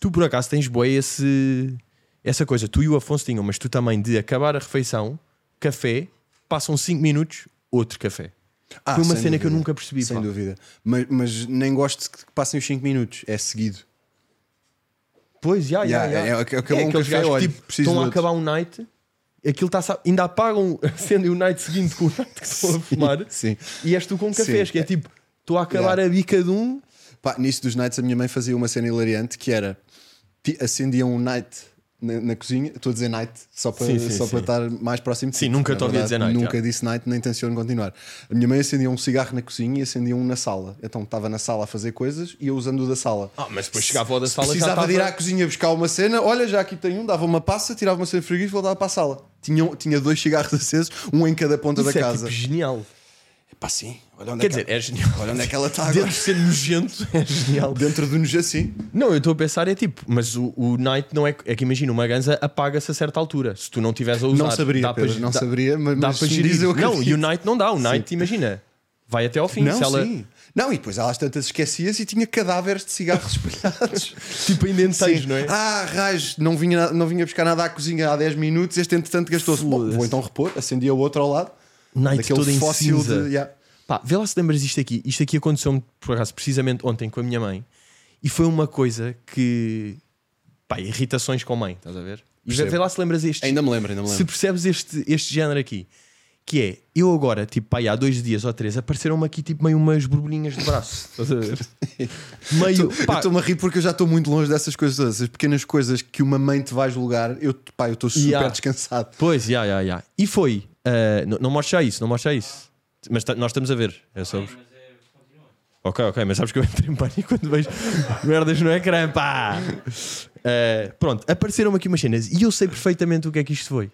tu por acaso tens bué esse, essa coisa, tu e o Afonso tinham, mas tu também de acabar a refeição, café, passam 5 minutos, outro café. Ah, Foi uma sem cena que eu dúvida, nunca percebi. Sem pá. dúvida. Mas, mas nem gosto que passem os 5 minutos, é seguido. Pois, já, já, Yeah, já. é, é, acabou um aqueles café, gajos olha, que tipo, preciso estão a de outro. acabar um night, aquilo está a- ainda apagam, acendem o night seguinte com o night que estão a fumar, Sim. e és tu com cafés, Sim. que é tipo, estou a acabar a bica de um, Pá, nisso dos nights a minha mãe fazia uma cena hilariante que era ti- acendiam um night na, na cozinha, estou a dizer night só para, Sim, sim, só sim. para estar mais próximo de Sim, ti, nunca porque, te na ouvi verdade, dizer night, Nunca disse night, nem tenciono continuar. A minha mãe acendia um cigarro na cozinha e acendia um na sala. Então estava na sala a fazer coisas e eu usando o da sala. Ah, mas depois chegava ao da Se sala, já Precisava estava- de ir à cozinha buscar uma cena, olha, já aqui tem um, dava uma passa, tirava uma cena de frigorífico e voltava para a sala. Tinha, tinha dois cigarros acesos, um em cada ponta isso da é casa. tipo genial. Pá, sim, olha onde Quer é que dizer, é genial. Olha onde é que ela está Dentro agora. de ser nojento, é genial. Dentro do nojo assim. Não, eu estou a pensar, é tipo, mas o, o night não é. É que imagina, uma ganza apaga-se a certa altura. Se tu não tiveres a usar, Não saberia, dá Pedro, para, não dá- saberia, mas- dá mas para se me gerir. diz, eu não, e o acredito. night não dá. O night, imagina, vai até ao fim. Não, se ela, sim. Não, e depois ela às tantas esquecias e tinha cadáveres de cigarros espalhados. Tipo, ainda enteiros, Sim. não é? Ah, raios, não vinha, na- não vinha buscar nada à cozinha há 10 minutos, este entretanto gastou-se. Bom, Foda-se. vou então repor, acendia o outro ao lado. Night daquele toda em fóssil cinza. de. yeah. Pá, vê lá se lembras isto aqui. Isto aqui aconteceu-me, por acaso, precisamente ontem com a minha mãe. E foi uma coisa que. Pá, irritações com a mãe, estás a ver? E vê, Percebo. vê lá se lembras este. Ainda me lembro, ainda me se lembro. percebes este, este género aqui, que é eu agora, tipo, pá, aí há dois dias ou três, apareceram-me aqui tipo meio umas borbolinhas de braço, estás a ver? meio, Eu pá, estou-me a rir porque eu já estou muito longe dessas coisas todas. As pequenas coisas que uma mãe te vai julgar, eu pá, eu estou super Yeah. descansado. pois, já, já, já. E foi, ah, não, não mostra isso, não mostra isso, mas ta- nós estamos a ver, é sobre. Ok, ok, mas sabes que eu entrei em pânico quando vejo merdas no ecrã, pá! Ah, pronto, apareceram-me aqui umas cenas e eu sei perfeitamente o que é que isto foi.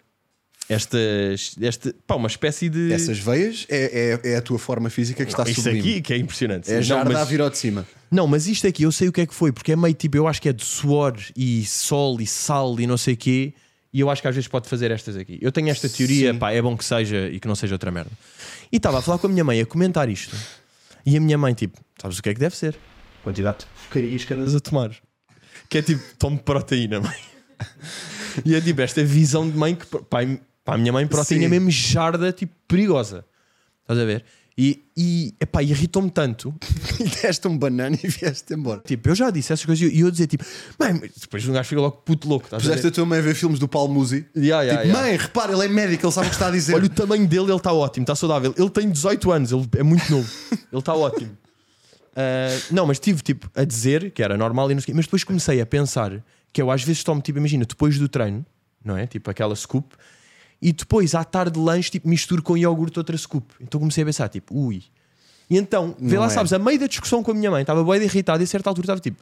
Estas, este, pá, uma espécie de. Essas veias é, é, é a tua forma física que está isto sublime. aqui que é impressionante. é a jarda mas- a vir ao de cima. Não, mas isto aqui eu sei o que é que foi, porque é meio tipo, eu acho que é de suor e sol e sal e não sei quê, e eu acho que às vezes pode fazer estas aqui. Eu tenho esta teoria, pá, é bom que seja e que não seja outra merda. E estava a falar com a minha mãe a comentar isto, e a minha mãe, tipo, sabes o que é que deve ser? Quantidade de porcarias que andas a tomar. Que é tipo, tome proteína, mãe. E é tipo, esta visão de mãe que, pá, em- pá, a minha mãe proteína é Sim. mesmo jarda, tipo, perigosa. Estás a ver? E, e epá, irritou-me tanto E deste um banana e vieste embora. Tipo, eu já disse essas coisas e eu- e eu dizia tipo, mãe, mas depois um gajo fica logo puto louco. Estás a Puseste a ver? tua mãe a ver filmes do Paulo Musi. é- Yeah, yeah, tipo, yeah. mãe, repara, ele é médico, ele sabe o que está a dizer. Olha o tamanho dele, ele está ótimo, está saudável. Ele tem 18 anos, ele é muito novo, ele está ótimo. Ah, não, mas tive tipo a dizer que era normal e não sei, o quê, mas depois comecei a pensar que eu às vezes tomo, tipo, imagina, depois do treino, não é? Tipo aquela scoop, e depois à tarde de lanche, tipo, misturo com iogurte outra scoop. Então comecei a pensar, tipo, ui. E então, vê Não lá, é. sabes, a meio da discussão com a minha mãe, estava bem irritado e a certa altura estava tipo,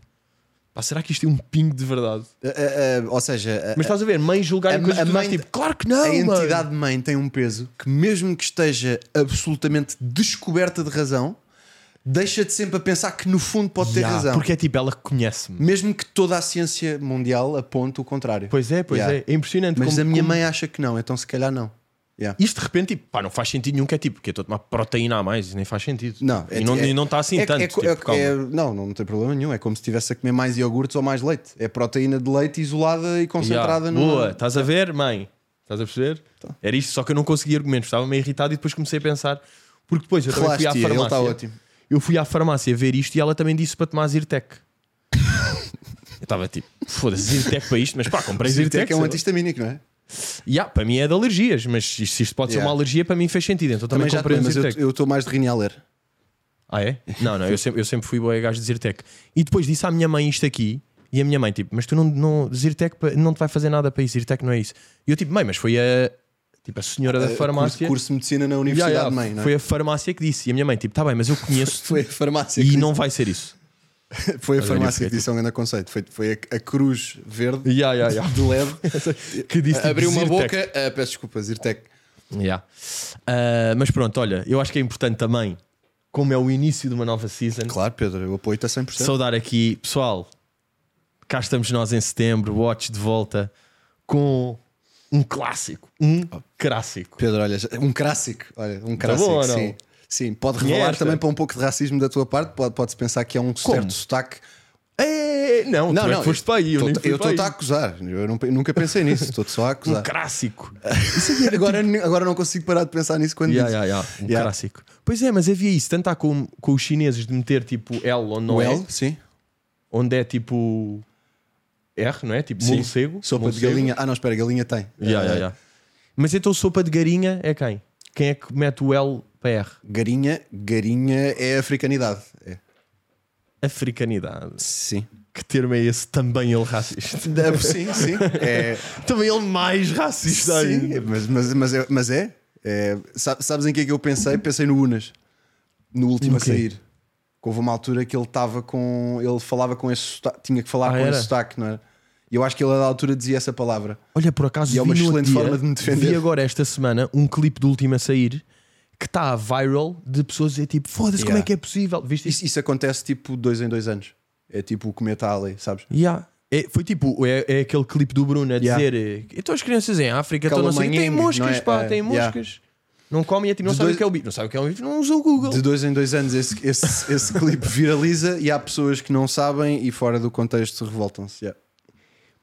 pá, será que isto é um pingo de verdade? Ah, ah, ah, ou seja, Mas estás a ver, mães julgarem A- coisas a que tu mãe- estás tipo, claro que a, não, a mano." entidade mãe tem um peso que, mesmo que esteja absolutamente descoberta de razão, deixa-te sempre a pensar que, no fundo, pode ter Yeah, razão. Porque é tipo, ela conhece-me. Mesmo que toda a ciência mundial aponte o contrário. Pois é, pois Yeah. é. É impressionante. Mas como- a minha como- mãe acha que não, então se calhar não. Yeah. Isto de repente, tipo, pá, não faz sentido nenhum que é tipo, que eu estou a tomar proteína a mais, isso nem faz sentido. Não, e, não, é- e não está assim é- tanto. é- tipo, é- calma. é- não, não tem problema nenhum. É como se estivesse a comer mais iogurtes ou mais leite. É proteína de leite isolada e Yeah, concentrada no. Tá. Boa, estás a ver, mãe? Estás a perceber? Era isto, só que eu não conseguia argumentos, estava meio irritado e depois comecei a pensar, porque depois eu também fui à Relaxa, tia, ele farmácia. está ótimo. Eu fui à farmácia ver isto e ela também disse para tomar Zirtec. eu estava tipo, foda-se, Zirtec para isto, mas pá, comprei Zirtec. Zyrtec é sei um lá. antihistamínico, não é? Ya, para mim é de alergias, mas isto- se isto pode ser Ya. uma alergia, para mim fez sentido. Então também, Também já comprei tomei, um mas eu- Zyrtec. eu estou mais de rinha a ler. Ah, é? Não, não, eu sempre, eu sempre fui boi gajo de Zirtec. E depois disse à minha mãe isto aqui, e a minha mãe, tipo, mas tu não, não Zirtec pa- não te vai fazer nada para isso, Zirtec não é isso. E eu, tipo, mãe, mas foi a, tipo, a senhora da Uh, farmácia. Curso, curso de medicina na Ya, Universidade ya, de Mãe, não é? Foi a farmácia que disse. E a minha mãe, tipo, tá bem, mas eu conheço Foi a farmácia e que não vai ser isso. disse- foi a Olha, farmácia fiquei que disse é um grande conceito. Foi, foi a, a cruz verde Ya, ya, ya. de LED Que disse, tipo, abriu uma Zyrtec. boca. ah, peço desculpa, Zirtec. Yeah. Ah, mas pronto, olha, eu acho que é importante também, como é o início de uma nova season, Claro, Pedro, eu apoio-te a 100%. saudar aqui, pessoal. Cá estamos nós em setembro, Watch de volta com um clássico, um clássico. Pedro, olha, já- um clássico. Olha, um Tá bom clássico, ou não? sim. Sim, pode revelar esta? também para um pouco de racismo da tua parte. Pode- Pode-se pensar que é um certo sotaque É, não, não, tu é que foste para aí. Eu tá tô- nem fui eu para estou-te a aí. acusar. Eu não- nunca pensei nisso. Estou-te só a Um acusar. clássico. agora, agora não consigo parar de pensar nisso quando Yeah, dizes. yeah, yeah. Um Yeah. clássico. Pois é, mas havia isso. Tanto há com, com os chineses de meter tipo L onde não O é, L, sim. onde é tipo R, não é? Tipo Sim. morcego. Sopa morcego. de galinha. Ah, não, espera, galinha tem. Ah, Yeah, yeah, yeah. Mas então sopa de garinha é quem? Quem é que mete o L para R? Garinha, garinha é africanidade. É. Africanidade. Sim. Que termo é esse? Também ele racista. sim, sim. É, Também ele mais racista sim, ainda. mas, mas, mas é. Mas é, É, sa- sabes em que é que eu pensei? Pensei no Unas, no último No quê? a sair. Que Houve uma altura que ele estava com. Ele falava com esse sotaque, tinha que falar Ah, com era? esse sotaque, não era? E eu acho que ele, da altura, dizia essa palavra. Olha, por acaso E é uma vi no outro excelente dia, forma de me defender. Vi agora esta semana um clipe do último a sair que está viral de pessoas a dizer tipo, foda-se, como Yeah. é que é possível? Viste isso? Isso, isso acontece tipo dois em dois anos. É tipo o cometa Alley, sabes? Yeah. É, foi tipo, é, é aquele clipe do Bruno a Yeah. dizer: eh, Então as crianças em África estão não sei, Calamanhinho, têm moscas, não é? pá, É, têm yeah. moscas. Não comem, é tipo, não De sabem dois- o que é o bife, não sabem o que é o bife, não usam o Google. De dois em dois anos esse, esse, esse clipe viraliza e há pessoas que não sabem e fora do contexto revoltam-se. Yeah.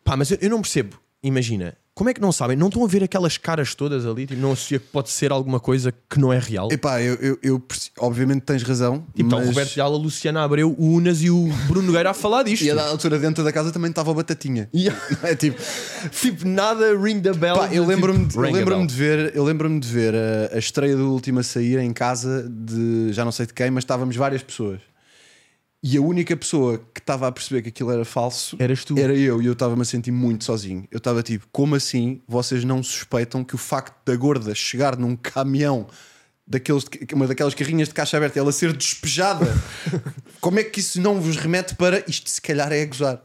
Pá, mas eu, eu não percebo, imagina, como é que não sabem? Não estão a ver aquelas caras todas ali, tipo, não associa que pode ser alguma coisa que não é real. Epá, eu, eu, eu perce- obviamente tens razão. Tipo, tá mas... o Roberto Jala, a Luciana Abreu, o Unas e o Bruno Nogueira a falar disto. E a da altura dentro da casa também estava a batatinha. Yeah. É tipo, Tipo, nada ring the bell. pá, eu de, lembro-me tipo, eu ring a lembro-me bell. de ver, eu lembro-me de ver a, a estreia do último a sair em casa de já não sei de quem, mas estávamos várias pessoas. E a única pessoa que estava a perceber que aquilo era falso Eras tu. era eu e eu estava-me a sentir muito sozinho. Eu estava tipo, como assim vocês não suspeitam que o facto da gorda chegar num caminhão daqueles de- uma daquelas carrinhas de caixa aberta e ela ser despejada, como é que isso não vos remete para isto se calhar é a gozar?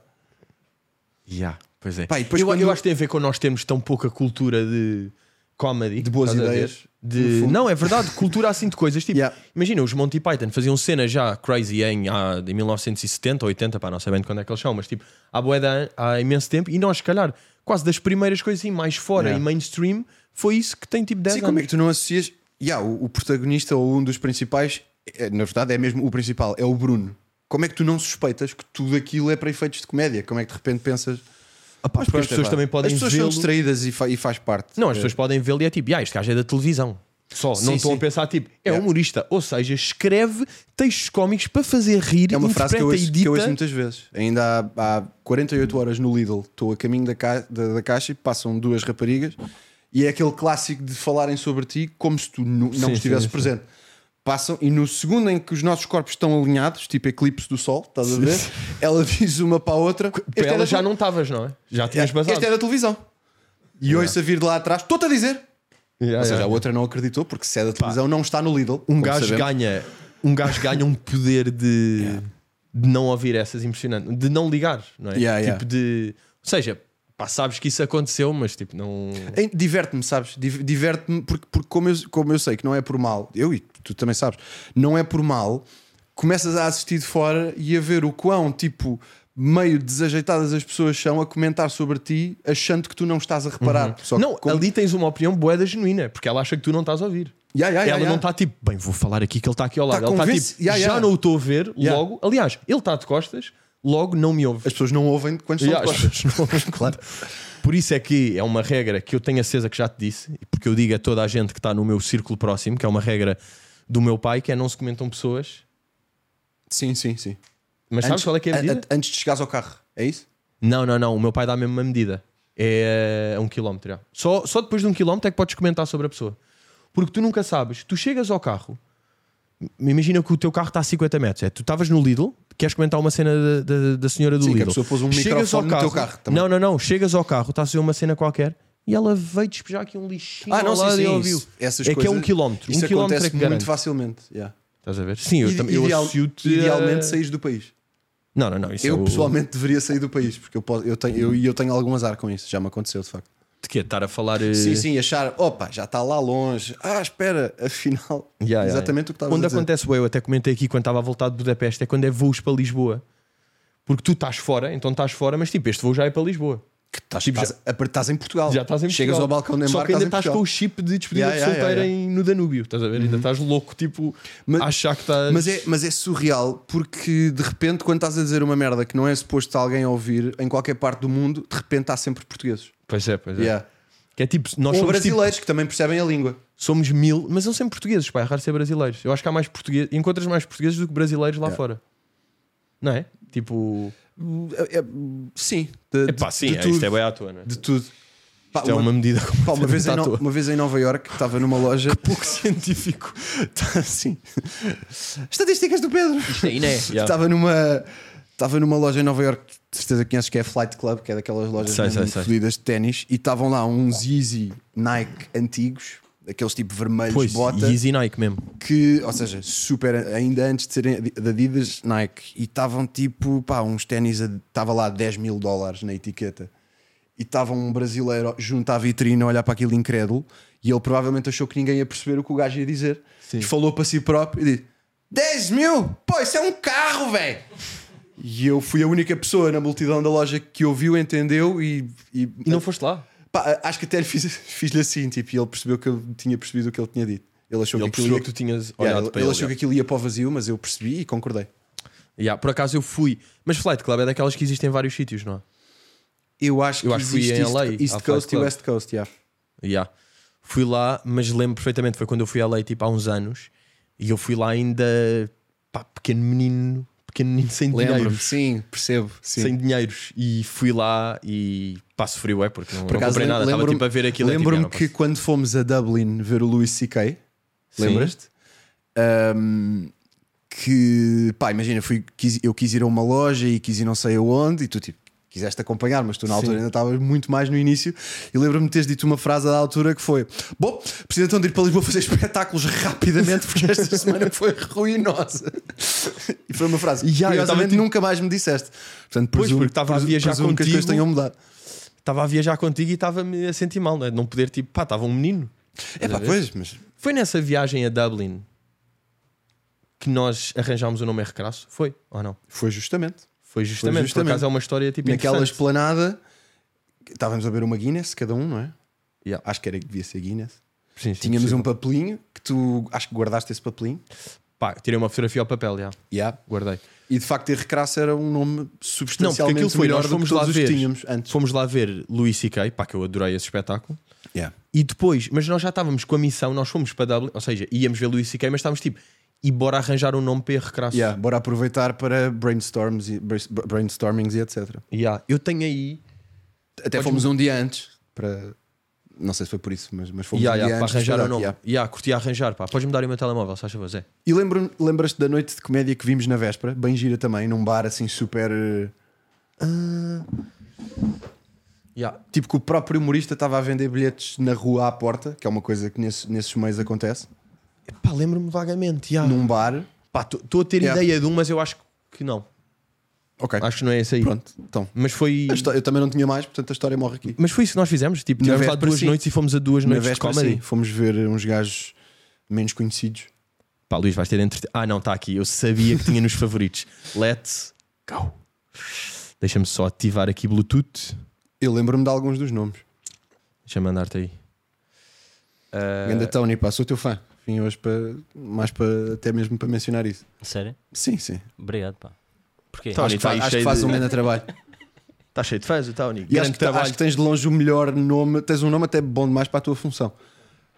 Yeah, pois é. Pá, e depois eu, quando- eu acho que tem a ver com nós termos tão pouca cultura de comedy. De boas ideias, no De... fundo. Não, é verdade, cultura assim de coisas. Tipo, Yeah. imagina, os Monty Python faziam cena já crazy em, ah, em 1970 ou 80, pá, não sei bem de quando é que eles são, mas tipo, há, bué de an- há imenso tempo. E nós, se calhar, quase das primeiras coisas assim, mais fora Yeah. e mainstream, foi isso que tem tipo 10 Sim, anos. como é que tu não associas? Yeah, o, o protagonista ou um dos principais, é, na verdade é mesmo o principal, é o Bruno. Como é que tu não suspeitas que tudo aquilo é para efeitos de comédia? Como é que de repente pensas. Ah, pá, Mas porque pronto, as pessoas epá, também podem As pessoas vê-lo. são distraídas e, fa- e faz parte. Não, as pessoas podem vê-lo e é tipo, ah, este gajo é da televisão. Só, não Sim, estão a sim. pensar, tipo, é Yeah. humorista. Ou seja, escreve textos cómicos para fazer rir, É uma frase que eu, um interpreta e ouço, que dita. eu ouço muitas vezes. Ainda há, há 48 horas no Lidl, estou a caminho da, ca- da- da caixa e passam duas raparigas e é aquele clássico de falarem sobre ti como se tu nu- não Sim, estivesse sim, sim. presente. Passam e no segundo em que os nossos corpos estão alinhados, tipo eclipse do sol, estás a ver? Ela diz uma para a outra. Para "Este é ela da já tele- não estavas, não é? Já tinhas este basado. é da televisão. E ouço a vir de lá atrás, estou-te a dizer. Yeah, Ou Ah, yeah. seja, a outra não acreditou, porque se é da televisão, não está no Lidl. Um como gajo sabemos. ganha, um gajo ganha um poder de, de não ouvir essas impressionante, de não ligar, não é? Yeah, yeah. tipo de, ou seja, pá, sabes que isso aconteceu, mas tipo não. Em- Diverte-me, sabes? Div- Diverte-me, porque, porque como, eu, como eu sei que não é por mal, eu e tu também sabes, não é por mal, começas a assistir de fora e a ver o quão, tipo, meio desajeitadas as pessoas são a comentar sobre ti, achando que tu não estás a reparar. Só que não, como- ali tens uma opinião boeda genuína, porque ela acha que tu não estás a ouvir. Ya, ya, ya, ela ya. não está tipo, bem, vou falar aqui que ele está aqui ao lado. Ah, Tá ela está convince- tipo, Yeah, yeah. já não o estou a ver, Yeah. logo. Aliás, ele está de costas, logo não me ouve. As pessoas não ouvem quando estão Yeah, de as costas. pessoas não ouvem, claro. Por isso é que é uma regra que eu tenho a certeza que já te disse, e porque eu digo a toda a gente que está no meu círculo próximo, que é uma regra do meu pai, que é não se comentam pessoas. Sim, sim, sim. Mas sabes qual é que é a medida? a- a- antes de chegares ao carro, é isso? Não, não, não. O meu pai dá a mesma medida. É a um quilómetro. já. Só, só depois de um quilómetro é que podes comentar sobre a pessoa. Porque tu nunca sabes. Tu chegas ao carro. m- Imagina que o teu carro está a 50 metros. É, tu estavas no Lidl, queres comentar uma cena da, da, da senhora do Sim, que a Lidl. pessoa pôs um microfone no teu carro também. não, não, não. Chegas ao carro, está a fazer uma cena qualquer e ela veio despejar aqui um lixinho Ah, ao lado e ouviu. isso- Essas é que é coisas- um quilómetro. Isso um quilómetro acontece é que muito garante. facilmente. Yeah. Estás a ver? Sim, eu, Ide- também eu eh, ideal- associo-te a- idealmente saís do país. Não, não, não. Isso é Eu o- pessoalmente deveria sair do país porque eu posso, eu tenho, eu, e eu tenho algum azar com isso, já me aconteceu de facto. De quê? Estar a falar. eh, Sim, sim, achar, opa, já está lá longe. Ah, espera, afinal, Yeah, yeah, exatamente yeah. o que estava a Quando dizer. acontece, bué, eu até comentei aqui quando estava a voltar de Budapeste, é quando é voos para Lisboa. Porque tu estás fora, então estás fora, mas tipo, este voo já é para Lisboa. que estás, Tipo, já- estás, a- estás em Portugal. Já estás em Oh, Chegas Portugal. ao balcão da Só embarque, que ainda estás estás em com o Portugal. chip de despedida Yeah, de yeah, solteiro yeah, Uhum. em- no Danúbio, estás a ver? Ainda estás louco, tipo, Mas- a achar que estás. Mas é, mas é surreal porque de repente, quando estás a dizer uma merda que não é suposto alguém ouvir em qualquer parte do mundo, de repente há sempre portugueses. Pois é, pois é. Yeah. Um Que é tipo, nós Ou somos, tipo, brasileiros que também percebem a língua. somos mil, mas não são portugueses, pá, é raro ser brasileiros. Eu acho que há mais portugueses, encontras mais portugueses do que brasileiros lá Yeah. fora. Não é? Tipo, É- é- sim, de, de- de tudo. bem à toa, não é? de tudo. Pá, Isto é uma medida como Pá, uma, vez em à No- toa. uma vez em Nova York estava numa loja. Pouco científico. Tá, assim. Estatísticas do Pedro. Isto aí, não é? Yeah. Estava numa. Estava numa loja em Nova York, de certeza conheces que é a Flight Club, que é daquelas lojas Sei, mesmo sei, sei. fodidas de ténis, e estavam lá uns Yeezy Nike antigos, aqueles tipo vermelhos Pois, bota, Yeezy Nike mesmo. que, ou seja, super ainda antes de serem da Adidas Nike, e estavam tipo, pá, uns ténis, a- estava lá 10 mil dólares na etiqueta, e estava um brasileiro junto à vitrine a olhar para aquilo incrédulo, e ele provavelmente achou que ninguém ia perceber o que o gajo ia dizer, Sim. e falou para si próprio e disse: 10 mil? Pô, isso é um carro, velho! E eu fui a única pessoa na multidão da loja que ouviu, entendeu e, e- E não foste lá? Pá, acho que até lhe fiz- fiz-lhe assim, tipo, e ele percebeu que eu tinha percebido o que ele tinha dito. Ele achou Ele que aquilo percebeu ia- é que tu tinhas Yeah, olhado ele, para ele ele. achou que aquilo ia para o vazio, mas eu percebi e concordei. Yeah, por acaso eu fui, mas Flight Club é daquelas que existem em vários sítios, não é? Eu acho que Eu acho que fui existe em East- LA, à East Fight Coast e Club. West Coast, yeah. é? Yeah. Fui lá, mas lembro perfeitamente, foi quando eu fui a LA tipo há uns anos e eu fui lá ainda pá, pequeno menino, pequeno menino sem dinheiro. sim, percebo. Sim. Sem dinheiros e fui lá e pá, sofri, ué, porque não, Por não acaso, comprei nada. Estava lembro-me- tipo a ver aquilo. é, tipo, Lembro-me "Ah, não que quando fomos a Dublin ver o Louis C.K., Sim. lembras-te? Ahm, que, pá, imagina, fui, quis- eu quis ir a uma loja e quis ir não sei aonde e tu tipo. Quiseste acompanhar, mas tu na altura Sim. ainda estavas muito mais no início. E lembro-me de teres dito uma frase da altura que foi: Bom, preciso então de ir para Lisboa fazer espetáculos rapidamente, porque esta semana foi ruinosa. E foi uma frase. Ya, eu curiosamente, estava tipo- nunca mais me disseste. Portanto, Pois, presumo, porque estava a presu- viajar presumo que as coisas contigo. tenham mudado. Estava a viajar contigo e estava-me a sentir mal, não é? De Não poder, tipo, pá, estava um menino. É pá, ver? pois, mas Foi nessa viagem a Dublin que nós arranjámos o nome R. Crasso? Foi ou não? foi justamente. Foi justamente. justamente. Por acaso é uma história tipo Naquela interessante. esplanada, estávamos a beber uma Guinness, cada um, não é? Yeah. Acho que era que devia ser Guinness. Sim, sim, Tínhamos possível. um papelinho que tu acho que guardaste esse papelinho. Pá, tirei uma fotografia ao papel, já. Guardei. E de facto, Recraça era um nome Não, porque substancialmente aquilo foi, melhor nós do fomos que todos lá os ver. que tínhamos antes. Fomos lá ver Louis C.K., pá, que eu adorei esse espetáculo. Yeah. E depois, mas nós já estávamos com a missão, nós fomos para Dublin, ou seja, íamos ver Louis C.K., mas estávamos tipo, e bora arranjar um nome para R. Crasso. Yeah, Bora aproveitar para brainstorms e, bra- brainstormings e etc. Yeah. Eu tenho aí, Até fomos um dia antes para. Não sei se foi por isso, mas, mas fomos yeah, um dia yeah, para antes. arranjar o para dar- nome. yeah. Yeah, curti a arranjar, pá. Podes-me dar aí o meu telemóvel, se achas, Zé? E lembro- lembras-te da noite de comédia que vimos na véspera, bem gira também, num bar assim super. eh, Yeah. Tipo que o próprio humorista estava a vender bilhetes na rua à porta, que é uma coisa que nesse- nesses meios acontece, Pá, lembro-me vagamente, yeah. num bar. Pá, estou a ter Yeah. ideia de um, mas eu acho que não. Ok, Acho que não é esse aí. pronto. Então, Mas foi. a histó- eu também não tinha mais, portanto a história morre aqui. Mas foi isso que nós fizemos. Tipo, Na tivemos lá véspera, duas sim. noites e fomos a duas Na noites de véspera, comedy. sim, fomos ver uns gajos menos conhecidos. Pá, Luís, vais ter de entreter. Ah, não, está aqui. Eu sabia que tinha nos favoritos. Let's go. Deixa-me só ativar aqui Bluetooth. Eu lembro-me de alguns dos nomes. Deixa-me mandar-te aí. Eh, Uh... Ganda Tony, pá, sou teu fã. Vim hoje para, mais para, até mesmo para mencionar isso. Sério? Sim, sim. Obrigado, pá. Porquê? Tá. Tony, acho que, fa- aí acho que cheio faz de- um grande trabalho. Está Tá cheio de fãs, o Tony. E acho que, acho que tens de longe o melhor nome, tens um nome até bom demais para a tua função.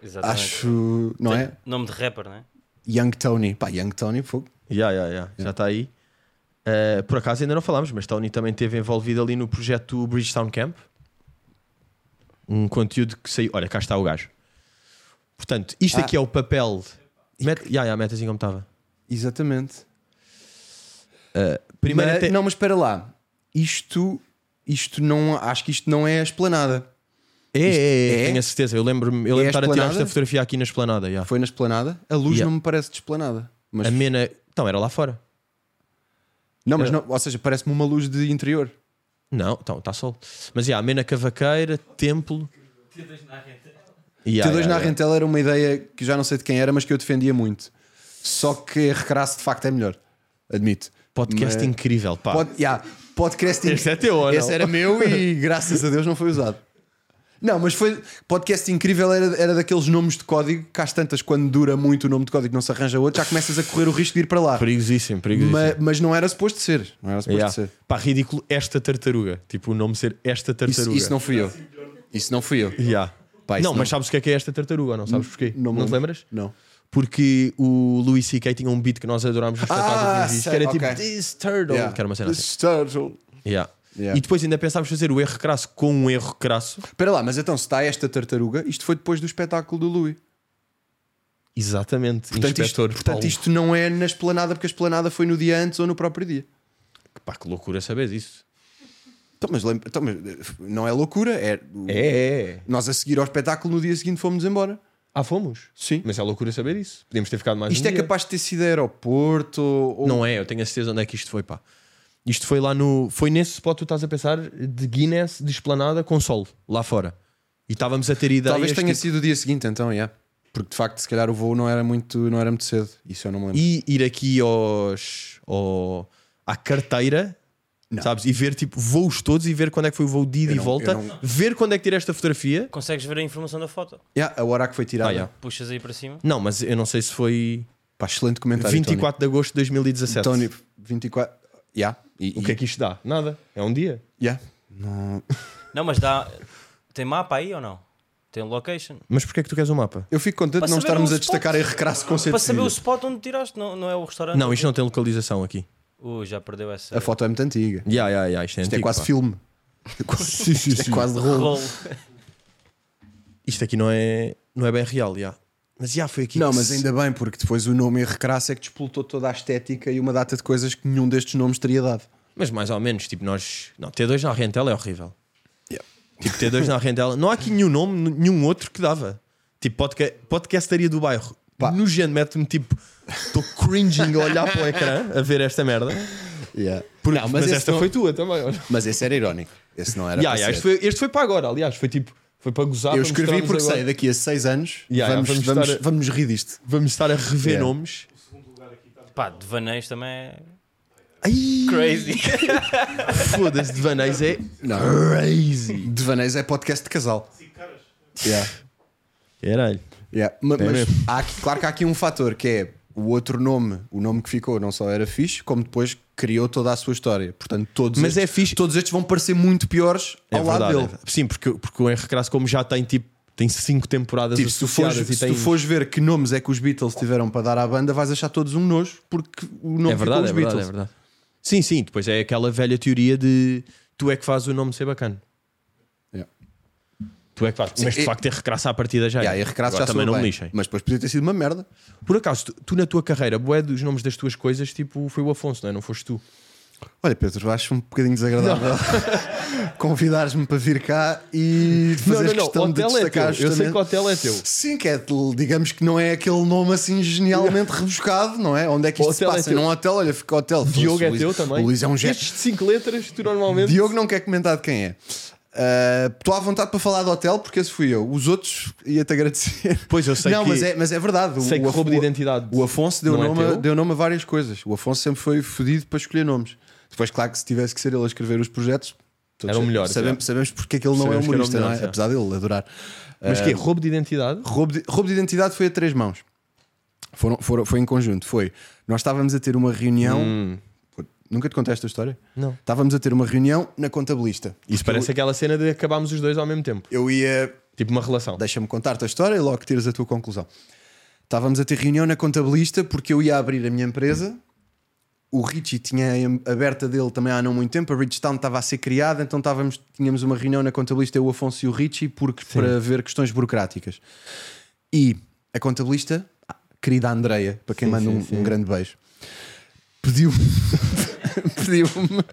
Exatamente. Acho, não é? Nome de rapper, não é? Young Tony. Pá, Young Tony, fogo. Ya, ya, ya. Já está aí. Uh, por acaso ainda não falámos, mas Tony também esteve envolvido ali no projeto do Bridgetown Camp. Um conteúdo que saiu. Olha, cá está o gajo. Portanto, isto Ah. aqui é o papel. Mete, ya, ya, mete assim como estava. Exatamente. Primeiro, Mas- até- Não, mas espera lá. Isto, isto não. Acho que isto não é a esplanada. É, é, é? é, tenho a certeza. Eu lembro-me eu É a lembro de estar a tirar esplanada? esta fotografia aqui na esplanada. já. Foi na esplanada? A luz Yeah. não me parece de esplanada. Mas, A Mena. Então, era lá fora. não, mas não, ou seja, parece-me uma luz de interior. Não, então, está sol. Mas já, a Mena Cavaqueira, Templo. Ya, T2 ya, na ya. Rentela era uma ideia que já não sei de quem era, mas que eu defendia muito. Só que a Recrasse de facto é melhor. Admito. Podcast Mas- incrível, pá. Pod, yeah, podcasting. Este é teu, ou não? Esse era meu e graças a Deus não foi usado. Não, mas foi. Podcast incrível era, era daqueles nomes de código que às tantas, quando dura muito o nome de código e não se arranja outro, já começas a correr o risco de ir para lá. Perigosíssimo, perigosíssimo. Ma- Mas, não era suposto ser. Não era suposto Yeah. ser. Pá, ridículo esta tartaruga. Tipo, o nome ser esta Isso, tartaruga. isso não fui eu. Isso não fui eu. Yeah. Pá, isso não, mas sabes o que é que é esta tartaruga? ou Não sabes porquê? Não Não, me te lembro. lembras? Não. Porque o Louis C.K. tinha um beat que nós adorámos nos Ah, espetáculos que sei, que era ok. tipo This Turtle, Yeah. que era uma cena assim. This turtle. Yeah. Yeah. E depois ainda pensávamos fazer o erro crasso com um erro crasso. Espera lá, mas então, se está esta tartaruga, isto foi depois do espetáculo do Louis. Exatamente, Portanto, isto, inspetor portanto Paulo. isto não é na esplanada, porque a esplanada foi no dia antes ou no próprio dia. Pá, que loucura saber isso. Então, mas, lembra- então, mas, eh, não é loucura, é, o- É, é. Nós a seguir ao espetáculo, no dia seguinte fomos embora. Ah, fomos. Sim. Mas é loucura saber isso. Podíamos ter ficado mais Isto um é dia. capaz de ter sido aeroporto ou. Não é, eu tenho a certeza onde é que isto foi, pá. Isto foi lá no. Foi nesse spot que tu estás a pensar de Guinness de esplanada com sol, lá fora. E estávamos a ter ideias. Talvez tenha tipo- sido o dia seguinte, então, é. Porque de facto, se calhar o voo não era muito, não era muito cedo. Isso eu não me lembro. E ir aqui aos. ao- à carteira. Sabes? E ver tipo voos todos e ver quando é que foi o voo de ida Eu e não- volta, eu não- ver quando é que tirei esta fotografia. Consegues ver a informação da foto? Yeah, a hora que foi tirada. Ah, yeah. Puxas aí para cima. Não, mas eu não sei se foi Pá, excelente comentário. 24 de agosto de 2017. Tony. Tony, 24. Yeah. E, O que é que isto dá? Nada. É um dia. yeah. Não- Não, mas dá. Tem mapa aí ou não? Tem location. Mas porquê é que tu queres um mapa? Eu fico contente Para de não saber estarmos o a destacar em recrasso conceito Para de saber o vida. spot onde tiraste, não, não é o restaurante? Não, isto não tem localização aqui. Uh, já perdeu essa. A foto é muito antiga. Isto Ya, ya, ya, Isto é, é antigo, quase pá. filme. Sim, sim, Isto sim. é quase de rolo. Rolo. Isto aqui não é, não é bem real, já. Mas já foi aqui. Não, que mas se- ainda bem, porque depois o nome em recrasso é que despoltou toda a estética e uma data de coisas que nenhum destes nomes teria dado. Mas mais ou menos, tipo, nós. Não, T2 na Rentela é horrível. Yeah. Tipo, T2 na Rentela. Não há aqui nenhum nome, nenhum outro que dava. Tipo, podca... podcastaria do bairro. Pá. Nojento, mete-me tipo. Estou cringing a olhar para o ecrã a ver esta merda. Porque- Não, mas esse esta não- foi tua também. olha. Mas esse era irónico. Esse não era. Ya, para ya, ser. este, foi, este foi para agora, aliás. Foi tipo. Foi para gozar. para Eu escrevi mostrarmos porque agora. sei, daqui a seis anos Ya, ya, vamos, vamos vamos, estar a- vamos rir disto. Vamos estar a rever Yeah. nomes. Pá, devaneios também é. Ai, Crazy. foda-se, devaneios é Não, crazy. Devaneios é podcast de casal. Yeah. Caralho. Yeah, ma- É mas mesmo. há aqui- claro que há aqui um fator que é o outro nome, o nome que ficou não só era fixe, como depois criou toda a sua história. Portanto, todos, Mas estes, é fixe. todos estes vão parecer muito piores É ao verdade. lado dele. é. Sim, porque, porque o Henrique Crasso, como já tem tipo tem cinco temporadas Tipo, se, tu associadas fores, e se tem... tu fores ver que nomes é que os Beatles tiveram para dar à banda, vais achar todos um nojo, porque o nome é verdade, ficou os é verdade, Beatles. é verdade. Sim, sim, depois é aquela velha teoria de tu é que fazes o nome ser bacana. Yeah. Tu é que fazes. Sim, Mas de e- facto é recraça à partida já. é. Yeah, e recrasso Agora já também soa não me bem. lixem. Mas depois podia ter sido uma merda. Por acaso, tu, tu na tua carreira, boé dos nomes das tuas coisas, tipo, foi o Afonso, não é? Não foste tu. Olha, Pedro, acho um bocadinho desagradável convidares-me para vir cá e fazer questão de hotel é teu. destacar Eu sei justamente- que o hotel é teu. Sim, que é, digamos que não é aquele nome assim genialmente rebuscado, não é? Onde é que isto se Hotel é passa? teu. Num hotel, olha, fica hotel. Diogo Foda-se, é o Luís- teu também. O Luís é um gesto. Estes de cinco letras, tu normalmente. Diogo não quer comentar de quem é. Ah, Estou à vontade para falar do hotel porque esse fui eu. Os outros ia-te agradecer. Pois, eu sei não, que- mas é, mas é verdade. O- Sei que o, roubo de identidade O Afonso deu não é nome, a- teu? deu nome a várias coisas. O Afonso sempre foi fodido para escolher nomes. Depois, claro que se tivesse que ser ele a escrever os projetos, todos Era o melhor, Sabemos, já. sabemos porque é que ele não Sabemos é que era o humorista, melhor, não é? já. apesar dele adorar. Ah, Mas Eh, que é Roubo de identidade? Roubo de, roubo de identidade foi a três mãos. Foram, foram- foi em conjunto. Foi. Nós estávamos a ter uma reunião. Pô, Nunca te contei esta história? Hum. Não. Estávamos a ter uma reunião na contabilista. Isso parece aquela cena de acabámos os dois ao mesmo tempo. Eu ia. Tipo uma relação. Deixa-me contar-te a história e logo tiras a tua conclusão. Estávamos a ter reunião na contabilista porque eu ia abrir a minha empresa. O Richie tinha a aberta dele também há não muito tempo. A Ridgestown estava a ser criada, então estávamos, tínhamos uma reunião na contabilista, eu, o Afonso e o Richie, porque, para ver questões burocráticas. E a contabilista, a querida Andreia, para quem Sim, manda sim, um, sim. um grande beijo, pediu-me. pediu-me.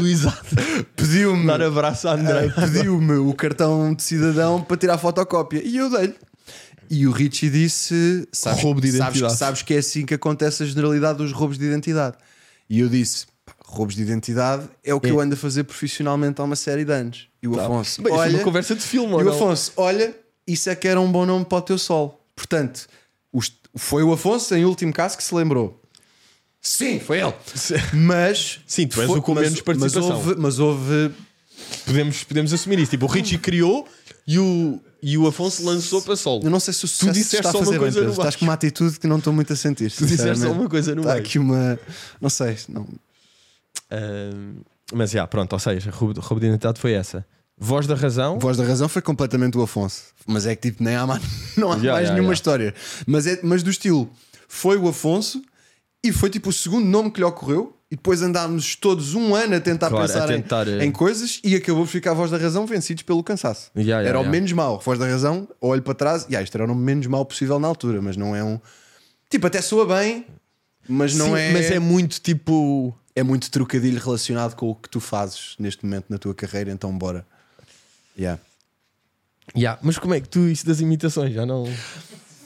Luizado. pediu-me. Dar abraço à André. Ah, pediu-me o cartão de cidadão para tirar fotocópia e eu dei-lhe. E o Richie disse: sabes, Roubo de sabes, que- identidade. sabes que é assim que acontece a generalidade dos roubos de identidade. E eu disse: "Pá, roubos de identidade é o que É. eu ando a fazer profissionalmente há uma série de anos. E o Afonso: Bem, isso é olha, uma conversa de filme, e ou o não? é Afonso: olha, isso é que era um bom nome para o teu sol. Portanto, os- Foi o Afonso, em último caso, que se lembrou. Sim, foi ele. Mas. Sim, tu és foi- o com mas- menos participação. Mas houve. Mas houve Podemos, podemos assumir isso. Tipo, o Richie criou e o, e o Afonso lançou para solo. eu não sei se o sucesso disseste está a só uma fazer bem, coisa Pedro. no Estás baixo. com uma atitude que não estou muito a sentir. Tu disseste sinceramente. alguma coisa no Está meio. aqui uma. Não sei. Não, Ahm, Eh, mas já, pronto, ou seja, roubo roubo de identidade foi essa. Voz da razão. Voz da Razão foi completamente o Afonso. Mas é que tipo, nem há mais, não há Yeah, mais yeah, nenhuma yeah. história. Mas, é, mas do estilo, foi o Afonso e foi tipo o segundo nome que lhe ocorreu. E depois andámos todos um ano a tentar Claro, a pensar em- tentar, em, eh. coisas e acabou por ficar a Voz da Razão vencidos pelo cansaço. Yeah, yeah, era o yeah. menos mau. Voz da Razão, olho para trás, e ah, isto era o nome menos mau possível na altura, mas não é um. Tipo, até soa bem, mas não Sim, é. Mas é muito tipo. é muito trocadilho relacionado com o que tu fazes neste momento na tua carreira, então bora. Yeah. Yeah, mas como é que tu, isso das imitações, já não.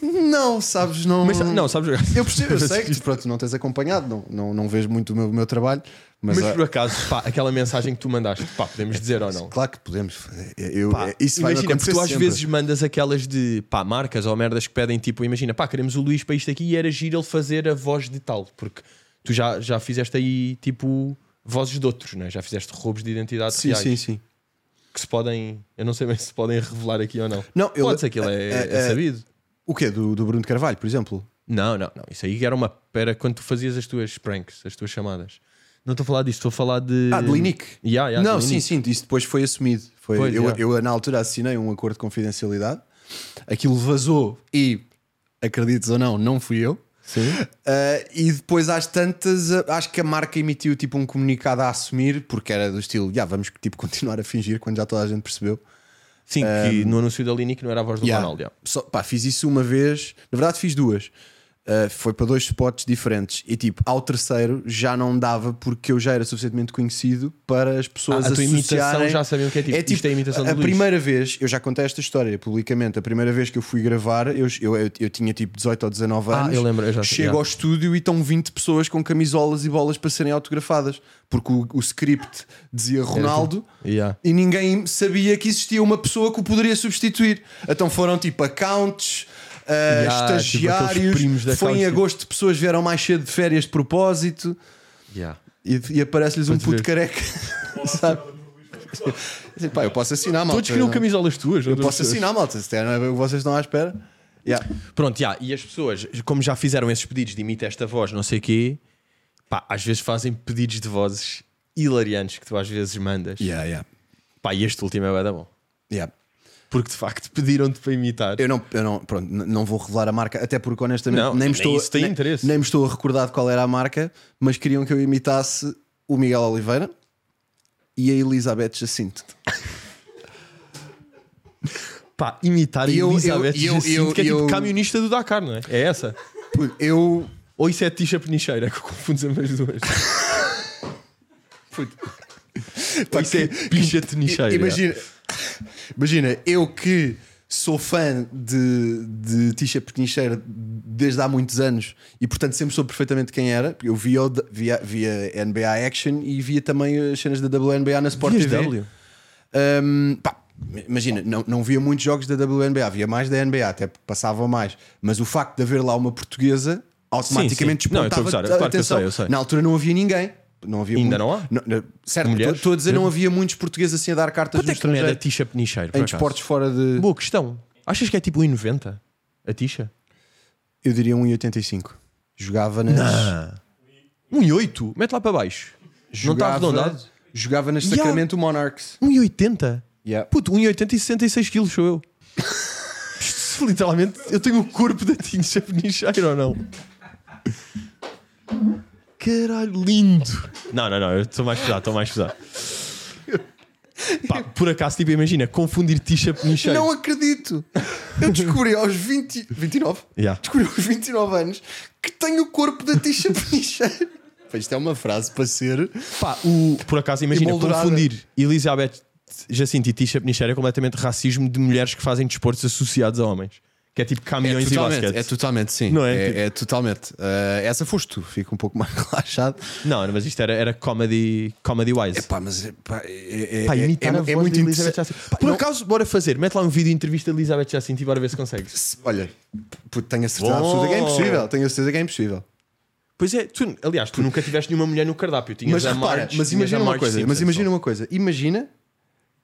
Não, sabes, não. Mas não, sabes. Eu percebo, eu sei que tu, pronto, não tens acompanhado, não, não, não vês muito o meu, o meu trabalho, mas, Mas ah, por acaso, pá, aquela mensagem que tu mandaste, pá, podemos dizer ou não? claro que podemos. fazer. Eu, Pá, é- isso vai imagina, porque acontecer tu às sempre. vezes mandas aquelas de pá, marcas ou merdas que pedem tipo, imagina, pá, queremos o Luís para isto aqui e era giro ele fazer a voz de tal, porque tu já, já fizeste aí tipo vozes de outros, né? já fizeste roubos de identidade Sim, reais sim, sim. que se podem, eu não sei bem se podem revelar aqui ou não. Não, eu- Pode ser que ele é, é- é é- sabido. O quê? Do, do Bruno de Carvalho, por exemplo? Não, não, não. Isso aí era uma. Era quando tu fazias as tuas pranks, as tuas chamadas. Não estou a falar disso, estou a falar de. Ah, de Linic. Hum. Yeah, yeah, não, de sim, Linic. sim, isso depois foi assumido. Foi, Pois, eu, yeah. eu, na altura, assinei um acordo de confidencialidade, aquilo vazou e, acredites ou não, não fui eu. Sim. Uh, e depois às tantas, uh, acho que a marca emitiu tipo um comunicado a assumir, porque era do estilo, já vamos tipo, continuar a fingir quando já toda a gente percebeu. Sim, que no anúncio da Linic não era a voz do Yeah. Ronaldo. yeah. Só- pá, fiz isso uma vez, na verdade fiz duas. Uh, foi para dois spots diferentes e tipo, ao terceiro já não dava porque eu já era suficientemente conhecido para as pessoas Ah, a tua associarem. imitação já sabiam o que é, tipo, isto é a imitação do Luís. primeira vez, eu já contei esta história publicamente, a primeira vez que eu fui gravar, eu, eu, eu, eu tinha tipo 18 ou 19 Ah, anos. eu lembro, eu já- chego yeah. ao estúdio e estão 20 pessoas com camisolas e bolas para serem autografadas, porque o, o script dizia tipo, Ronaldo. Yeah. E ninguém sabia que existia uma pessoa que o poderia substituir. Então foram tipo accounts, uh, Yeah, tipo, estagiários. aqueles primos de foi em accounts, tipo- agosto, pessoas vieram mais cedo de férias de propósito Yeah. e, e aparece-lhes Para um te puto ver. careca. sabe? Assim, pá, eu posso assinar, malta. Todos queriam um não? camisolas tuas. não né? Eu todos posso teus. assinar, malta. Se não é o que vocês estão à espera. Yeah. Pronto, já, e as pessoas, como já fizeram esses pedidos de imita esta voz, não sei o quê, pá, às vezes fazem pedidos de vozes hilariantes que tu às vezes mandas. Yeah, yeah, Pá, e este último é bué da bom. yeah. Porque de facto pediram-te para imitar. Eu não, eu não, pronto, n- não vou revelar a marca, até porque honestamente Não, nem, nem me estou, isso tem nem, interesse. nem me estou a recordar de qual era a marca, mas queriam que eu imitasse o Miguel Oliveira e a Elizabeth Jacinto. Pá, imitar a E eu- Elizabeth eu- eu- Jacinto, eu- que é tipo eu- camionista do Dakar, não é? É essa? Puto, Eu, Ou isso é ticha penicheira, que eu confundo sempre as duas. Puto. Ou isso é picha penicheira. i- imagina, imagina, eu que sou fã de, de Tisha Penicheira desde há muitos anos e portanto sempre soube perfeitamente quem era. Eu via, o da- via, via NBA Action e via também as cenas da WNBA na Sport Vias TV. W? Hum, pá, imagina, não, não via muitos jogos da WNBA, havia mais da NBA, até passava mais. Mas o facto de haver lá uma portuguesa automaticamente Sim, sim. Não, eu estou a despontava gozar, a claro que eu atenção. sei, eu sei. Na altura não havia ninguém. Não havia Ainda muito- não certo, Mulheres? estou a dizer, não havia muitos portugueses assim a dar cartas Quanto no é que me é da estrangeiro ticha penicheira? por em acaso? desportos fora de. Boa questão. Achas que é tipo 1,90? A ticha? Eu diria 1,85. Jogava nas. 1,8? Mete lá para baixo. Não está jogava- arredondado? Jogava nas Yeah. Sacramento Monarchs. 1,80? Yeah. Puto, 1,80 e 66 quilos sou eu. Literalmente, eu tenho o corpo da ticha penicheira ou não? Caralho, lindo! Não, não, não, eu estou mais pesado, estou mais pesado. Pá, por acaso, tipo, imagina, confundir ticha penicheira. Não acredito! Eu descobri aos 20, 29? Yeah. Descobri aos 29 anos que tenho o corpo da Tisha Penicheira. Pá, Isto é uma frase para ser. Pá, o, por acaso, imagina, Emoldurada. confundir Elizabeth Jacinto e Tisha Penicheira é completamente racismo de mulheres que fazem desportos associados a homens. Que que é tipo É caminhões e totalmente, basquete. é totalmente, sim. Não é? é, Tipo- é totalmente. Ah, essa foste tu, fico um pouco mais relaxado. Não, não, mas isto era, era comedy, comedy wise. Epá, mas epá, é, é, Pá, é- imitar é- a é voz muito de Elizabeth interessante. Jacint. Por não- acaso, bora fazer. Mete lá um vídeo de entrevista de Elizabeth Jacint e bora ver se consegues. Se- Olha, puto, tenho a certeza Bom. absoluta que é impossível. Tenho a certeza que é impossível. Pois é, tu, aliás, tu nunca tiveste nenhuma mulher no cardápio. Tinhas Mas a repara, Marge, mas tinhas imagina a uma Marge coisa. mas Simpson. imagina uma coisa. Imagina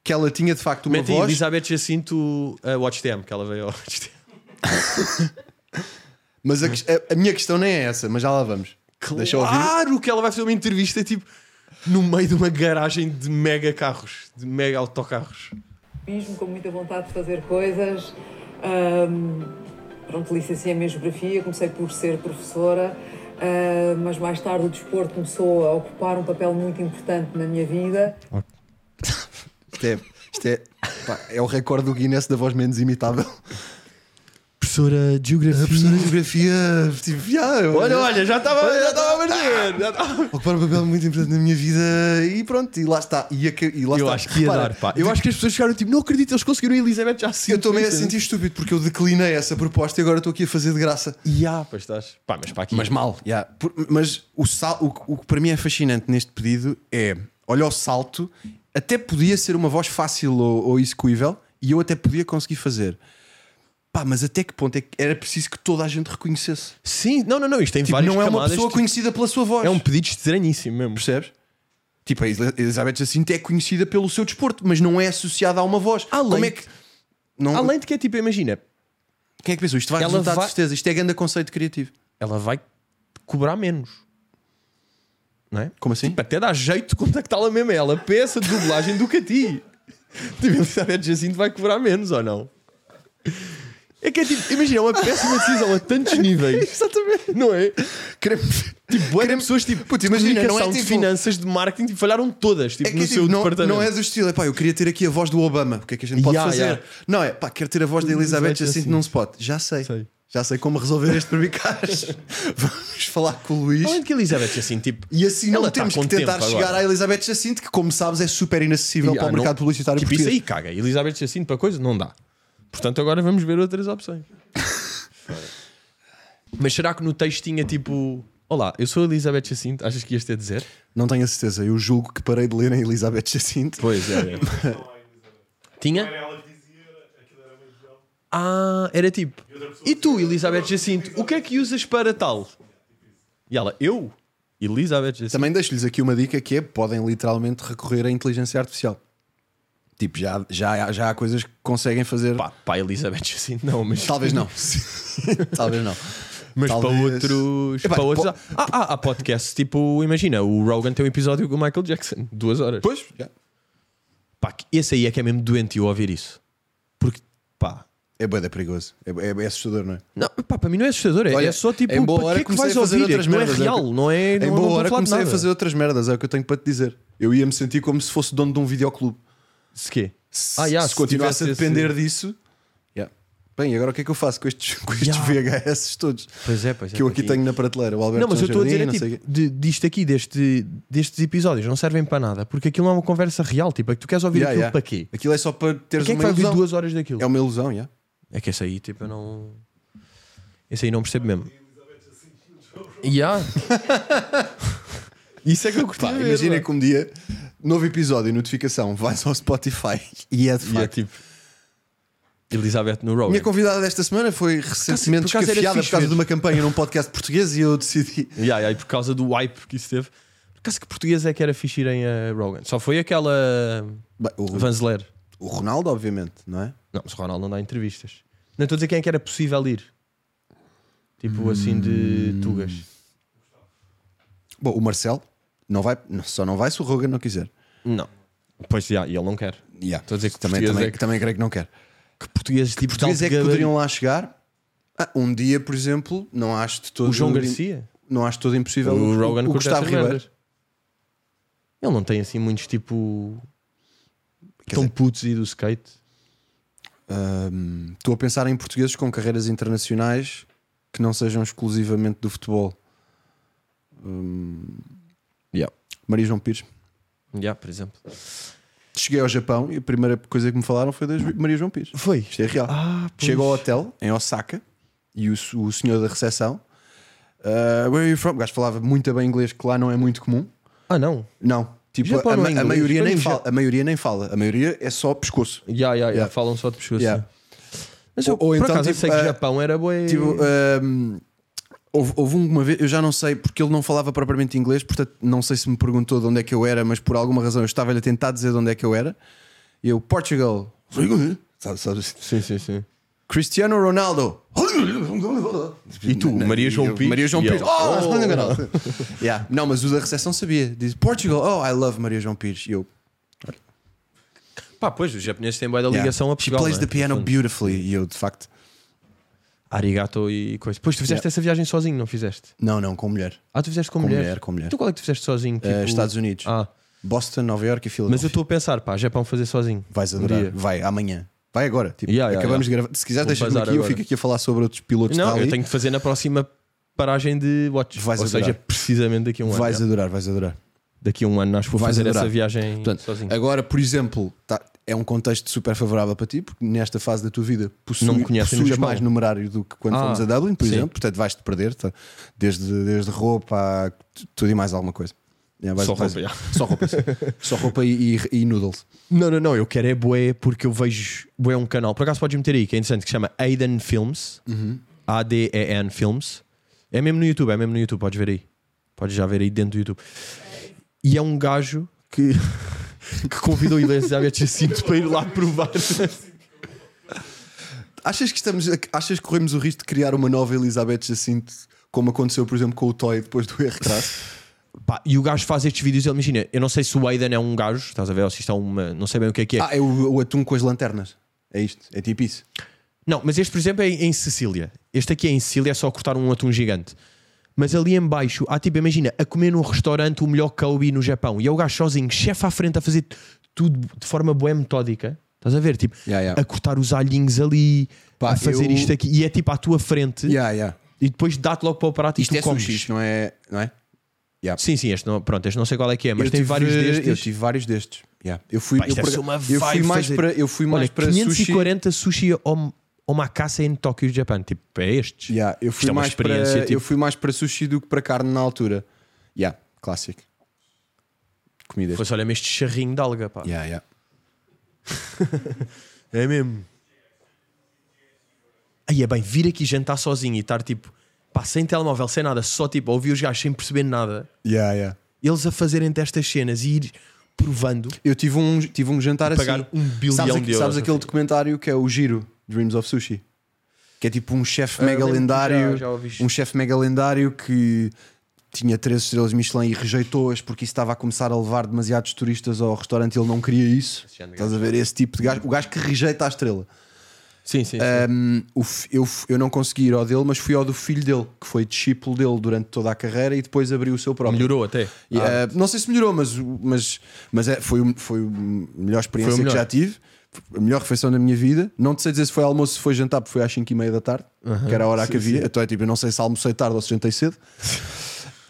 que ela tinha de facto uma Mete aí voz. Elizabeth Jacinto a Watch Them, que ela veio ao Watch Them. Mas a, que- a- a minha questão nem é essa, mas já lá vamos. Deixa eu ouvir. Claro que ela vai fazer uma entrevista tipo no meio de uma garagem de mega carros, de mega autocarros. mesmo com muita vontade de fazer coisas. Ahm, pronto, licenciei-me em Geografia, comecei por ser professora, ah, mas mais tarde o desporto começou a ocupar um papel muito importante na minha vida. Isto é, isto é, pá, é o recorde do Guinness da voz menos imitável. Professora de Geografia. Professora de geografia, tipo, já, eu- Olha, olha, já estava Olha, já estava a perder. já estava- ocupar um papel muito importante na minha vida e pronto, e lá está. E, aca- e lá Eu está. acho que ia Repara, dar, pá. Eu acho que as pessoas ficaram tipo, não acredito, eles conseguiram a Elizabeth Jacinto. eu estou meio a sentir estúpido porque eu declinei essa proposta e agora estou aqui a fazer de graça. E há, pois estás. Pá, mas para aqui. Mas mal. já. Por- mas o, sal, o, que- o que para mim é fascinante neste pedido é: olha o salto, até podia ser uma voz fácil ou, ou execuível e eu até podia conseguir fazer. Pá, mas até que ponto é que era preciso que toda a gente reconhecesse? Sim, não, não, não, isto tem Tipo, várias não é uma camadas, pessoa tipo, conhecida pela sua voz. É um pedido estranhíssimo mesmo. Percebes? Tipo, a Elizabeth Jacinto é conhecida pelo seu desporto, mas não é associada a uma voz. Além- Como é que. Não, Além de que é tipo, imagina, Quem é que pensou? Isto vai Ela resultar vai- de certeza. Isto é grande conceito criativo. ela vai cobrar menos. Não é? Como assim? Tipo, até dá jeito de contactá-la mesmo. É Ela peça de dublagem do que a ti. Tipo, Elizabeth Jacinto vai cobrar menos ou não? É que é tipo, imagina, é uma péssima decisão a tantos níveis. Exatamente. Não é? Queremos. Tipo, bué de pessoas tipo, Puta, imagina, não é comunicação, de tipo- finanças, de marketing, tipo, falharam todas tipo, É que no é tipo, seu não, departamento. não é do estilo. Epá, eu queria ter aqui a voz do Obama. O que é que a gente pode Yeah, fazer? yeah. Não é, pá, quero ter a voz da Elizabeth assim, Elizabeth Jacinto Jacinto. num spot. Já sei. Sei. Já sei como resolver este precaz. Vamos falar com o Luís. Além de é que a Elizabeth Jacinto, tipo, E assim não ela tá temos com que tentar tempo chegar agora. à Elizabeth Jacinto, que, como sabes, é super inacessível E, para ah, o mercado não- publicitário tipo, português. Isso aí caga. Elizabeth Jacinto para coisa não dá. Portanto, agora vamos ver outras opções. Mas será que no texto tinha tipo: Olá, eu sou a Elizabeth Jacinto, achas que ias ter a dizer? Não tenho a certeza. Eu julgo que parei de ler em Elizabeth Jacinto. Pois é. tinha? Ela dizia aquilo era muito belo. Ah, era tipo: E tu, Elizabeth Jacinto, o que é que usas para tal? E ela: Eu, Elizabeth Jacinto. Também deixo-lhes aqui uma dica que é: podem literalmente recorrer à inteligência artificial. Tipo, já, já, já há coisas que conseguem fazer. Pá, pá, Elizabeth Jacinto, não, mas. Talvez não. Talvez não. Mas para Talvez. outros. Epá, para outros po- há, há, há podcasts tipo, imagina, o Rogan tem um episódio com o Michael Jackson, duas horas. Pois, já. Pá, que esse aí é que é mesmo doente eu ouvir isso. Porque, pá. é boeda perigoso. É, é, é assustador, não é? Não, pá, para mim não é assustador. É, Olha, é só tipo, em boa para hora que é que comecei vais a fazer ouvir? outras É que não é merdas, é o que- real, não é. em não, boa não hora vou falar de comecei a nada. fazer outras merdas, é o que eu tenho para te dizer. Eu ia me sentir como se fosse dono de um videoclube. Se quê? Se, já, se continuasse a Ah, tivesse depender esse- disso. já. Bem, e agora o que é que eu faço com estes, com estes Já. VHS todos Pois é, pois é. que eu aqui porque- tenho na prateleira? O Alberto Não, mas eu São estou a dizer é Jardim, não sei tipo, o quê. de, disto aqui, deste, destes episódios, não servem para nada. Porque aquilo não é uma conversa real. Tipo, é que tu queres ouvir Já, aquilo já. para quê? Aquilo é só para teres Quem é que uma vai ouvir ilusão. duas horas daquilo? É uma ilusão, já. É que esse aí, tipo, eu não. Esse aí não percebo mesmo. Yeah. Isso é que eu curti. Pá, imaginem que um dia, novo episódio, notificação, vais ao Spotify e é de E é facto. tipo. Elizabeth no Rowan. Minha convidada desta semana foi recentemente Por acaso era escafiada fixe por causa ver. de uma campanha num podcast português e eu decidi. Yeah, yeah, e por causa do hype que isso teve. Por acaso que português é que era fixe irem a Rogan? Só foi aquela. hum, Bem, o, Vanzeler. o Ronaldo, obviamente, não é? Não, mas o Ronaldo não dá entrevistas. Não estou a dizer quem é que era possível ir. Tipo assim Hum. de Tugas. Bom, o Marcelo não vai, não- só não vai se o Rogan não quiser. Não. Pois, yeah, e ele não quer. Yeah. Estou a dizer que também, português também, é que- também creio que não quer. Que portugueses tipo de Portugueses é alto que gabarito. poderiam lá chegar. Ah, um dia, por exemplo, não acho de todo. O João Garcia? Não acho de todo impossível. O Rogan o curte Gustavo essas Ribeiro. merdas. Ele não tem assim muitos tipo. Quer tão dizer- putos e do skate. Ahm, hum, Estou a pensar em portugueses com carreiras internacionais que não sejam exclusivamente do futebol. Ahm, Yeah. Maria João Pires. Yeah, por exemplo. Cheguei ao Japão e a primeira coisa que me falaram foi da Maria João Pires. Foi. Isto é real. Ah, pois. Chego ao hotel em Osaka e o, o senhor da recepção, "Ah, where are you from? O gajo falava muito bem inglês, que lá não é muito comum. Ah, não. Não. Tipo, Japão a, não é ma- a inglês. maioria Bem, nem o Ja- fala, a maioria nem fala. A maioria é só pescoço. Ya, ya, ya, Yeah. Falam só de pescoço. Yeah. Mas eu, Ou- ou por então, acaso, eu tipo, sei que ah, Japão era boa. Tipo, hum, houve, houve uma vez, eu já não sei, porque ele não falava propriamente inglês, portanto não sei se me perguntou de onde é que eu era, mas por alguma razão eu estava-lhe a tentar dizer de onde é que eu era. E eu, Portugal. Sabe, sabe, sim, sim, sim. Cristiano Ronaldo. E tu, Maria João E eu, Pires? Maria João E Pires. ele, Oh, oh. Ronaldo. Yeah. Não, mas o da recepção sabia. Diz Portugal. Oh, I love Maria João Pires. E eu, Pá, pois, os japoneses têm boa da yeah. ligação a She Portugal. plays não é? the piano Portanto, beautifully. E eu, de facto, Arigato e coisa. Pois, tu fizeste Yeah. essa viagem sozinho, não fizeste? não, não, com mulher. Ah, tu fizeste com, Com mulher. mulher, com mulher. Tu qual é que tu fizeste sozinho? Eh, Estados Unidos. Ah, Boston, Nova York e Filadélfia. mas eu estou a pensar, pá, Japão fazer sozinho. Vais Um adorar. dia. Vai, amanhã. Vai agora. Tipo, Yeah, yeah, acabamos yeah. de gravar. Se Vou quiseres, deixa-me bazar aqui. Eu agora. fico aqui a falar sobre outros pilotos Não, de eu rally. tenho que fazer na próxima paragem de Watch. Vais Ou adorar. seja, precisamente daqui a um ano. Vais é. adorar, vais adorar. Daqui a um ano, acho que vou Vais fazer adorar. essa viagem Portanto, eh, sozinho. agora, por exemplo, tá- é um contexto super favorável para ti, porque nesta fase da tua vida possui, Não me conheces no possuis Japão. mais numerário do que quando Ah, fomos a Dublin, por sim. exemplo. Portanto, vais-te perder, tá? desde, desde roupa, a t- tudo e mais alguma coisa. Yeah, Só vais- roupa, yeah. Só roupa, sim. Só roupa e, e, e noodles. Não, não, não, eu quero é Boé porque eu vejo Boé um canal, por acaso podes meter aí, que é interessante, que se chama Aiden Films, Uhum. A-D-E-N Films. É mesmo no YouTube, é mesmo no YouTube, podes ver aí. Podes já ver aí dentro do YouTube. E é um gajo que, que convidou o Elizabeth Jacinto para ir lá provar. Achas que, estamos, a- achas que corremos o risco de criar uma nova Elizabeth Jacinto, como aconteceu, por exemplo, com o Toy depois do R-Crass? Pá, e o gajo faz estes vídeos, ele imagina, eu não sei se o Aiden é um gajo, estás a ver, ou se isto é uma. Não sei bem o que é que é. Ah, é o, o atum com as lanternas. É isto, é tipo isso. Não, mas este, por exemplo, é em Sicília. Este aqui é em Sicília, é só cortar um atum gigante. Mas ali em baixo, há tipo, imagina, a comer num restaurante o melhor Kobe no Japão. E é o gajo sozinho, chefe à frente, a fazer tudo de forma boa metódica. Estás a ver? Tipo, Yeah, yeah. a cortar os alhinhos ali, Pá, a fazer eu- isto aqui. E é tipo à tua frente. Yeah, yeah. E depois dá-te logo para o prato e Isto tu é comes. sushi, não é? Não é? Sim, sim, este não, pronto, este não sei qual é que é, mas Eu tem tive- vários destes. Eu tive vários destes. Yeah. Eu fui, Pá, eu, isto por- deve ser uma eu fui vibe mais fazer- para, eu fui mais Olha, para sushi. 540 sushi, om, omakase em Tóquio, Japão. Tipo, é estes. Yeah, eu, Isto fui é uma mais para, experiência, eu tipo- fui mais para sushi do que para carne na altura. Yeah, clássico. Comida. Fosse, olha-me este charrinho de alga, pá. Yeah, yeah. É mesmo. Aí é bem, vir aqui jantar sozinho e estar tipo, pá, sem telemóvel, sem nada, só tipo, a ouvir os gajos sem perceber nada, Yeah, yeah. eles a fazerem destas cenas e ir provando. Eu tive um, tive um jantar assim. pagar um bilhão sabes, de aqu- euros, Sabes aquele assim. documentário que é o Giro, Dreams of Sushi? Que é tipo um chefe mega lembro-me, lendário. Ah, já- já ouvi isto. um chefe mega lendário que tinha três estrelas Michelin e rejeitou-as porque isso estava a começar a levar demasiados turistas ao restaurante e ele não queria isso. género de Estás a ver esse tipo de gajo, o gajo que rejeita a estrela. Sim, sim. sim. Hum, o f- eu, f- eu não consegui ir ao dele, mas fui ao do filho dele, que foi discípulo dele durante toda a carreira e depois abriu o seu próprio. Melhorou até. E, eh, não sei se melhorou, mas, o- mas, mas é, foi, o- foi a melhor experiência Foi o que melhor. já tive. A melhor refeição da minha vida. Não te sei dizer se foi almoço, se foi jantar, porque foi às 5 e meia da tarde, que era a hora que havia. Então é tipo, eu não sei se almocei tarde ou se jantei cedo.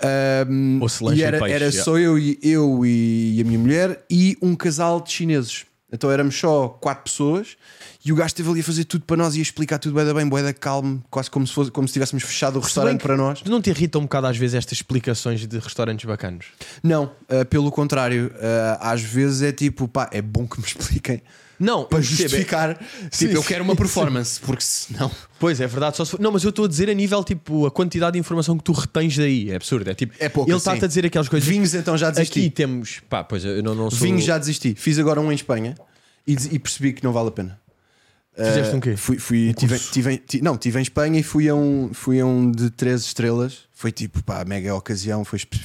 Ahm, Ou se lanche e e era, peixe, era já. só eu e, eu e a minha mulher e um casal de chineses. Então éramos só quatro pessoas e o gajo esteve ali a fazer tudo para nós e a explicar tudo bué da bem, bué da calmo, quase como se, fosse, como se tivéssemos fechado o bem restaurante que- para nós. Tu não te irrita um bocado às vezes estas explicações de restaurantes bacanos? Não, ah, pelo contrário, ah, às vezes é tipo, pá, é bom que me expliquem Não, para eu percebo, é- justificar. Sim, tipo, eu sim, quero uma sim. performance, porque senão. Pois é verdade, só se for- Não, mas eu estou a dizer a nível tipo a quantidade de informação que tu retens daí. É absurdo. É tipo, É pouco, ele sim. está-te a dizer aquelas coisas. tipo, Vinhos, então já desisti. Aqui temos. Pá, pois eu não, não sou. Vinho já desisti. Fiz agora um em Espanha e, des- e percebi que não vale a pena. Fizeste Ah, um quê? Fui, fui, tive, tive, em- ti- não, tive em Espanha e fui a um, fui a um de três estrelas. Foi tipo, pá, mega ocasião. Foi, espe-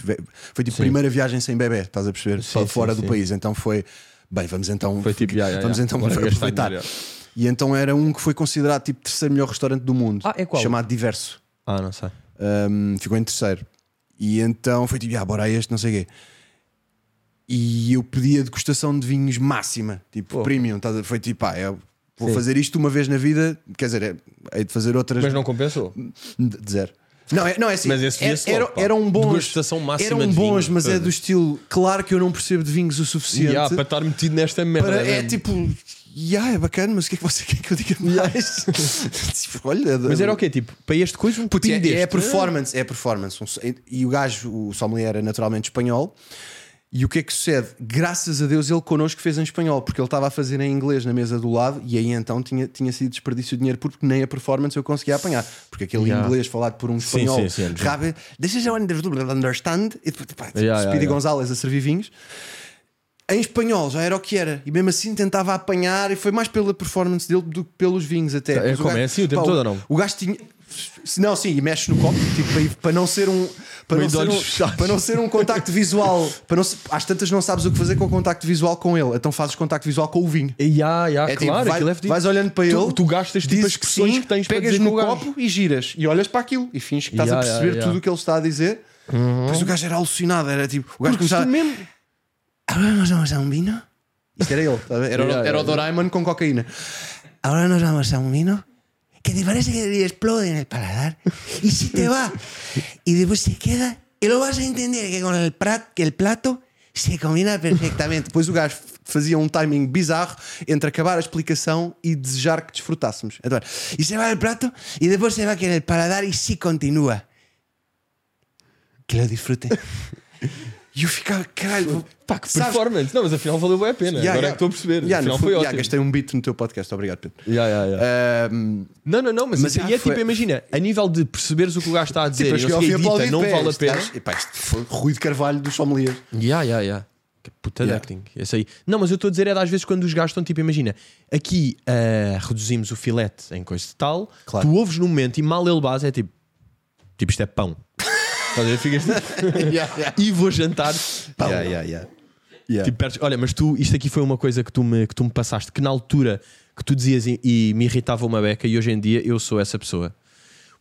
foi tipo, primeira viagem sem bebê, estás a perceber? Sim, Para sim, fora do sim. país. Então foi, bem, vamos então. Foi tipo, já, já, vamos já. então Bora gastar aproveitar. dinheiro. E então era um que foi considerado tipo terceiro melhor restaurante do mundo. Ah, é qual? Chamado Diverso. Ah, não sei. Um, ficou em terceiro. E então foi tipo, ah, bora a este, não sei o quê. E eu pedi a degustação de vinhos máxima, tipo premium. estás a- Foi tipo, pá, eu vou Sim. fazer isto uma vez na vida, quer dizer, é, hei de fazer outras Mas não compensou. de de zero. Não, é, não, é assim. Mas esse era, via-se logo, era, pá. eram bons. Degustação máxima Eram de bons, vinho, mas é todas. do estilo. Claro que eu não percebo de vinhos o suficiente. Ya, para estar metido nesta merda. para- é mesmo. tipo. Yeah, é bacana, mas o que é que você quer que eu diga de mais? Tipo, olha, Mas era o quê? Tipo, para este coisa, um Putz, pepino é, deste. é a performance, é a performance. Um so- e o gajo, o sommelier, era naturalmente espanhol. E o que é que sucede? Graças a Deus ele connosco fez em espanhol, porque ele estava a fazer em inglês na mesa do lado, e aí então tinha, tinha sido desperdício de dinheiro, porque nem a performance eu conseguia apanhar. Porque aquele Yeah. inglês falado por um espanhol sim, sim, sim. rápido, this is how I understand, e depois, pá, Yeah, tipo, yeah, yeah. Speedy Gonzalez a servir vinhos. Em espanhol já era o que era, e mesmo assim tentava apanhar, e foi mais pela performance dele do que pelos vinhos até. É, Mas como é assim o tempo todo ou não? o gajo tinha. se- Não, sim, e mexe no copo, tipo, para, para não ser um. Para Meio de não ser olhos um, fechados. para não ser um contacto visual. Para não, se- às tantas não sabes o que fazer com o contacto visual com ele, então fazes contacto visual com o vinho. Ah, Ya, ya, É tipo, claro, vai- aquilo é fedido. vais olhando para Tu- ele, tu gastas, tipo, dizes as expressões que tens para pegas dizer no com o gajo. copo e giras e olhas para aquilo e finges que estás Ya, a ya, perceber ya. tudo o que ele está a dizer. Mas o gajo era alucinado, era tipo, o gajo Uhum. Porque começava. tu mesmo- Agora nós vamos a um vinho. Isto era ele, tá a ver? era, o- Yeah, era yeah. o Doraemon com cocaína. Agora nos vamos um a un vino que te parece que te explode en el paladar. Y si te va, y después te queda, y lo vas a entender que con el, prat, que el plato se combina perfeitamente. Depois o gajo fazia um timing bizarro entre acabar a explicação e desejar que desfrutássemos. Então, e se vai el plato, e depois se va que en el paladar, e se continua. Que lo disfruten. E eu ficava, caralho, Pá, que sabes- performance. Não, mas afinal valeu a pena. Yeah, Agora é yeah. que estou a perceber. Yeah, afinal no foi fundo, yeah, ótimo. gastei um beat no teu podcast, obrigado, Pedro. Ya, ya, ya. Ahm, Não, não, não, mas, Mas, isso- ah, e é foi- tipo, imagina, a nível de perceberes o que o gajo está a dizer, tipo, e eu não, sei o fui quê, dita, aplaudido, não pá, vale a este pena. gajo- epá, isto foi Rui de Carvalho dos sommeliers. Ya, ya, ya. Que puta de Ya. acting. Esse aí. Não, mas eu estou a dizer é de às vezes quando os gajos estão tipo, imagina, aqui ah, reduzimos o filete em coisa de tal, Claro. tu ouves no momento e mal ele base é tipo, tipo isto é pão. Estás a ver? Ficas tipo, e vou jantar pão. Yeah, yeah, yeah. Yeah. Tipo, perdes- olha, mas tu, isto aqui foi uma coisa que tu me, que tu me passaste, que na altura que tu dizias e, e me irritava uma beca, e hoje em dia eu sou essa pessoa.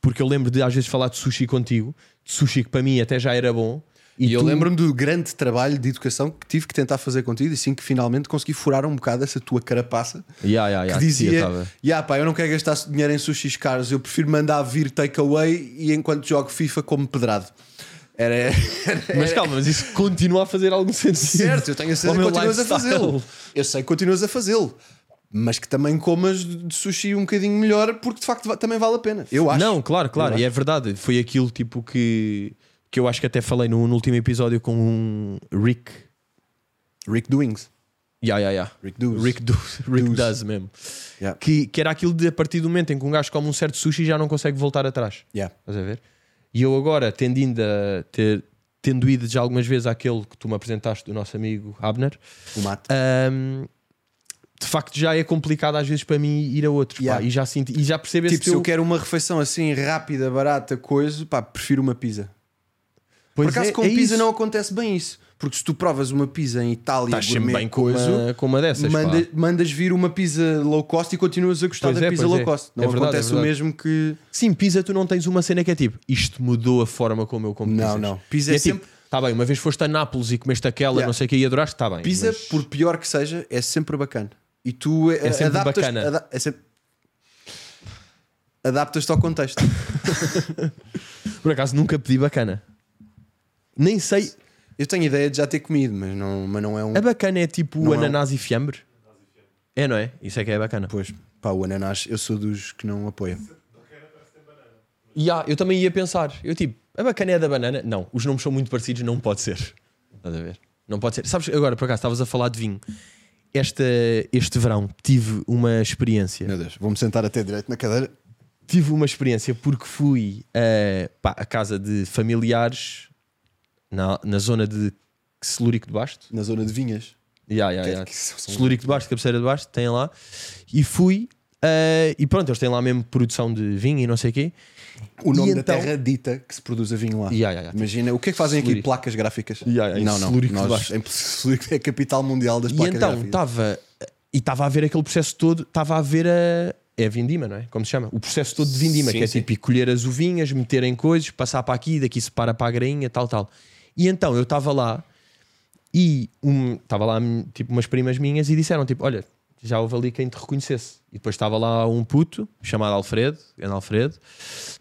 Porque eu lembro de às vezes falar de sushi contigo, de sushi que para mim até já era bom. E eu tu- lembro-me do grande trabalho de educação que tive que tentar fazer contigo e assim que finalmente consegui furar um bocado essa tua carapaça Ya, ya, ya, que Ah, que eu dizia: tava- "Ya, pá, eu não quero gastar dinheiro em sushis caros, eu prefiro mandar vir takeaway e enquanto jogo FIFA como pedrado. Era, Mas calma, mas isso continua a fazer algum sentido. Certo, eu tenho a Ao certeza que meu continuas a lifestyle. fazê-lo. Eu sei que continuas a fazê-lo. Mas que também comas de sushi um bocadinho melhor, porque de facto va- também vale a pena. Eu acho. Não, claro, claro, Eu e é verdade. Foi aquilo tipo que, que eu acho que até falei no, no último episódio com um Rick. Rick Doings. Ya, ya, ya. Rick Doos. Rick, do, Rick Doos. Does mesmo. Yeah. Que, que era aquilo de a partir do momento em que um gajo come um certo sushi já não consegue voltar atrás. Yeah. Estás a ver? E eu agora, tendo ido a ter, tendo ido já algumas vezes àquele que tu me apresentaste do nosso amigo Abner, O mate. hum, de facto já é complicado às vezes para mim ir a outro. pá. Yeah. e já sinto, e já percebo esse tipo, se eu teu- quero uma refeição assim rápida, barata, coisa, pá, prefiro uma pizza. Pois Por acaso é, com é pizza isso. não acontece bem isso. Porque se tu provas uma pizza em Itália, Estás sempre gourmet, bem com coisa, uma, com uma dessas. pá. manda- mandas vir uma pizza low cost e continuas a gostar Pois da é, pizza pois low é. cost. Não É verdade, acontece é o verdade. mesmo que. Sim, pizza tu não tens uma cena que é tipo isto mudou a forma como eu como Não, pizzas. não. Pizza E é é tipo, tá bem, uma vez foste a Nápoles e comeste aquela, Yeah. não sei o que, e adoraste, tá bem. Pizza, mas- por pior que seja, é sempre bacana. E tu eh, sempre adaptas, bacana. ada- é sempre- adaptas-te ao contexto. Por acaso nunca pedi bacana. Nem sei. Eu tenho ideia de já ter comido, mas não, mas não é um. A bacana é tipo Não é um- ananás e fiambre? É, não é? Isso é que é bacana. Pois, pá, o ananás, eu sou dos que não apoia. E há, eu também ia pensar. Eu tipo, a bacana é da banana? Não, os nomes são muito parecidos, não pode ser. Estás a ver? Não pode ser. Sabes, agora, por acaso, estavas a falar de vinho. Esta, este verão tive uma experiência. Meu Deus, vou-me sentar até direito na cadeira. tive uma experiência porque fui eh, pá, à casa de familiares na, na zona de Celúrico de Basto. Na zona de vinhas. Yeah, yeah, Que- é yeah. que são- são- Celúrico de Basto, cabeceira de Basto, tem lá. E fui. eh, e pronto, eles têm lá mesmo produção de vinho e não sei o quê. O nome E da então- terra dita que se produz a vinho lá. Ya, ya, ya. Imagina, o que é que fazem aqui? Celurico. Placas gráficas? Ya, ya, em não, não. Celurico de Nós, Basto. em Celurico é a capital mundial das E placas então gráficas. estava. E estava a ver aquele processo todo, estava a ver a. É a vindima, não é? Como se chama? O processo todo de vindima, Sim, que é sim. tipo colher as uvinhas, meter em coisas, passar para aqui, daqui se para para a grainha, tal, tal. E então eu estava lá e um- estava lá tipo umas primas minhas e disseram tipo, olha, já houve ali quem te reconhecesse. E depois estava lá um puto chamado Alfredo, grande Alfredo,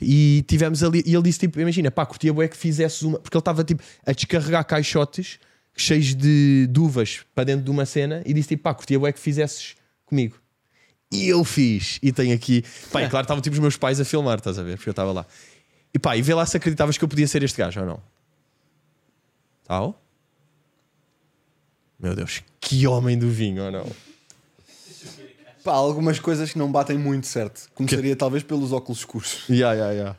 e tivemos ali. E ele disse: tipo, imagina, pá, curtia é que fizesses uma. Porque ele estava tipo a descarregar caixotes cheios de duvas para dentro de uma cena e disse: tipo, pá, curtia é que fizesses comigo. E eu fiz. E tenho aqui. Pá, e claro, estavam tipo os meus pais a filmar, estás a ver? Porque eu estava lá. E pá, e vê lá se acreditavas que eu podia ser este gajo ou não. Tal? Meu Deus, que homem do vinho ou não? Pá, há algumas coisas que não batem muito certo. Começaria talvez pelos óculos escuros. Ya, ya, ya.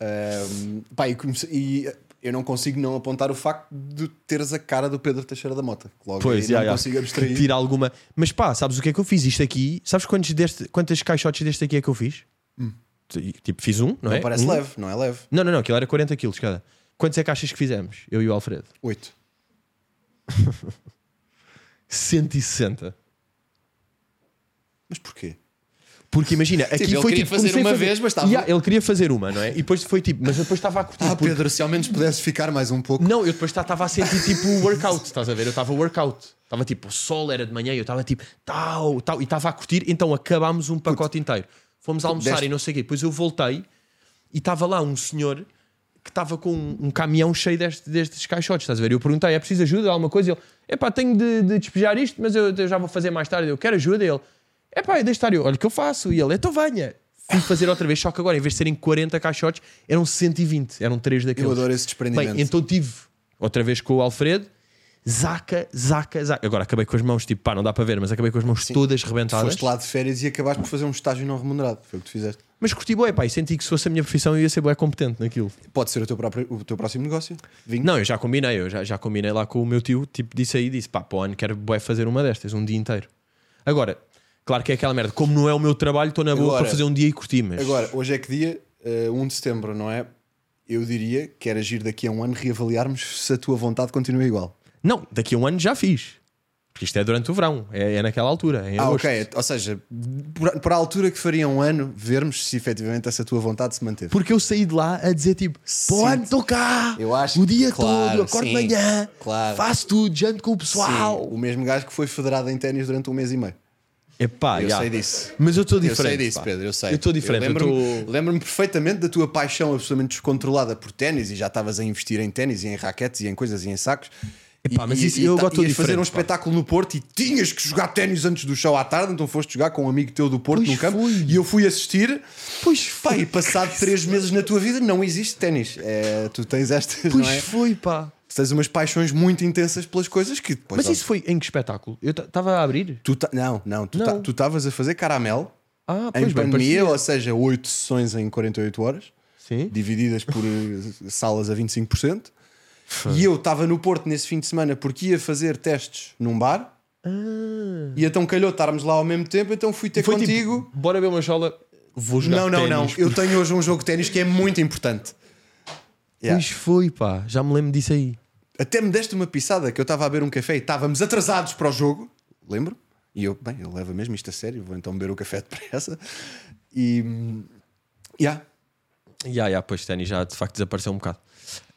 Ahm, pá, e, comece- e, eh, eu não consigo não apontar o facto de teres a cara do Pedro Teixeira da Mota. que Logo Pois, aí já, não já. consigo abstrair. Que Tira alguma. Mas pá, sabes o que é que eu fiz? Isto aqui, sabes quantos deste, quantas caixotes deste aqui é que eu fiz? T- Tipo, fiz um, não, Hum. Não é? parece Um. leve, não é leve. Não, não, não, aquilo era 40 quilos cada. Quantos é que achas que fizemos? Eu e o Alfredo? Oito. 160. Mas porquê? Porque imagina, aqui ele foi queria tipo. fazer comecei a uma vez, mas estava- Ya, ele queria fazer uma, não é? E depois foi tipo, mas eu depois estava a curtir. Ah, porque- Pedro, se ao menos pudesse ficar mais um pouco. Não, eu depois estava a sentir tipo workout, estás a ver? Eu estava workout. Estava tipo, o sol era de manhã e eu estava tipo, tal, tal, e estava a curtir, então acabámos um pacote inteiro. Fomos almoçar deste- e não sei o quê. Depois eu voltei e estava lá um senhor que estava com um, um caminhão cheio deste, destes caixotes, estás a ver? Eu perguntei, é preciso ajuda, alguma coisa? E ele, epá, tenho de, de despejar isto, mas eu, eu já vou fazer mais tarde. Eu quero ajuda. E ele, epá, deixa estar eu, olha o que eu faço. E ele, então venha. Fui fazer outra vez, só que agora, em vez de serem 40 caixotes, eram 120, eram 3 daqueles. Eu adoro esse desprendimento. Bem, então tive outra vez com o Alfredo, zaca, zaca, zaca. Agora acabei com as mãos, tipo, pá, não dá para ver, mas acabei com as mãos todas rebentadas. Foste lá de férias e acabaste por fazer um estágio não remunerado. Foi o que tu fizeste. Mas curti bué, pá, e senti que se fosse a minha profissão eu ia ser bué competente naquilo. Pode ser o teu, próprio, o teu próximo negócio? Vinho? Não, eu já combinei, eu já, já combinei lá com o meu tio, tipo, disse aí, disse, pá, para o ano quero bué fazer uma destas, um dia inteiro. Agora, claro que é aquela merda, como não é o meu trabalho, estou na boa Agora- para fazer um dia e curtir, mas... Agora, hoje é que dia? Eh, 1 de setembro, não é? Eu diria que era agir daqui a um ano reavaliarmos se a tua vontade continua igual. Não, daqui a um ano já fiz. Porque isto é durante o verão, é, é naquela altura, é em Ah, agosto. ok. Ou seja, por, por a altura que faria um ano, vermos se efetivamente essa tua vontade se manteve. Porque eu saí de lá a dizer tipo, pô, Sim. ano estou cá, Eu acho o que- dia claro, todo, acordo de sim. manhã, Claro. faço tudo, janto com o pessoal. Sim, o mesmo gajo que foi federado em ténis durante um mês e meio. Epá, Eu já. sei disso. Mas eu estou Eu diferente. sei disso, pá. Pedro, eu sei. Eu estou diferente. eu lembro-me tô- lembro-me perfeitamente da tua paixão absolutamente descontrolada por ténis e já estavas a investir em ténis e em raquetes e em coisas e em sacos. Epá, E- mas e- isso- e eu ta- gosto ias fazer diferente, um pá. espetáculo no Porto e tinhas que jogar ténis antes do show à tarde, então foste jogar com um amigo teu do Porto Pois no campo fui. e eu fui assistir. Pois Pá, foi. e passado três meses na tua vida não existe ténis. É, tu tens estas, Pois não é? foi, pá. Tu tens umas paixões muito intensas pelas coisas que depois. Mas isso foi em que espetáculo? Eu estava a abrir? Tu ta- Não, não. Tu Não. ta- tu estavas a fazer caramelo Ah, em pois bem, pandemia, parecia. ou seja, 8 sessões em 48 horas, Sim. divididas por eh, salas a 25%. E eu estava no Porto nesse fim de semana porque ia fazer testes num bar. E então calhou estarmos lá ao mesmo tempo, então fui ter Ah. Foi contigo. tipo, bora ver uma jola, vou jogar não, não, não. ténis, Eu porque- tenho hoje um jogo de ténis que é muito importante. Yeah. Pois foi, pá. Já me lembro disso aí. Até me deste uma pisada que eu estava a beber um café e estávamos atrasados para o jogo, lembro? E eu, bem, eu levo mesmo isto a sério, vou então beber o café depressa. E. hum, Yeah, Ya, ya, pois ténis já de facto desapareceu um bocado.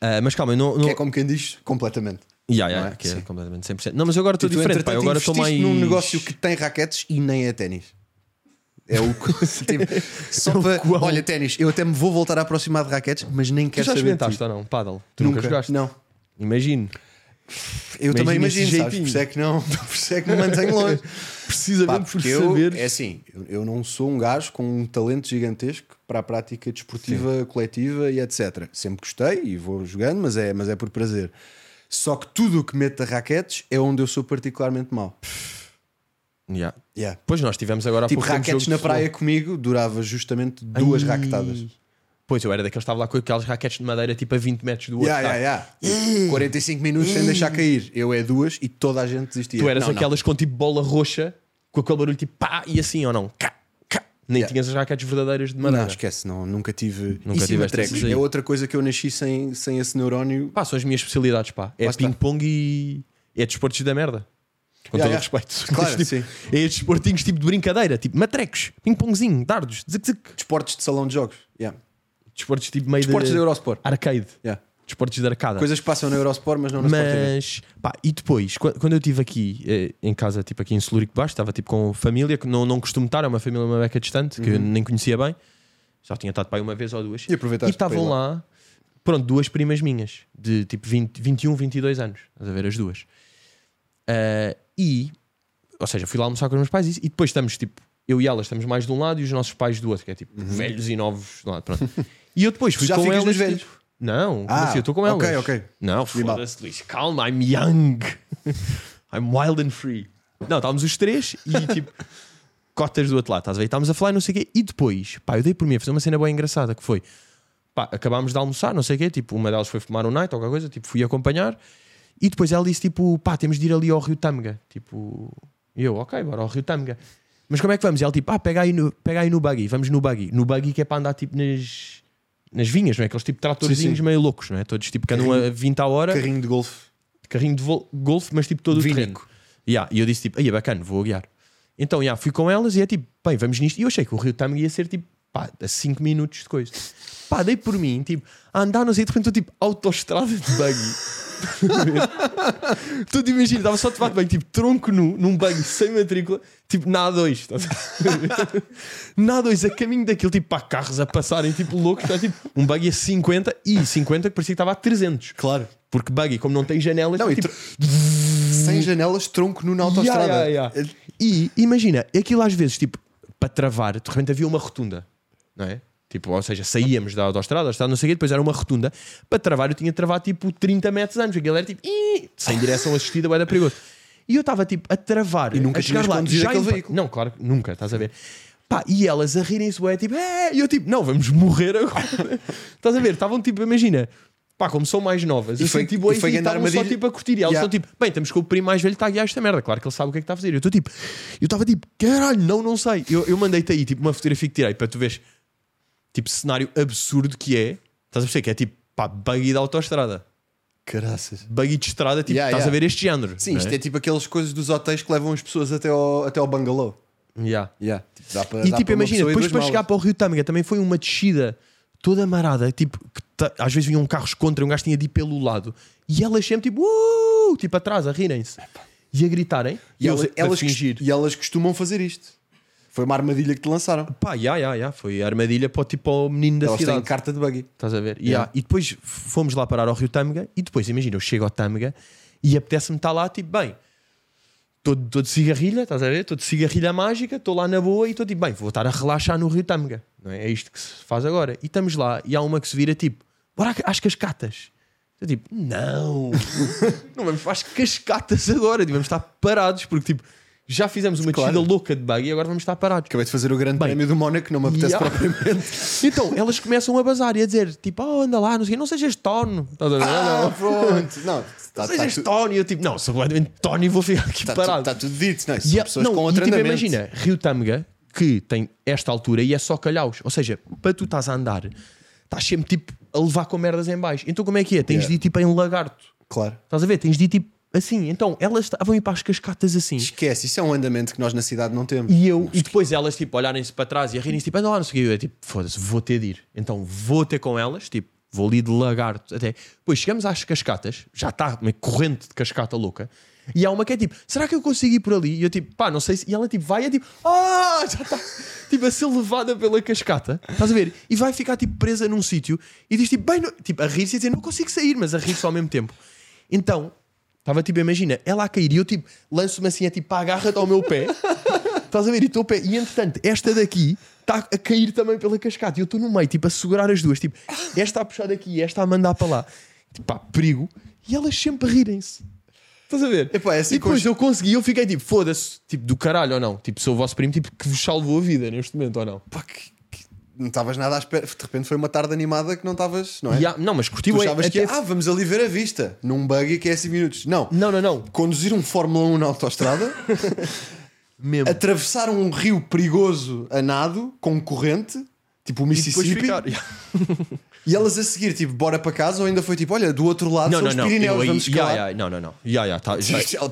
Ah, mas calma, eu não. não... que é como quem diz, completamente. Ya, ya, não é? que é Sim. completamente 100%. Não, mas eu agora estou Tu, diferente, pá. Eu Tipo, entretanto, agora estou mais. investiste num negócio que tem raquetes e nem é ténis. É o tipo, só É o para- quão- Olha, ténis, eu até me vou voltar a aproximar de raquetes, mas nem Tu quero já saber. de ti. experimentaste ou não? Paddle? Tu nunca, jogaste? Não. Imagino. Eu também Imagina esse imagino, sabes? Por jeitinho. isso é que não, por isso é que me mantenho longe. Pá, Precisamente por porque eu, saber. é assim, eu, eu não sou um gajo com um talento gigantesco para a prática desportiva coletiva e etc. Sempre gostei e vou jogando, mas é, mas é por prazer. Só que tudo o que mete a raquetes é onde eu sou particularmente mau. Ya. Yeah. Pois nós tivemos agora há Tipo, pouco tempo raquetes jogo na de futebol. praia comigo durava justamente duas Ai. raquetadas. Pois eu era daqueles que estava lá com aquelas raquetes de madeira tipo a 20 metros do outro. Yeah, tá? yeah, yeah. Tipo, 45 minutos sem deixar cair. Eu é duas e toda a gente desistia. Tu eras Não, não. aquelas com tipo bola roxa, com aquele barulho tipo pá e assim ou não? Cá, cá. Nem Yeah. tinhas as raquetes verdadeiras de Não, madeira. esquece, não, nunca tive. Nunca e cima tiveste essas aí. É outra coisa que eu nasci sem, sem esse neurónio. Pá, são as minhas especialidades, pá. É Lá está. ping-pong e. É desportos da merda. Com Yeah, todo o yeah. respeito. Claro, Mas, sim. tipo, É estes esportinhos tipo de brincadeira, tipo matrecos, ping-pongzinho, dardos, zic-zic. Desportos de salão de jogos. Yeah. Desportos tipo meio Desportos de. de Eurosport. Arcade. Yeah. Desportos de arcada. Coisas que passam na Eurosport, mas não na Sport TV. Mas, pá, e depois, quan- quando eu estive aqui eh, em casa, tipo aqui em Celúrico de Baixo, estava tipo com família, que não, não costumo estar, é uma família uma beca distante, que eu nem conhecia bem, já tinha estado para aí uma vez ou duas. Uhum. E aproveitaste para ir estavam lá. pronto, duas primas minhas, de tipo 20, 21, 22 anos, estás a ver, as duas. Ah, e, ou seja, fui lá almoçar com os meus pais e, e depois estamos tipo, eu e elas estamos mais de um lado e os nossos pais do outro, que é tipo velhos e novos de um lado, pronto. E eu depois fui Uhum. já com ficas elas. nos tipo, velhos? não, como Ah, assim? Eu estou com elas. ok, ok. Não, foda-se, Luís. Calma, I'm young. I'm wild and free. Não, estávamos os três e tipo, cotas do outro lado, estás a ver? Estávamos a falar e não sei o quê. E depois, pá, eu dei por mim a fazer uma cena bem engraçada que foi, pá, acabámos de almoçar, não sei o quê. Tipo, uma delas foi fumar um night ou qualquer coisa, tipo, fui acompanhar. E depois ela disse, tipo, pá, temos de ir ali ao Rio Tâmega. Tipo, e eu, ok, bora ao Rio Tâmega. Mas como é que vamos? E ela, tipo, ah, pega aí no, pega aí no buggy, vamos no buggy. No buggy que é para andar, tipo, nas, nas vinhas, não é? Aqueles, tipo, tratorzinhos Sim, sim. meio loucos, não é? Todos, tipo, que andam a 20 a hora Carrinho de golfe. carrinho de vol- golfe, mas tipo todo o Vínico. terreno. Yeah, e eu disse tipo, aí é bacana, vou guiar. Então yeah, fui com elas e é tipo, bem, vamos nisto. E eu achei que o Rio Tâmega ia ser tipo, pá, a 5 minutos de coisa. Pá, dei por mim, tipo, a andar, não sei, de repente estou tipo, autoestrada de buggy. tu te imaginas, estava só de fato bem, tipo, tronco nu, num buggy sem matrícula, tipo, na A2. estás a ver? na A2, a caminho daquilo, tipo, pá, carros a passarem, tipo, loucos, está tipo, um buggy a 50 e 50 que parecia que estava a 300. Claro. Porque buggy, como não tem janelas, Não, e tipo, tr- sem janelas, tronco nu na autostrada. É Yeah, yeah, yeah. E imagina, aquilo às vezes, tipo, para travar, de repente havia uma rotunda, não é? Tipo, ou seja, saíamos da autostrada, está não sei o quê, depois era uma rotunda. Para travar, eu tinha de travar tipo 30 metros antes. Aquilo era tipo, "Ih", sem direção assistida, era perigoso. E eu estava tipo a travar, e nunca a chegar tinhas lá, conduzido aquele em pa- veículo. Não, claro, que nunca, estás a ver? Pá, e elas a rirem-se, bué, tipo, "Eh", e eu tipo, não, vamos morrer agora. estás a ver? Estavam tipo, imagina, pá, como são mais novas, E eu foi- sei, tipo, e foi "Ei, ganhar estavam só armadilha." tipo a curtir. E elas Yeah. estão tipo, bem, estamos com o primo mais velho que está a guiar esta merda. Claro que ele sabe o que é que está a fazer. Eu estou tipo, eu estava tipo, caralho, não, não sei. Eu, eu mandei-te aí tipo uma fotografia que tirei para tu veres, tipo, cenário absurdo que é. Estás a perceber que é tipo, pá, buggy da autoestrada. Caraças. Buggy de estrada, tipo, Yeah, estás yeah. a ver este género. Sim, não isto é tipo aquelas coisas dos hotéis que levam as pessoas até ao, até ao bungalow. Yeah. Yeah. Tipo, dá para- E dá tipo, para uma imagina, pessoa e depois duas para chegar malas. para o Rio Tâmega também foi uma descida toda marada, tipo, que ta- às vezes vinham carros contra, um gajo tinha de ir pelo lado e elas sempre tipo, uh, tipo atrás, a rirem-se e a gritarem E eu elas, a elas fingir. cost- e elas costumam fazer isto. Foi uma armadilha que te lançaram. Pá, já, já, já, foi a armadilha para o tipo ao menino da Elas têm cidade. carta de buggy. Estás a ver? E Yeah. há- E depois f- fomos lá parar ao Rio Tâmega e depois, imagina, eu chego ao Tâmega e apetece-me estar lá, tipo, bem, estou de cigarrilha, estás a ver? Estou de cigarrilha mágica, estou lá na boa e estou tipo, bem, vou estar a relaxar no Rio Tâmega. Não é? é isto que se faz agora. E estamos lá e há uma que se vira, tipo, bora a- às cascatas. Eu tipo, não, não vamos para as cascatas agora, tipo, vamos estar parados porque, tipo, já fizemos uma Claro. descida louca de bug e agora vamos estar parados. Acabei de fazer o grande Bem, prémio do Mónaco, não me apetece Yeah. propriamente. Então, elas começam a bazar e a dizer tipo, oh, anda lá, não, sei, não sejas torno. Estás a ver? Ah, não, pronto. Não, tá, não está sejas Tony. Eu tipo, não, sou completamente Tony e vou ficar aqui parado. tá tudo dito. Não, é? E são a- pessoas não, com e, outro tipo, andamento. imagina, Rio Tâmega, que tem esta altura e é só calhaus. Ou seja, para tu estás a andar, estás sempre tipo a levar com merdas em baixo. Então como é que é? Tens Yeah. de ir tipo em lagarto. Claro. Estás a ver? Tens de ir tipo assim. Então elas estavam a ir para as cascatas assim. Esquece, isso é um andamento que nós na cidade não temos. E eu, e depois elas tipo olharem-se para trás e a rirem-se tipo, anda lá, não sei o quê. Eu é tipo, foda-se, vou ter de ir. Então vou ter com elas, tipo, vou ali de lagarto até. Depois chegamos às cascatas, já está uma corrente de cascata louca. E há uma que é tipo, será que eu consigo ir por ali? E eu tipo, pá, não sei se. E ela tipo, vai e é tipo, ah, já está, tipo, a ser levada pela cascata. Estás a ver? E vai ficar tipo presa num sítio e diz tipo, bem, não- tipo, a rir-se e dizer, não consigo sair, mas a rir-se ao mesmo tempo. Então, estava tipo, imagina, ela a cair e eu tipo, lanço-me assim, é tipo, pá, agarra-te ao meu pé. Estás a ver? E estou a pé. E entretanto, esta daqui está a cair também pela cascata. E eu estou no meio, tipo, a segurar as duas. Tipo, esta a puxar daqui e esta a mandar para lá. Tipo, pá, perigo. E elas sempre a rirem-se. Estás a ver? Epá, é assim e depois com- eu consegui, eu fiquei tipo, foda-se, tipo, do caralho ou não? Tipo, sou o vosso primo, tipo, que vos salvou a vida neste momento ou não? Pá, que- que- não estavas nada à espera. De repente foi uma tarde animada que não estavas, não é? E há- não, mas curti Tu bué. achavas que Até- ah, vamos ali ver a vista num buggy que é 5 minutos. Não. Não, não, não. Conduzir um Fórmula 1 na autostrada, Mesmo. atravessar um rio perigoso a nado, com corrente, tipo o Depois Mississippi, ficar. e elas a seguir, tipo, bora para casa, ou ainda foi tipo, olha, do outro lado Não, são não, os não. Pirineus, Eu aí- vamos escalar. Ya, ya, não, não, não. Ya, ya, tá-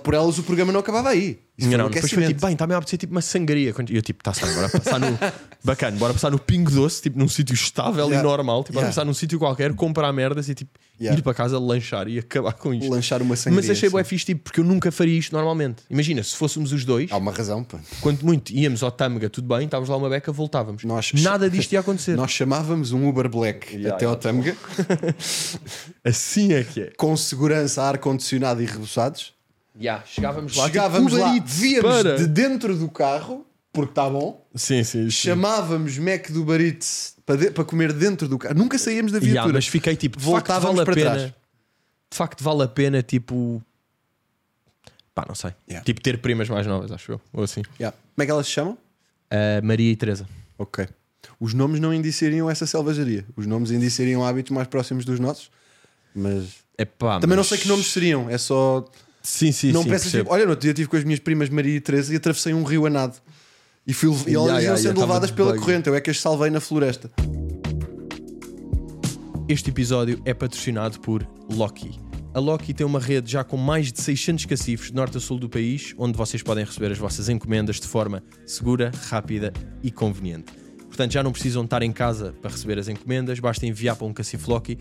Por elas o programa não acabava aí. Isso não, um depois foi tipo, aquecimento. bem, está mesmo a apetecer tipo uma sangria. Quando- E eu tipo, está-se bem, bora passar no. Bacana, bora passar no Pingo Doce, tipo num sítio estável Yeah. e normal. Tipo, bora Yeah. passar num sítio qualquer, comprar merdas e tipo Yeah. ir para casa lanchar e acabar com isto. Lanchar uma sangria. Mas achei sim. bué fixe, tipo, porque eu nunca faria isto normalmente. Imagina, se fôssemos os dois, Há uma razão, pá. quando muito íamos ao Tâmega, tudo bem, estávamos lá uma beca, voltávamos. Nós- Nada disto ia acontecer. Nós chamávamos um Uber Black até ao Tâmega, Assim é que é. com segurança, ar-condicionado e reboçados. Chegávamos lá, Chegávamos tipo, lá, Uber Eats, víamos para. de dentro do carro, porque está bom. Sim, sim. sim. Chamávamos Mac do Baritz para, de- para comer dentro do carro. Nunca saíamos da viatura. Yeah, mas fiquei tipo, de facto Voltávamos vale a para pena. trás. De facto vale a pena, tipo. Pá, não sei. Yeah. Tipo, ter primas mais novas, acho eu. Ou assim. Yeah. Como é que elas se chamam? Ah, Maria e Teresa. Ok. Os nomes não indicariam essa selvageria. Os nomes indicariam hábitos mais próximos dos nossos. Mas É pá. também não mas- sei que nomes seriam. É só. Sim, sim, não sim. pensas percebo. tipo, olha, no outro dia estive com as minhas primas Maria e Teresa e atravessei um rio a nado. E, fui, e Yeah, elas yeah, iam yeah, sendo tava levadas de pela bug. Tá corrente. Eu é que as salvei na floresta. Este episódio é patrocinado por Loki. A Loki tem uma rede já com mais de 600 cacifes de norte a sul do país, onde vocês podem receber as vossas encomendas de forma segura, rápida e conveniente. Portanto, já não precisam estar em casa para receber as encomendas, basta enviar para um cacifo Loki.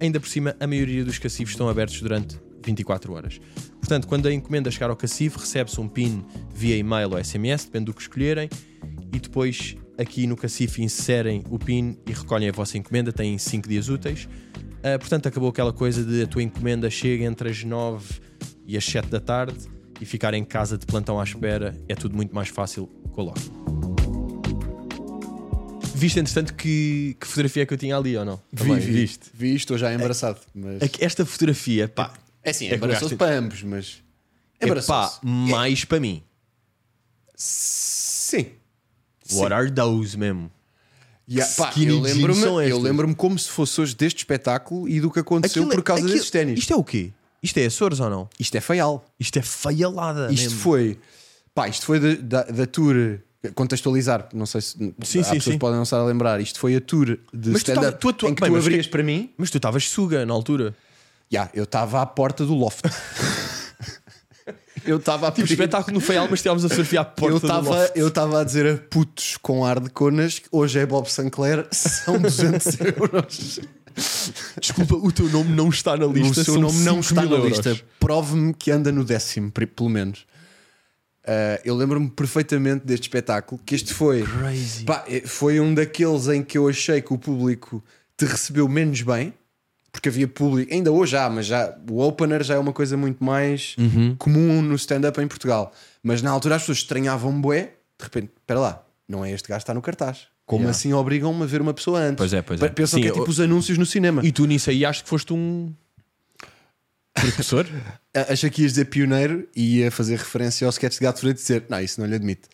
Ainda por cima, a maioria dos cacifes estão abertos durante 24 horas. Portanto, quando a encomenda chegar ao cacifo, recebe-se um PIN via e-mail ou SMS, depende do que escolherem e depois aqui no Cacife inserem o PIN e recolhem a vossa encomenda, têm 5 dias úteis. Ah, portanto, acabou aquela coisa de a tua encomenda chega entre as 9 e as 7 da tarde e ficar em casa de plantão à espera é tudo muito mais fácil com a Loki. Viste, entretanto, que, que fotografia é que eu tinha ali ou não? Também, vi, vi, viste? vi, estou já embaraçado. Mas... É que Esta fotografia, pá, É assim, É que embaraçou-se gasto- para ambos, mas. é pá, Embaraçou-se. mais para mim. Sim. What are those mesmo? Yeah, pá, skinny eu jeans são lembro-me estas? eu lembro-me como se fosse hoje deste espetáculo e do que aconteceu Aquilo é- por causa aquilo- desses ténis. Isto, Isto é o quê? Isto é Açores ou não? é feial. Isto é feialada. Isto mesmo. foi. Pá, isto foi da, da, da tour. Contextualizar, não sei se Sim, há sim, pessoas sim. que podem não estar a lembrar. Isto foi a tour de Mas tu tava- stand-up tu atua- em que bem, tu mas abrias que- para mim. Mas tu estavas suga na altura. Yeah, eu estava à porta do loft. eu estava a Tipo, pedir- espetáculo no Feial, mas estávamos a surfear a porta eu do estava loft. eu estava a dizer a putos com ar de conas que hoje é Bob Sinclair são 200 euros Desculpa, o teu nome não está na lista. o seu são nome 5 não está mil na euros. lista prove-me que anda no décimo pri- pelo menos Ah, eu lembro-me perfeitamente deste espetáculo que este foi Crazy. Pá, eh, foi um daqueles em que eu achei que o público te recebeu menos bem porque havia público, ainda hoje há, mas já o opener já é uma coisa muito mais Uhum. comum no stand-up em Portugal. Mas na altura as pessoas estranhavam bué, de repente, espera lá, não é este gajo que está no cartaz. Como Yeah. assim obrigam-me a ver uma pessoa antes? Pois é, pois é. Pe- Pensam Sim, que é eu- tipo os anúncios no cinema. E tu nisso aí acho que foste um. Professor? A- Achei que ias dizer pioneiro e ia fazer referência ao sketch de Gato Freddo e dizer, não, isso não lhe admito.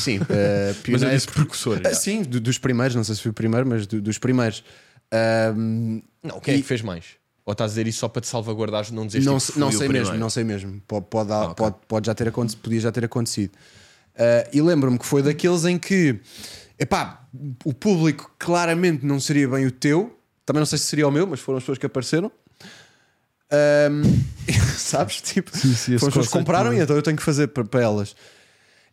sim, eh, mas eu pioneiro. disse é precursor. Ah, sim, do- dos primeiros, não sei se foi o primeiro, mas do- dos primeiros. Ahm, Não, quem é E- que fez mais? Ou estás a dizer isso só para te salvaguardares de não dizer não, tipo, se- fui não o sei primeiro? Ah, mesmo, não sei mesmo. Pode, pode, ok. pode, pode já ter acontecido, podia já ter acontecido. Ah, e lembro-me que foi daqueles em que, epá, o público claramente não seria bem o teu, também não sei se seria o meu, mas foram as pessoas que apareceram. Ahm, sabes? Tipo, sim, esse foram as pessoas conceito que compraram e também. então eu tenho que fazer para, para elas.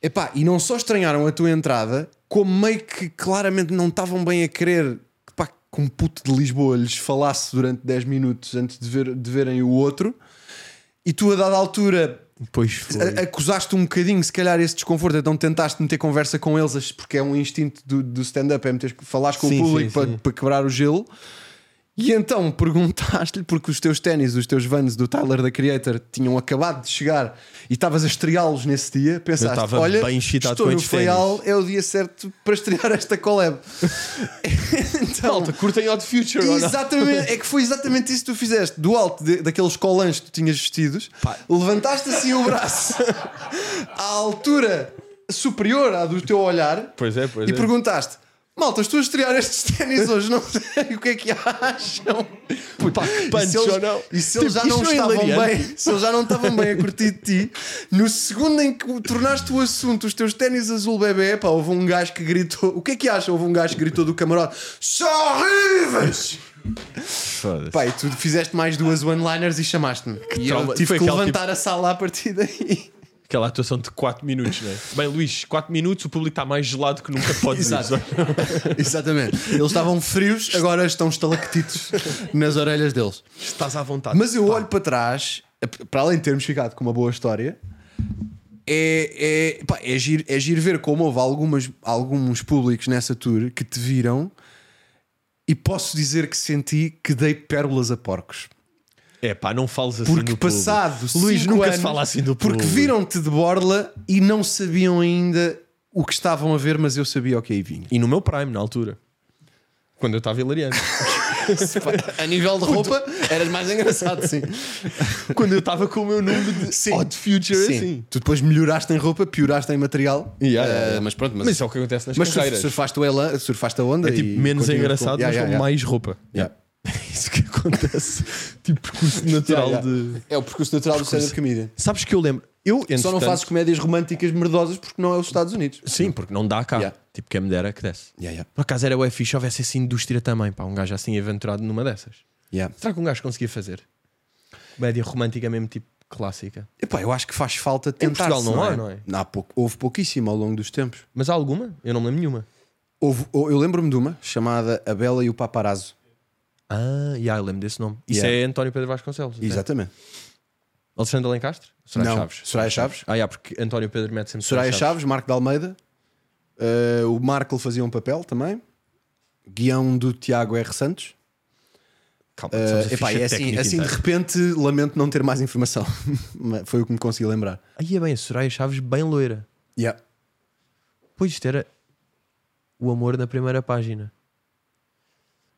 Epá, e não só estranharam a tua entrada, como meio que claramente não estavam bem a querer que, pá, que um puto de Lisboa lhes falasse durante 10 minutos antes de, ver- de verem o outro, e tu a dada altura Pois foi. a- Tipo, acusaste um bocadinho, se calhar, esse desconforto, então tentaste meter conversa com eles, porque é um instinto do, do stand-up, é meter falares com Sim, o público sim, para, sim. para quebrar o gelo. E então perguntaste-lhe, porque os teus ténis, os teus vans do Tyler da Creator tinham acabado de chegar e estavas a estreá-los nesse dia, pensaste, estava olha, bem excitado estou com no estes ténis." Feial, é o dia certo para estrear esta collab. então, Malta, curtem Odd Future ou não? Exatamente, é que foi exatamente isso que tu fizeste. Do alto de- daqueles colãs que tu tinhas vestidos, levantaste assim o braço à altura superior à do teu olhar Pois é, pois e é. perguntaste: Malta, estou a estrear estes ténis hoje, não sei o que é que acham. Pá, que punch, e se eles, ou não? E se eles já Tipo, não isto não é estavam hilariante? bem, se eles já não estavam bem a curtir de ti, no segundo em que tornaste o assunto os teus ténis azul bebê, pá, houve um gajo que gritou: O que é que acham? Houve um gajo que gritou do camarote: São horríveis! Foda-se. Pá, e tu fizeste mais duas one-liners e chamaste-me. E eu trauma. tive Foi que aquele tipo levantar a sala a partir daí. Aquela atuação de 4 minutos, não é? Bem, Luís, 4 minutos, o público está mais gelado que nunca pode dizer. Exato. Exatamente. Eles estavam frios, agora estão estalactites nas orelhas deles. Estás à vontade. Mas eu olho para trás, para além de termos ficado com uma boa história, é, é, pá, é, giro, é giro ver como houve algumas, alguns públicos nessa tour que te viram e posso dizer que senti que dei pérolas a porcos. É pá, não fales assim Porque do passado público. cinco Luís, nunca anos, se fala assim do Porque público. viram-te de borla e não sabiam ainda o que estavam a ver, mas eu sabia o que aí vinha. E no meu prime, na altura. Quando eu estava hilariano. A nível de roupa, eras mais engraçado, sim. Quando eu estava com o meu número de Odd Future, Sim. assim. Tu depois melhoraste em roupa, pioraste em material. Yeah, Eh, yeah, yeah. Mas pronto, mas, Mas isso é o que acontece nas mas sur- carreiras. surfaste, o elan, surfaste a onda. É tipo e menos continuas engraçado, com- Yeah, mas yeah, com yeah. mais roupa. Yeah. É isso que acontece. tipo percurso natural Yeah, yeah. de. É o percurso natural do stand-up comedian. Sabes que eu lembro. Eu, Só não entretanto- fazes comédias românticas merdosas porque não é os Estados Unidos. Sim, porque não dá cá. Yeah. Tipo, quem me dera que desse. Yeah, yeah. Por acaso era o fixe, houvesse essa indústria também, pá, um gajo assim aventurado numa dessas. Yeah. Será que um gajo conseguia fazer? Média romântica mesmo, tipo clássica. Epá, eu acho que faz falta tentar. Portugal não há, não é? Há pouco, houve pouquíssimo ao longo dos tempos. Mas há alguma? Eu não me lembro nenhuma. Houve- ou- eu lembro-me de uma chamada A Bela e o Paparazzo. Ah, yeah, eu lembro desse nome. Isso Yeah. é António Pedro Vasconcelos. não é? Exatamente. Alexandre Alencastre? Soraya Não, Chaves. Soraya Chaves. Ah, yeah, porque António Pedro mete sempre Soraya Chaves, Marco de Almeida. eh, o Marco fazia um papel também. Guião do Tiago R. Santos. Calma, Eh, sabes a epá, ficha é assim, técnica assim de inteira. repente lamento não ter mais informação. Mas Foi o que me consegui lembrar. Aí é bem, a Soraya Chaves bem loira. Yeah. Pois isto era o amor na primeira página.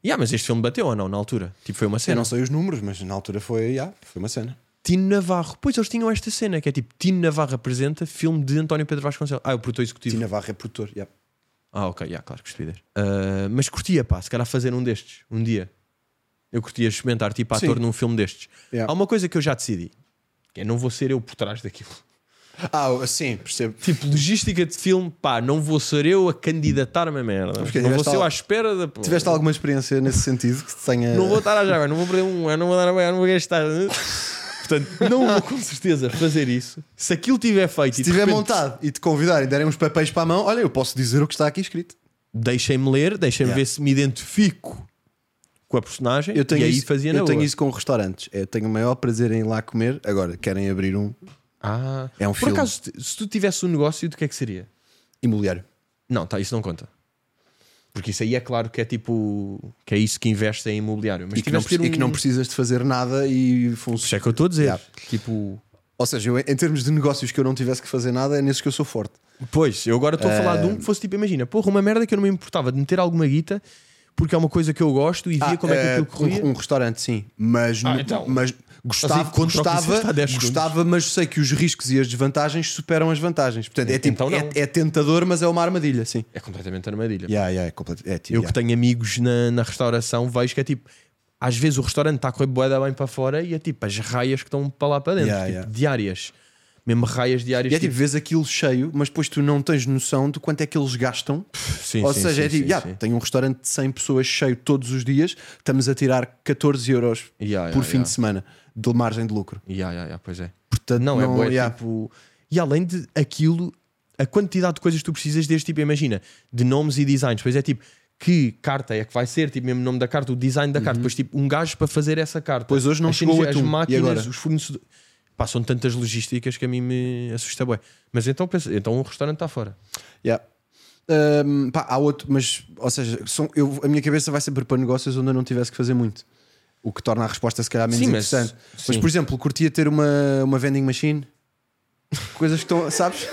Yeah, ah, mas este filme bateu ou não na altura? Tipo, foi uma Eu cena. não sei os números, mas na altura foi, yeah, foi uma cena. Tino Navarro. Pois eles tinham esta cena que é tipo Tino Navarro apresenta filme de António Pedro Vasconcelos. Ah, o produtor executivo. Tina Varra é produtor. yeah. Ah, ok, yeah, claro que estupidez. Ah, mas curtia, pá, se calhar fazer um destes, um dia. Eu curtia experimentar, tipo, ator Sim. num filme destes. Yeah. Há uma coisa que eu já decidi: que é não vou ser eu por trás daquilo. Ah, sim, percebo. Tipo, logística de filme, pá, não vou ser eu a candidatar-me a merda. Porque não vou tiveste ser eu al- à espera da. porra. Tiveste alguma experiência nesse sentido que te tenha. Não vou estar a jogar, não vou perder um ano, não vou dar a banhar, não vou gastar. Portanto, não vou com certeza fazer isso. Se aquilo tiver feito Se e de tiver repente montado e te convidarem e derem uns papéis para a mão, olha, eu posso dizer o que está aqui escrito. deixem-me ler, deixem-me Yeah. ver se me identifico com a personagem Eu tenho, e aí isso, fazia na eu tenho boa. isso com restaurantes. Eu tenho o maior prazer em ir lá comer. Agora, querem abrir um Ah, É um Por filme. acaso, se- se tu tivesse um negócio, do que é que seria? imobiliário. Não, tá, isso não conta. Porque isso aí é claro que é tipo. que é isso que investe em imobiliário. Mas E que, não, tivesse preci- de ter um- e que não precisas de fazer nada e Isso é funciona. que eu estou a dizer. Yeah. Tipo. Ou seja, eu, em termos de negócios que eu não tivesse que fazer nada, é nesses que eu sou forte. Pois, eu agora estou a falar de ah, um que fosse tipo, imagina, porra, uma merda que eu não me importava de meter alguma guita porque é uma coisa que eu gosto e via como é que eh, aquilo corria. Um, um restaurante, sim. Mas, Ah, no- então. mas gostava, Mas aí contra o que gostava, disseste há 10 segundos. gostava, mas sei que os riscos e as desvantagens superam as vantagens. Portanto, é, tipo, Então não. é, é tentador, mas é uma armadilha, sim. É completamente armadilha. Yeah, yeah, é completo- é tipo, Eu yeah. que tenho amigos na, na restauração, vejo que é tipo, às vezes o restaurante está a correr boeda bem para fora e é tipo as raias que estão para lá para dentro, Yeah, tipo, yeah. diárias. Mesmo raias diárias. E é tipo, vês aquilo cheio, mas depois tu não tens noção de quanto é que eles gastam. sim, Ou sim, seja, sim, é tipo, sim, yeah, sim. tem um restaurante de 100 pessoas cheio todos os dias, estamos a tirar 14 euros Yeah, yeah, por fim yeah. de semana de margem de lucro. Ya, ya, ya, pois é. Portanto, Não, é bué, yeah. tipo. E além de aquilo, a quantidade de coisas que tu precisas deste tipo, imagina, de nomes e designs. Pois é, tipo, que carta é que vai ser, tipo, mesmo o nome da carta, o design da carta, depois, tipo, um gajo para fazer essa carta. Pois hoje não As chegou o cenas, atum. as E máquinas, agora? os fornecedores. Pá, são tantas logísticas que a mim me assusta bué. Mas então, pensa, então o restaurante está fora. Yeah. Hum, pá, há outro, mas, ou seja, são- eu, a minha cabeça vai sempre para negócios onde eu não tivesse que fazer muito. O que torna a resposta, se calhar, menos Sim, mas- interessante. Mas, sim. por exemplo, curtia ter uma, uma vending machine. Coisas que estão, sabes?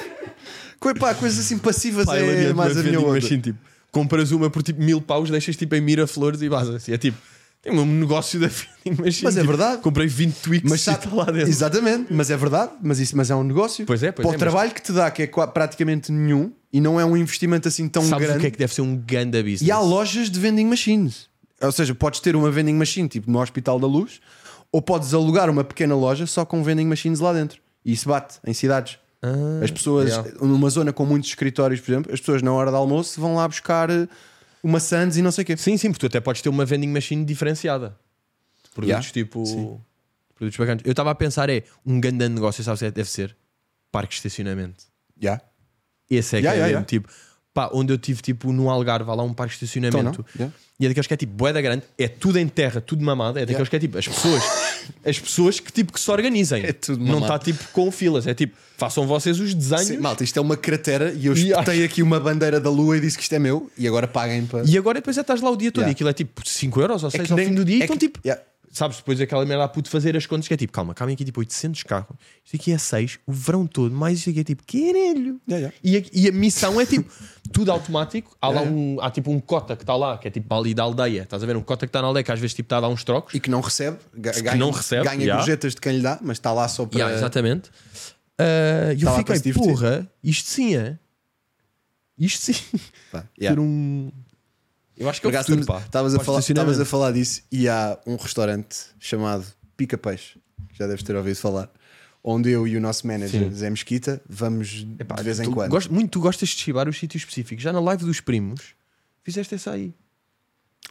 Co- pá, coisas assim passivas é mais a minha onda. tipo, compras uma por tipo mil paus, deixas tipo em Miraflores e vas assim. É tipo, tem um negócio da vending machine. Mas é tipo, verdade. Comprei 20 tweaks Mas e sabe- está lá dentro. Exatamente, mas é verdade, mas isso mas é um negócio. Pois é, pois é, Para o mas- trabalho que te dá, que é qua- praticamente nenhum, e não é um investimento assim tão Sabes grande. o que é que deve ser um ganda business? E há lojas de vending machines. Ou seja, podes ter uma vending machine tipo no Hospital da Luz, ou podes alugar uma pequena loja só com vending machines lá dentro. E isso bate em cidades. Ah, As pessoas, yeah. numa zona com muitos escritórios, por exemplo, as pessoas na hora do almoço vão lá buscar eh, uma Sands e não sei o quê. Sim, sim, porque tu até podes ter uma vending machine diferenciada. De Produtos Yeah. tipo. Produtos bacanas. Eu estava a pensar, é um ganda negócio, sabes o que é que deve ser? parque de estacionamento. Yeah. Esse é que Yeah, é yeah, mesmo, tipo, pá, onde eu tive tipo no Algarve, há lá um parque de Então, estacionamento. não? Yeah. E é daqueles que é tipo boeda grande, é tudo em terra, tudo mamado, é daqueles que é tipo as pessoas, as pessoas que tipo que se organizem. É tudo Não mamado. está tipo com filas, é tipo, façam vocês os desenhos. Sim, malta, isto é uma cratera e eu Yeah. tenho aqui uma bandeira da lua e disse que isto é meu e agora paguem para. E agora depois é estás lá o dia todo e Yeah. aquilo é tipo 5 euros ou 6 que ao nem- fim do dia, é então que- tipo, Yeah. sabes, depois aquela merda lá pude fazer as contas que é tipo, calma, calma aqui tipo 800 carros, isto aqui é 6, o verão todo, mais isto aqui é tipo, caralho. Yeah, yeah. E, a, e a missão é tipo, tudo automático, há lá um, há tipo um cota que está lá, que é tipo ali da aldeia, estás a ver, um cota que está na aldeia que às vezes tipo está a dar uns trocos. E que não recebe, ga- ganha, não recebe, ganha yeah. gorjetas de quem lhe dá, mas está lá só para. Yeah, exatamente. Ah, E Tá eu lá para se fiquei, divertir. porra, isto sim é. Isto sim. Pá, yeah. Ter um. Eu acho que Por é o acaso, futuro, estamos- pá. estavas a Para o falar- estacionamento. Estavas a falar disso e há um restaurante chamado Pica Peixe, que já deves ter ouvido falar, onde eu e o nosso manager Zé Mesquita vamos de vez em Tu quando. gosto- muito tu gostas de chibar os sítios específicos. Já na live dos primos, fizeste essa aí.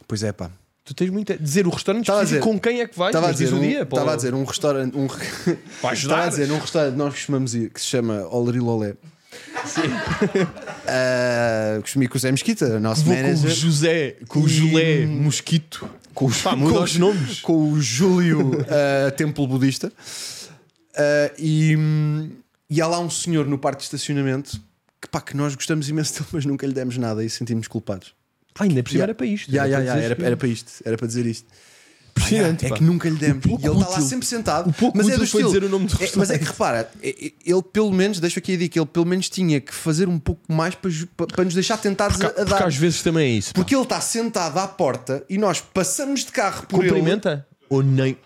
Pois é, pá. Tu tens muito a dizer o restaurante Tava a específico dizer- com quem é que vais, Estava a mas diz dizer, o um, dia. pá. estava a dizer um restaurante, um, Para ajudar. estava a dizer um restaurante que nós costumamos ir, que se chama Olerilolé. Sim. uh, comi com o Zé Mesquita, o nosso Vou com o manager. José, com o E- hum, Julé Mosquito. com o, Pá, muda os nomes. com o Júlio eh, Templo Budista. Eh, e, hum, e há lá um senhor no parque de estacionamento que, pá, que nós gostamos imenso dele, mas nunca lhe demos nada e sentimos culpados. Ah, ainda por cima Yeah. era para isto. Yeah, yeah, para yeah, dizer era, era para isto, era para dizer isto. Pá, Impressionante, yeah, é pá. que nunca lhe demos. O pouco E ele está lá útil. sempre sentado. O pouco mas é útil do foi estilo. dizer o nome do é, Mas é que repara, é- é- ele pelo menos, deixa aqui a dica, ele pelo menos tinha que fazer um pouco mais para, ju- para- para nos deixar tentados Porque, a, a porque dar. às vezes também é isso. pá. Porque ele está sentado à porta e nós passamos de carro por ele. Cumprimenta ou nem.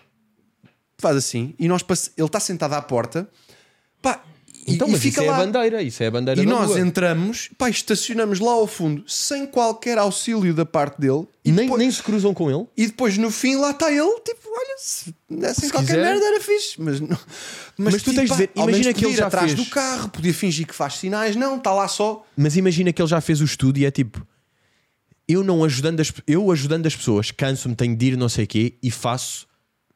Faz assim. E nós pass... ele está sentado à porta. Pá, e, Então, e mas fica isso lá. é a bandeira. Isso é a bandeira e da nós rua. entramos, pá, estacionamos lá ao fundo, sem qualquer auxílio da parte dele. E, nem, depois, nem se cruzam com ele. e depois no fim lá está ele, tipo, olha, se dessem Se qualquer quiser. merda era fixe. Mas, não... Mas tu tipo, tens de pá, ver, ao menos imagina que podia ele ir já atrás fez. do carro, podia fingir que faz sinais, não, está lá só. Mas imagina que ele já fez o estudo e é tipo: eu não ajudando as, eu ajudando as pessoas, canso-me, tenho de ir, não sei o quê, e faço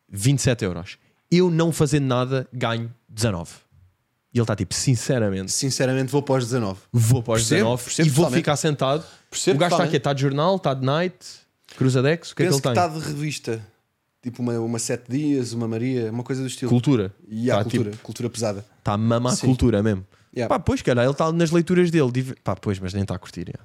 27 euros. Eu não fazendo nada, ganho 19. E ele está tipo: sinceramente, Sinceramente, vou para os 19. vou para os Percebo, 19 percebo e vou totalmente. ficar sentado. Percebo o gajo está totalmente. aqui, está de jornal, está de night, cruzadex, o que é que Penso ele que tem? está de revista. Tipo uma, uma Sete Dias, uma Maria, uma coisa do estilo. Cultura. E há Está, cultura, tipo, cultura pesada. Está a mamar Sim. cultura mesmo. Yeah. Pá, pois, cara, ele está nas leituras dele. div- Pá, pois, mas nem está a curtir. yeah.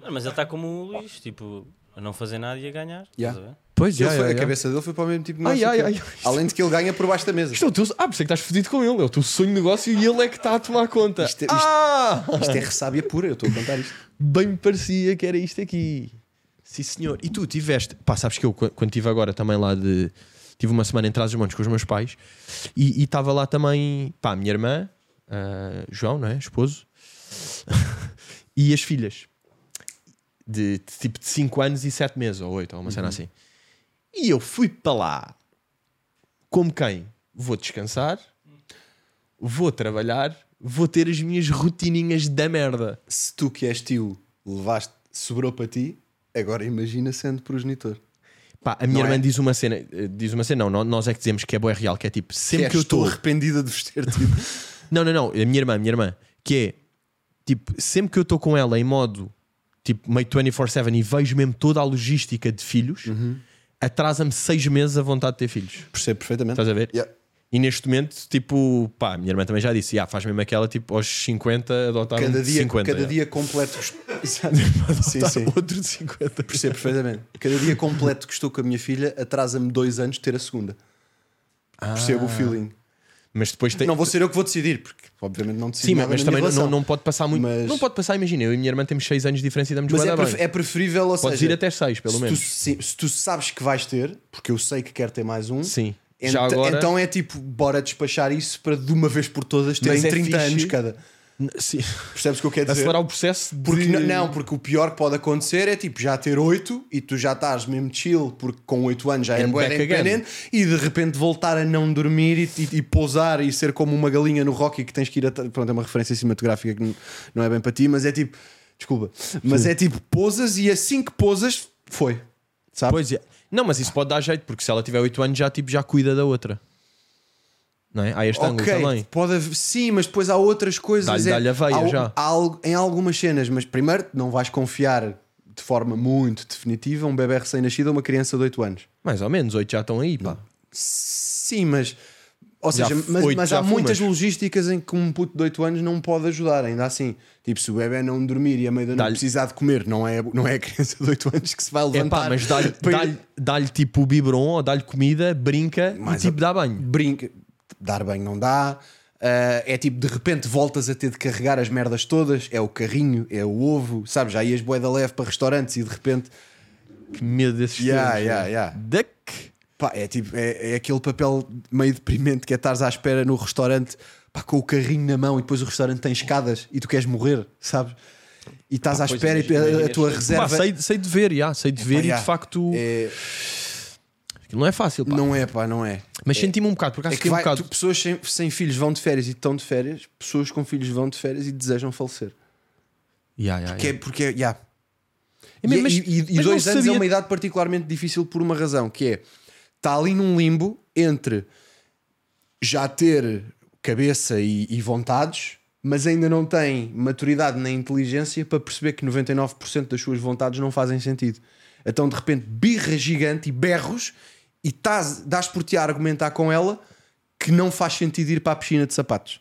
Não, mas ele está como o Luís, tipo, a não fazer nada e a ganhar. Yeah. Estás a ver? Pois, Ele yeah, foi- yeah, a yeah. cabeça dele foi para o mesmo tipo de Ai, negócio ai, que eu. ai, ai. Além de que ele ganha por baixo da mesa. Isto é o teu... Ah, por isso é que estás fodido com ele. É o teu sonho de negócio e ele é que está a tomar conta. Isto é- isto- ah! Isto é ressábia pura, eu estou a contar isto. Bem me parecia que era isto aqui. Sim, senhor. E tu tiveste... Pá, sabes que eu qu- quando estive agora também lá de... Tive uma semana em Trás-os-Montes com os meus pais e e estava lá também, pá, a minha irmã, ah, João, não é? Esposo. e as filhas. De, de tipo de 5 anos e 7 meses, ou 8, ou uma cena assim. E eu fui para lá como quem? Vou descansar, vou trabalhar, vou ter as minhas rotininhas da merda. Se tu que és tio levaste, sobrou para ti, agora imagina sendo progenitor. Pá, a minha Não irmã é? diz uma cena, eh, diz uma cena, não, nó- nós é que dizemos que é boa real, que é tipo, sempre És, que eu estou estou. arrependida de vos ter tido. Não, não, não, a minha irmã, a minha irmã, que é tipo, sempre que eu estou com ela em modo tipo meio 24-7 e vejo mesmo toda a logística de filhos, Uhum. atrasa-me seis meses a vontade de ter filhos. Percebo perfeitamente. Estás a ver? Yeah. E neste momento, tipo, pá, a minha irmã também já disse, ah, faz mesmo aquela, tipo, aos 50 adotar um Cada de dia, 50. cada já. dia completo. Exato. sim, Adotar um sim. outro de 50. Percebo perfeitamente. Cada dia completo que estou com a minha filha atrasa-me dois anos de ter a segunda. Ah. Percebo o feeling. Mas depois tem. Não vou ser eu que vou decidir, porque obviamente não decido Sim, nada mas na também minha não, relação. não pode passar muito. Mas- Não pode passar, imagina, eu e a minha irmã temos 6 anos de diferença e damos Mas bué é, da bem. pref- é preferível, ou Podes seja, ir até 6, pelo se menos. Tu, sim, se tu sabes que vais ter, porque eu sei que quero ter mais um, Sim. ent- Já agora- então é tipo, bora despachar isso para de uma vez por todas terem Mas é 30 fixe. anos cada. Sim. Percebes o que eu quero dizer? Acelerar o processo. Porque de- n- não, porque o pior que pode acontecer é tipo já ter 8 e tu já estás mesmo chill, porque com 8 anos já é And bué back independente e de repente voltar a não dormir e, e, e pousar e ser como uma galinha no Rocky que tens que ir a. Pronto, é uma referência cinematográfica que n- não é bem para ti, mas é tipo. Desculpa, mas é tipo pousas e assim que pousas, foi. Sabe? Pois é. Não, mas isso pode dar jeito, porque se ela tiver 8 anos já, tipo, já cuida da outra. Não é? Há este ângulo Ok, também. pode haver- sim, mas depois há outras coisas. Dá-lhe- é, dá-lhe a veia há- já. há al- em algumas cenas, mas primeiro não vais confiar de forma muito definitiva um bebê recém-nascido a uma criança de 8 anos. Mais ou menos, oito já estão aí, pá. Sim, mas. Ou Já seja, f- mas, oito mas já há muitas fumas. logísticas em que um puto de 8 anos não pode ajudar, ainda assim. Tipo, se o bebê não dormir e a meio da noite Dá-lhe- precisar de comer, não é, não é a criança de 8 anos que se vai É levantar. pá, mas dá-lhe para ir- dá-lhe- dá-lhe tipo o biberon ou dá-lhe comida, brinca Mais e tipo a- dá banho. brinca, dar bem não dá. Ah, é tipo, de repente voltas a ter de carregar as merdas todas. É o carrinho, é o ovo, sabes? Já ias boeda leve para restaurantes e de repente, Que medo desses Yeah, termos, yeah, né? yeah. Duck. pá, é tipo, é, é aquele papel meio deprimente que é estares à espera no restaurante pá, com o carrinho na mão e depois o restaurante tem escadas e tu queres morrer, sabes? E estás à pois, espera e imagina, a, a imagina. tua Pá, Pá, reserva sei, sei de ver, yeah, sei de ver e yeah. de facto é- aquilo não é fácil, pá. não é, pá, não é. Mas senti-me um bocado, por acaso É que fiquei um vai- bocado. tu- pessoas sem, sem filhos vão de férias e estão de férias, pessoas com filhos vão de férias e desejam falecer. Yeah, yeah, Que é yeah. porque é. Yeah. É mesmo, E- mas- e e mas não dois anos sabia- é uma idade particularmente difícil por uma razão, que é está ali num limbo entre já ter cabeça e, e vontades, mas ainda não tem maturidade nem inteligência para perceber que 99% das suas vontades não fazem sentido. Então de repente birra gigante e berros e tás, dás por ti a argumentar com ela que não faz sentido ir para a piscina de sapatos.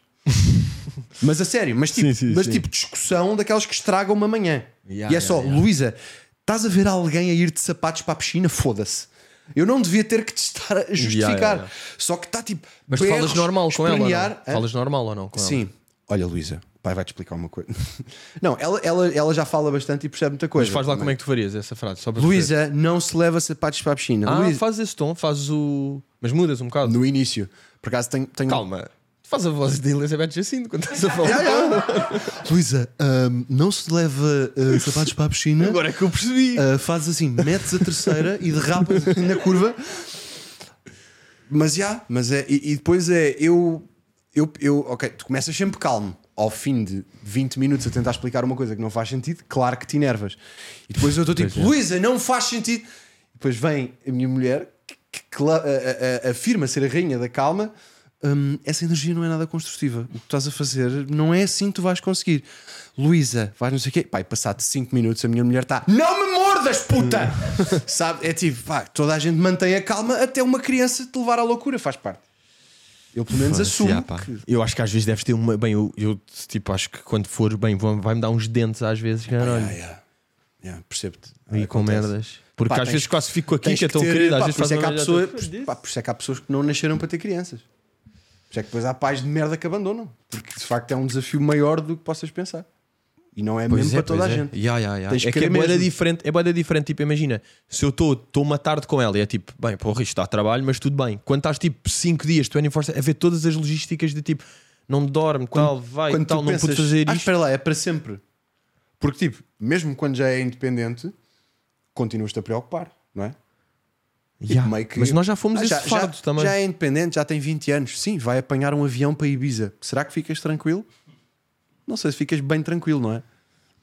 mas a sério, mas tipo, Sim, sim, mas sim. tipo discussão daquelas que estragam uma manhã. Yeah, e é só, yeah, yeah. Luísa, estás a ver alguém a ir de sapatos para a piscina? Foda-se. Eu não devia ter que te estar a justificar. yeah. Só que está tipo. Mas tu falas berros, normal com ela. ou espernear. não? Hã? Falas normal ou não? Com ela? Sim. Olha, Luísa, o pai vai te explicar uma coisa. não, ela, ela, ela já fala bastante e percebe muita coisa. Mas faz lá como é que tu farias essa frase. Só para perceber. Luísa, não se leva sapatos para a piscina. Ah, Luísa, faz esse tom, faz o. Mas mudas um bocado. no início. Por acaso tenho. tenho... Calma. Tu Faz a voz de Elizabeth Jacinto quando estás a falar. Luísa, ahm, não se leva ah, sapatos para a piscina. Agora é que eu percebi. Uh, fazes assim, metes a terceira e derrapas na curva. Mas já, mas é, e, e depois é eu, eu, eu, ok, tu começas sempre calmo. Ao fim de 20 minutos a tentar explicar uma coisa que não faz sentido, claro que te enervas. E depois eu estou tipo, Luísa, não faz sentido. Depois vem a minha mulher, que, que cla- a- a- a- afirma ser a rainha da calma. Hum, essa energia não é nada construtiva. O que tu estás a fazer não é assim que tu vais conseguir. Luísa, vais não sei o quê. Pai, passado 5 minutos, a minha mulher está. Não me mordas, puta! Sabe? É tipo, pá, toda a gente mantém a calma até uma criança te levar à loucura. Faz parte. Eu, pelo menos, assumo. Yeah, pá. que- Eu acho que às vezes deves ter uma. Bem, eu, eu, tipo acho que quando for bem, vão- vai-me dar uns dentes às vezes, caralho. Ah, yeah. Yeah, percebo-te. E é com Acontece. merdas. Porque Pá, às tens vezes que- quase fico aqui Tens que é tão ter- querido. Às pá, vezes por isso faz é que há uma pessoa- merda. por- pá, por isso é que há pessoas que não nasceram para ter crianças. Por isso é que depois há pais de merda que abandonam. Porque de facto é um desafio maior do que possas pensar. E não é Pois é, mesmo para toda a pois é. gente. Ya, ya, ya. Tens que É que querer é boeda mesmo. diferente, é boeda diferente. Tipo, imagina, se eu estou uma tarde com ela e é tipo, bem, porra, isto dá trabalho, mas tudo bem. Quando estás tipo 5 dias, 24 horas, a ver todas as logísticas de tipo, não dorme, tal, vai, quando tal, tu não pensas, pude fazer ah, isto. espera lá, é para sempre. Porque, tipo, mesmo quando já é independente, continuas-te a preocupar, não é? Ya. Tipo, meio Ah, que- Mas nós já fomos Ah, esse fardo tá, também. Já é independente, já tem 20 anos. Sim, vai apanhar um avião para Ibiza. Será que ficas tranquilo? Não sei se ficas bem tranquilo, não é?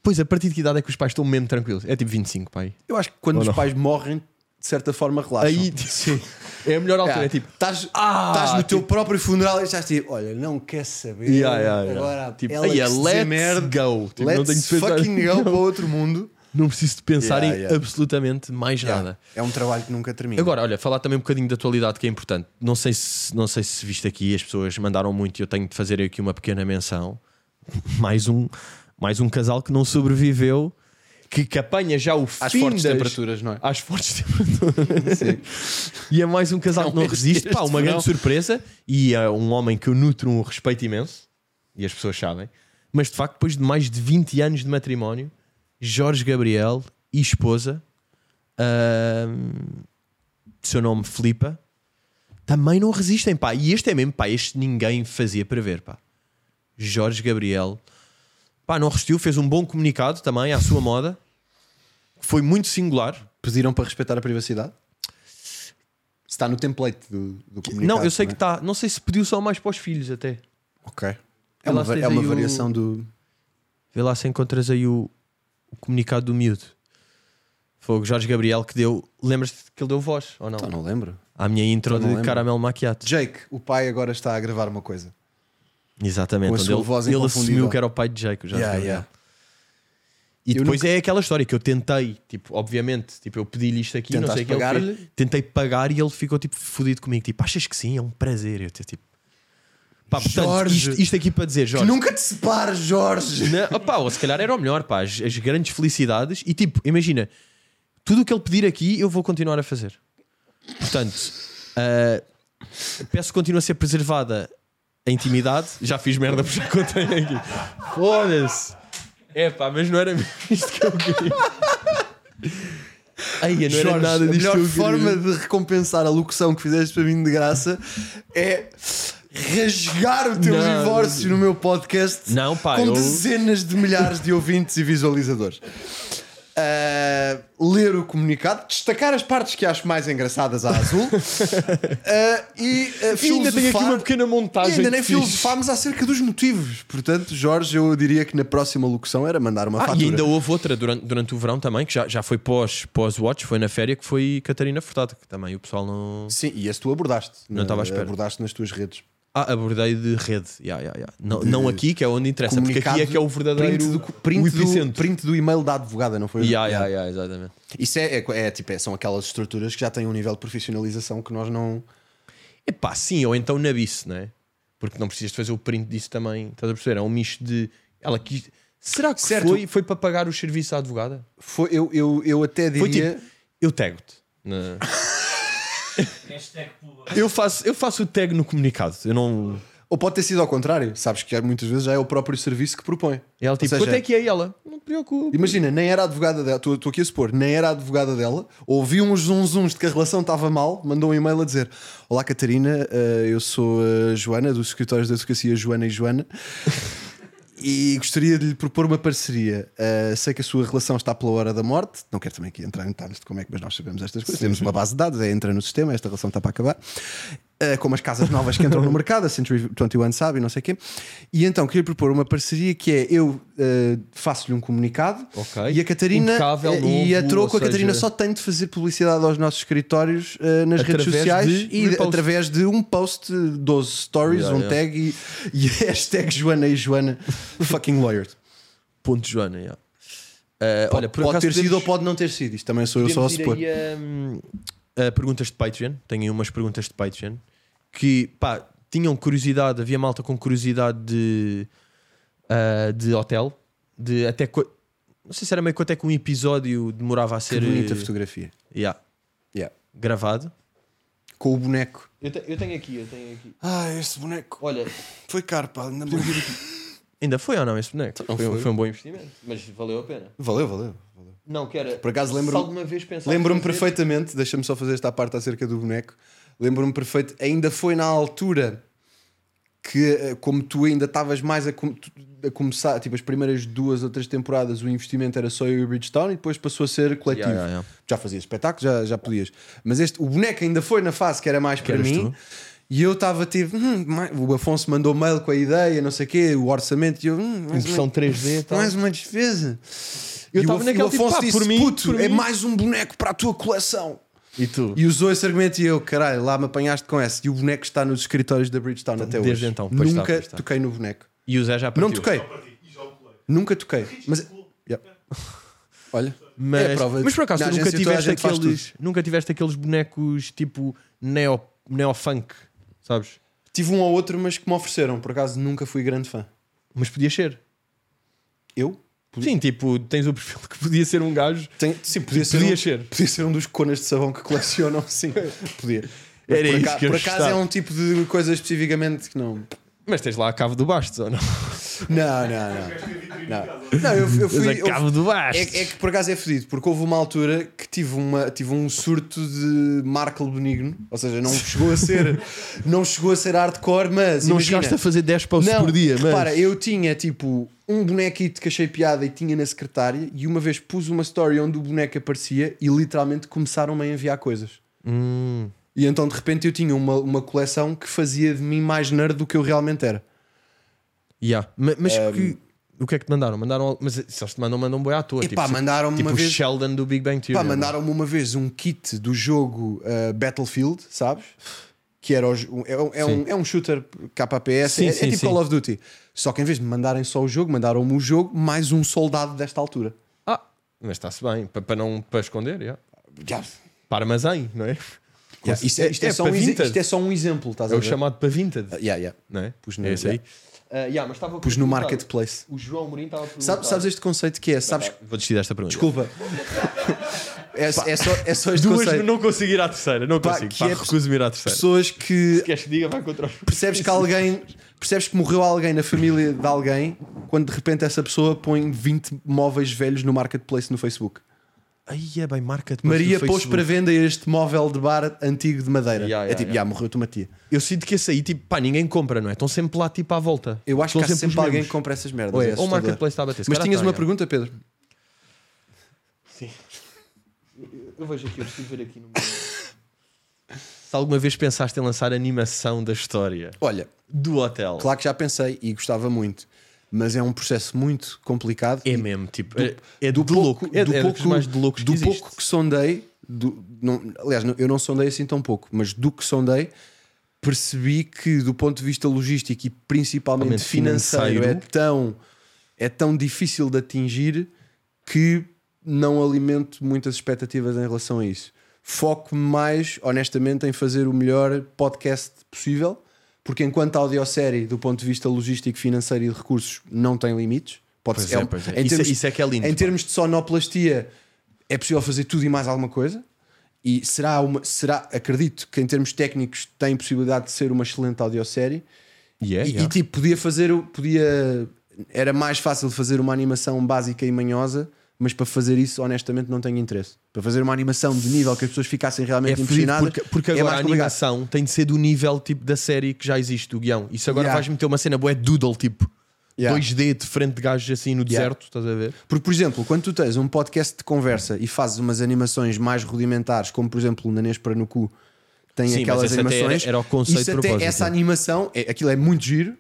Pois, a partir de que idade é que os pais estão mesmo tranquilos? É tipo 25, pai. Eu acho que quando Ou os não? pais morrem, de certa forma relaxam. Aí, sim. É a melhor altura, é tipo. estás, ah, estás no tipo- teu próprio funeral e estás tipo, olha, não quer saber. Ya, ya, ya. Agora, Tipo, ela "Eia, que se let's desmerde, go." Tipo, não let's tenho de pensar- fucking go Não. para outro mundo. Não preciso de pensar Ya, em ya. absolutamente mais nada. É um trabalho que nunca termina. Agora, olha, falar também um bocadinho da atualidade que é importante. Não sei se, não sei se viste aqui, as pessoas mandaram muito e eu tenho de fazer aqui uma pequena menção. Mais um, mais um casal que não sobreviveu, que, que apanha já o às fim fortes das- temperaturas, não é? Às fortes temperaturas. E é mais um casal que não resiste. Pá, uma grande surpresa. E é um homem que eu nutro um respeito imenso. E as pessoas sabem. Mas de facto, depois de mais de 20 anos de matrimónio, Jorge Gabriel e esposa, ahm, de seu nome Filipa, também não resistem, pá. E este é mesmo, pá, este ninguém fazia prever, pá. Jorge Gabriel, pá, não resistiu, fez um bom comunicado também à sua moda. Foi muito singular. Pediram para respeitar a privacidade? Está no template do, do comunicado. Não, eu sei que tá- é? está. Não sei se pediu só mais para os filhos até. Ok. É Vê lá uma, se va- tens é uma aí o- variação do. Vê lá se encontras aí o, o comunicado do miúdo. Foi o Jorge Gabriel que deu. Lembras-te que ele deu voz ou não? Então não lembro. À minha intro Então não de lembro. Caramelo Macchiato. Jake, o pai agora está a gravar uma coisa. Exatamente. Com a Onde sua ele voz ele inconfundível. assumiu que era o pai de Jake. o Jorge Yeah, Gabriel. yeah. E Eu depois é aquela história que eu tentei, tipo, obviamente, tipo, eu pedi-lhe isto aqui, não Tentaste sei o que ele pagar-lhe? fez. Tentei pagar e ele ficou tipo fodido comigo, tipo, achas que sim, é um prazer. Eu te- tipo, pá, portanto, Jorge. isto, isto aqui para dizer, Que Jorge. nunca te separes, Jorge! Na, opá, ou se calhar era o melhor, pá, as, as grandes felicidades. E tipo, imagina, tudo o que ele pedir aqui eu vou continuar a fazer. Portanto, ah, peço que continue a ser preservada a intimidade. Já fiz merda porque já contei aqui. Foda-se. É pá, mas não era mesmo isto que eu queria. Ai, não era Jorge, nada a disto. melhor que eu queria. forma de recompensar a locução que fizeste para mim de graça é rasgar o teu Não. divórcio no meu podcast Não, pá, com eu- dezenas de milhares de ouvintes e visualizadores. Ah, ler o comunicado, destacar as partes que acho mais engraçadas à azul ah, e E ah, ainda tenho aqui filosofar- uma pequena E montagem. ainda nem que fiz. filosofámos acerca dos motivos. Portanto, Jorge, eu diria que na próxima locução era mandar uma Ah, fatura. e ainda houve outra durante, durante o verão também, que já, já foi pós- pós-watch, foi na férias, que foi Catarina Furtado, que também o pessoal não. Sim, e esse tu abordaste. eh, Não estava à espera. Abordaste nas tuas redes. Ah, abordei de rede. Yeah, yeah, yeah. Não, não aqui, que é onde interessa, porque aqui é que é o verdadeiro print do, print o do, epicentro. print do e-mail da advogada, não foi? Yeah, yeah, yeah, exatamente. Isso é, é, é, tipo, é- são aquelas estruturas que já têm um nível de profissionalização que nós não. Epá, sim, ou então na bis, não é? Porque não precisas de fazer o print disso também. Estás a perceber? É um misto de. Ela quis. Será que Certo. foi, foi para pagar o serviço à advogada? Foi, eu, eu, eu até Foi diria. tipo, eu tago-te. na- Hashtag Puba. Eu, faço, eu faço o tag no comunicado. Eu não. Ou pode ter sido ao contrário. Sabes que muitas vezes já é o próprio serviço que propõe. Ela Ou tipo, seja, quanto é que é ela? Não te preocupes. Imagina, nem era a advogada dela, estou estou aqui a supor, nem era a advogada dela, ouvi uns zunzuns de que a relação estava mal, mandou um e-mail a dizer: Olá Catarina, eh, eu sou a Joana, dos escritórios da advocacia Joana e Joana, e gostaria de lhe propor uma parceria. Eh, sei que a sua relação está pela hora da morte, não quero também aqui entrar em detalhes de como é que mas nós sabemos estas coisas, temos uma base de dados, é, entra no sistema, esta relação está para acabar. Eh, como as casas novas que entram no mercado, a Century 21 sabe, e não sei o quê. E então queria propor uma parceria que é eu eh, faço-lhe um comunicado Ok. e a Catarina eh, Impecável, e a novo, troco, ou a Catarina seja- só tem de fazer publicidade aos nossos escritórios eh, nas redes Através sociais de e repost. através de um post, 12 stories, Yeah, um yeah. tag e, e hashtag Joana e Joana fucking lawyers. Ponto, Joana. yeah. Ah, olha, por pode acaso ter sido ou podemos- pode não ter sido. Isto também sou eu só a Podemos ir supor. aí a, hum, a perguntas de Patreon. Tenho aí umas perguntas de Patreon que pá, tinham curiosidade, havia malta com curiosidade de, ah, de hotel, de até qua- não sei se era meio quanto é que um episódio demorava a Que ser bonita eh, fotografia. yeah, Yeah. gravado. Com o boneco. Eu, tenho aqui, eu tenho aqui. Ah, este boneco. Olha, Foi caro, pá. Ainda ainda foi ou não esse boneco? Foi, um- Então, foi. foi um bom investimento, mas valeu a pena. valeu, valeu. valeu. Não, que era. Por acaso lembro-me- se alguma vez pensaste Lembro-me fazer- perfeitamente, deixa-me só fazer esta parte acerca do boneco. Lembro-me perfeito, ainda foi na altura que, eh, como tu ainda estavas mais a, com- tu- a começar, tipo, as primeiras duas ou três temporadas, o investimento era só eu e o Bridgestone e depois passou a ser coletivo. Yeah, yeah, yeah. Já fazias espetáculo, já, já podias. Mas este, o boneco ainda foi na fase que era mais para eras mim. tu? E eu estava tipo, hum, mais- o Afonso mandou mail com a ideia, não sei o quê, o orçamento, e eu, hum, mais Impressão uma- 3D e tal. mais uma despesa. Eu E o tava Af- naquela o tipo, Afonso pá, disse, por mim, puto, por é mim." mais um boneco para a tua coleção. E tu? E usou esse argumento e eu, caralho, lá me apanhaste com esse. E o boneco está nos escritórios da Bridgestone até hoje. desde então, pois está, Nunca pois está. toquei no boneco. E o Zé já partiu. Não toquei. E já o colei. Nunca toquei. Mas. Yeah. Olha. Mas, É a prova de- mas por acaso, na tu nunca agência toda a tiveste, gente faz aqueles, nunca tiveste aqueles bonecos tipo neo, neo-funk, sabes? Tive um ou outro, mas que me ofereceram. Por acaso nunca fui grande fã. Mas podias ser. Eu? Sim, tipo, tens o perfil que podia ser um gajo. Tenho- sim, podia ser, Podia um, ser. podia ser um dos conas de sabão que colecionam, sim. Podia. Mas Era por isso aca- que eu por acaso gostava. é um tipo de coisa especificamente que não. Mas tens lá a Cave do Bastos, ou não? Não, não, não. Não, não eu, eu Tens fui. a eu- Cave do é, Bastos. é que por acaso é fedido, porque houve uma altura que tive, uma, tive um surto de Marco Benigno, ou seja, não chegou a ser, não chegou a ser hardcore, mas não imagina, chegaste a fazer 10 posts não, por dia, mas. repara, eu tinha tipo um bonequito que achei piada e tinha na secretária, e uma vez pus uma story onde o boneco aparecia e literalmente começaram-me a enviar coisas. Hum. E então de repente eu tinha uma, uma coleção que fazia de mim mais nerd do que eu realmente era. Yeah. Ma- Mas que. O que é que te mandaram? Mandaram. Mas se eles te mandam, mandam um boi à toa. Epá, tipo, mandaram-me tipo uma o vez- Sheldon do Big Bang Theory. é? Pá, mandaram-me uma vez um kit do jogo uh, Battlefield, sabes? Que era o jo- um- é, um- é um, é um shooter KPS, Sim, é, é sim, tipo sim. Call of Duty. Só que em vez de me mandarem só o jogo, mandaram-me o jogo mais um soldado desta altura. Ah, mas está-se bem. pa- Para não para esconder, yeah. Já. para armazém, não é? Yeah, isto, é, isto é é só para um, exe- vintage. isto é só um exemplo, estás É a o ver? chamado para vintage. Yeah, yeah. Não é? Pus no- é esse aí. Ah, yeah, mas estava a Pus no perguntar. marketplace. O João Mourinho Tá, estava a Sabe- sabes este conceito que é? Sabes, Vou desistir desta pergunta. desculpa. é, é só, é só este Duas conceito. não consegui ir à terceira, não Pá, consigo. que Pá, é- recuso-me ir à terceira. Pessoas que Queres que diga, vai contra os. percebes que alguém percebes que morreu alguém na família de alguém quando de repente essa pessoa põe 20 móveis velhos no marketplace no Facebook. Aí é bem, marca Maria pôs para venda este móvel de bar antigo de madeira. Ya, é ya, tipo, ya. "Ya, morreu-te uma tia. Eu sinto que esse aí, tipo, pá, ninguém compra, não é? Estão sempre lá, tipo, à volta. Eu acho Estão que há sempre, os alguém que mesmos. compra essas merdas. Ou é é, ou o assustador. marketplace está a bater. Se Mas calhar tinhas está, uma já. pergunta, Pedro? Eu vejo aqui, eu preciso ver aqui no meu. Se alguma vez pensaste em lançar animação da história Olha, do hotel. claro que já pensei e gostava muito, mas é um processo muito complicado. É e mesmo, tipo, é, é do de pouco- louco. É, do é pouco- dos mais de loucos do que existe. pouco que sondei, do, não, aliás, não- eu não sondei assim tão pouco, mas do que sondei, percebi que do ponto de vista logístico e principalmente Realmente financeiro, é financeiro. tão é tão difícil de atingir que não alimento muitas expectativas em relação a isso. Foco mais, honestamente, em fazer o melhor podcast possível, porque enquanto a audiosérie, do ponto de vista logístico, financeiro e de recursos, não tem limites. Pode Pois ser, é, um- pois é. em Isso é- isso é que é lindo, Em pá. termos de sonoplastia, é possível fazer tudo e mais alguma coisa. E será uma, será, acredito que em termos técnicos tem possibilidade de ser uma excelente audiosérie. E é, E, yeah. e, tipo, podia fazer, o- podia. Era mais fácil fazer uma animação básica e manhosa, mas para fazer isso, honestamente, não tenho interesse. Para fazer uma animação de nível que as pessoas ficassem realmente fodido impressionadas, porque, porque é agora mais a complicado. animação tem de ser do nível tipo da série que já existe, do guião. Isso agora Yeah. vais meter uma cena boé doodle, tipo Yeah. 2D de frente de gajos assim no Yeah. deserto, estás a ver? Porque, por exemplo, quando tu tens um podcast de conversa e fazes umas animações mais rudimentares, como por exemplo o Nanês para no cu, tem Sim, aquelas mas esse até animações. era- era o conceito isso de até, propósito. essa animação, é, aquilo é muito giro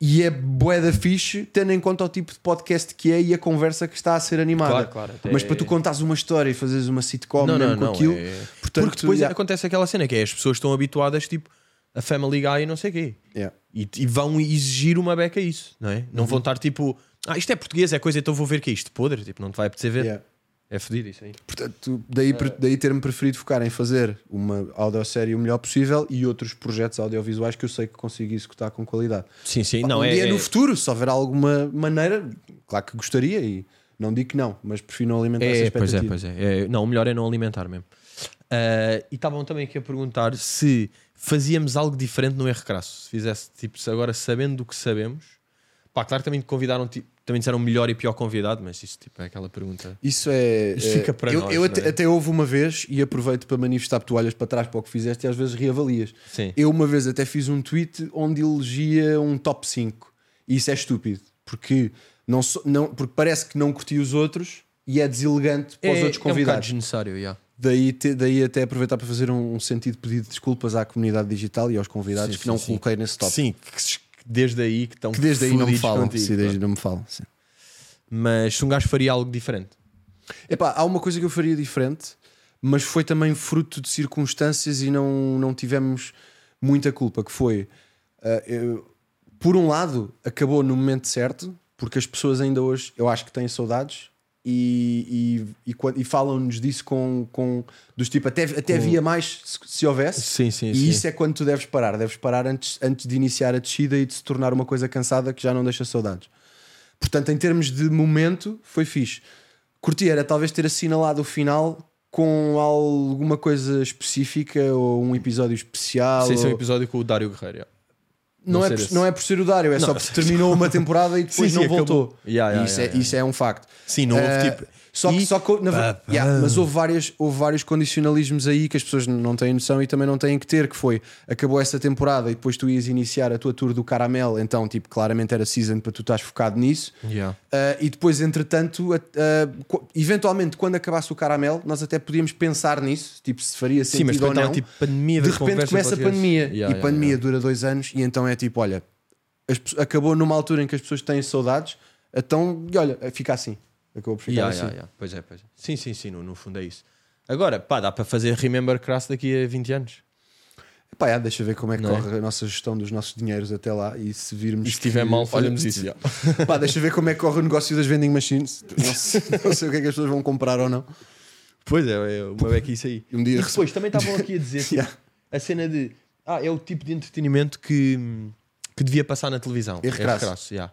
e é bué da fixe, tendo em conta o tipo de podcast que é e a conversa que está a ser animada. Claro, claro, até- é- Mas para tu contares uma história e fazeres uma sitcom não, mesmo não, com não. aquilo, é- portanto, Porque depois yeah. acontece aquela cena que é as pessoas estão habituadas, tipo, a Family Guy e não sei o quê. Yeah. E, e vão exigir uma beca a isso, não é? Não Uhum. vão estar tipo, ah, isto é português, é coisa, então vou ver que é isto, podre, tipo, não te vai apetecer ver. Yeah. É fodido isso aí. Portanto, daí, É. daí ter-me preferido focar em fazer uma audiosérie o melhor possível e outros projetos audiovisuais que eu sei que consigo executar com qualidade. Sim, sim, Pá, não um é. dia é- no futuro, se houver alguma maneira, claro que gostaria e não digo que não, mas prefiro não alimentar essa É, pois é, expectativa. pois é. É, Não, o melhor é não alimentar mesmo. Ah, e estavam também aqui a perguntar se fazíamos algo diferente no Recrasso. Se fizesse, tipo, se agora sabendo do que sabemos, pá, claro que também te convidaram, tipo, também disseram melhor e pior convidado, mas isso tipo, é aquela pergunta. Isso é. Isso é, fica para eu, nós, eu não até, é? até houve uma vez e aproveito para manifestar porque tu olhas para trás para o que fizeste e às vezes reavalias. Sim. Eu uma vez até fiz um tweet onde elegia um top 5 e isso é estúpido porque, não sou- não, porque parece que não curti os outros e é deselegante para os outros É um bocado convidados. desnecessário, já. Daí, te- daí até aproveitar para fazer um, um sentido de pedido de desculpas à comunidade digital e aos convidados Sim, que sim, não sim. coloquei nesse top. Sim, que, se- que desde aí que estão que desde aí não me fodidos falam. contigo, sim, desde não me falam. Sim. pá. Mas se um gajo faria algo diferente. Epá, há uma coisa que eu faria diferente, mas foi também fruto de circunstâncias e não, não tivemos muita culpa, que foi, ah, eu- por um lado, acabou no momento certo, porque as pessoas ainda hoje, eu acho que têm saudades e, e, e, quan- e falam-nos disso com, com dos tipo, até, até havia mais se, se houvesse. Sim, sim, e sim. isso é quando tu deves parar, deves parar antes, antes de iniciar a descida e de se tornar uma coisa cansada que já não deixa saudades. Portanto, em termos de momento, foi fixe. Curti era talvez ter assinalado o final com alguma coisa específica ou um episódio especial. Sim, esse é um ou- episódio com o Dário Guerreiro. já. não, não é ser por, esse. não é por ser o Dário, é só porque terminou uma temporada e depois Sim, não sim, acabou. voltou. Yeah, yeah, isso, yeah, é, yeah. isso é um facto. Sim, não houve Eh, tipo- Só que, e- só que na ver- Pá, Yeah, pá. mas houve, várias, houve vários condicionalismos aí que as pessoas não têm noção e também não têm que ter, que foi acabou essa temporada e depois tu ias iniciar a tua tour do caramel, então tipo, claramente era season para tu estás focado nisso. Yeah. Uh, e depois, entretanto, a- uh, co- eventualmente, quando acabasse o caramelo, nós até podíamos pensar nisso, tipo, se faria Sim, sentido mas ou depois não. estava tipo pandemia de da repente conversa começa a podcast. pandemia Yeah, e yeah, pandemia yeah. dura dois anos, e então é tipo, olha, as pe- acabou numa altura em que as pessoas têm saudades, Então, e olha, fica assim. Acabou por ficar Yeah, assim. yeah, yeah. Pois é, pois é. Sim, sim, sim, no, no fundo é isso. Agora, pá, dá para fazer Remember Crass daqui a 20 anos. Epá, já, deixa ver como é que Não é? corre a nossa gestão dos nossos dinheiros até lá e se virmos. E se estiver que- mal, olha, fazemos se- isso. já. Pá, deixa ver como é que corre o negócio das vending machines. Não sei, não sei o que é que as pessoas vão comprar ou não. Pois é, é uma beca isso aí. Um dia e depois também estavam aqui a dizer tipo, Yeah. a cena de ah, é o tipo de entretenimento que, que devia passar na televisão. É recraço. É recraço, yeah.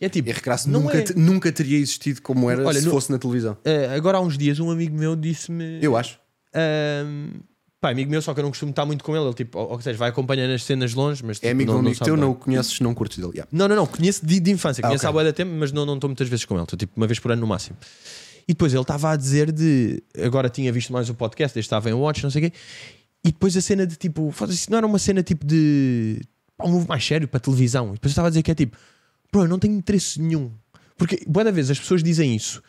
É tipo, E recraço não nunca, é. te- nunca teria existido como era Olha, se no- fosse na televisão. Eh, agora há uns dias um amigo meu disse-me. Eu acho. Ahm, pá, amigo meu, só que eu não costumo estar muito com ele. Ele tipo, ou, ou seja, vai acompanhando as cenas longe, mas É tipo, amigo não, de um não amigo sabe teu, bem. não o conheces, não curtes dele. Yeah. Não, não, não, conheço de, de infância, Ah, conheço ok. há boa tempo, mas não não estou muitas vezes com ele, estou tipo uma vez por ano no máximo. E depois ele estava a dizer de. Agora tinha visto mais o podcast, este estava em Watch, não sei o quê, e depois a cena de tipo. foda-se, Isso não era uma cena tipo de. pá, Um move mais sério para televisão. E depois eu estava a dizer que é tipo. Bro, eu não tenho interesse nenhum. Porque, boa da vez, as pessoas dizem isso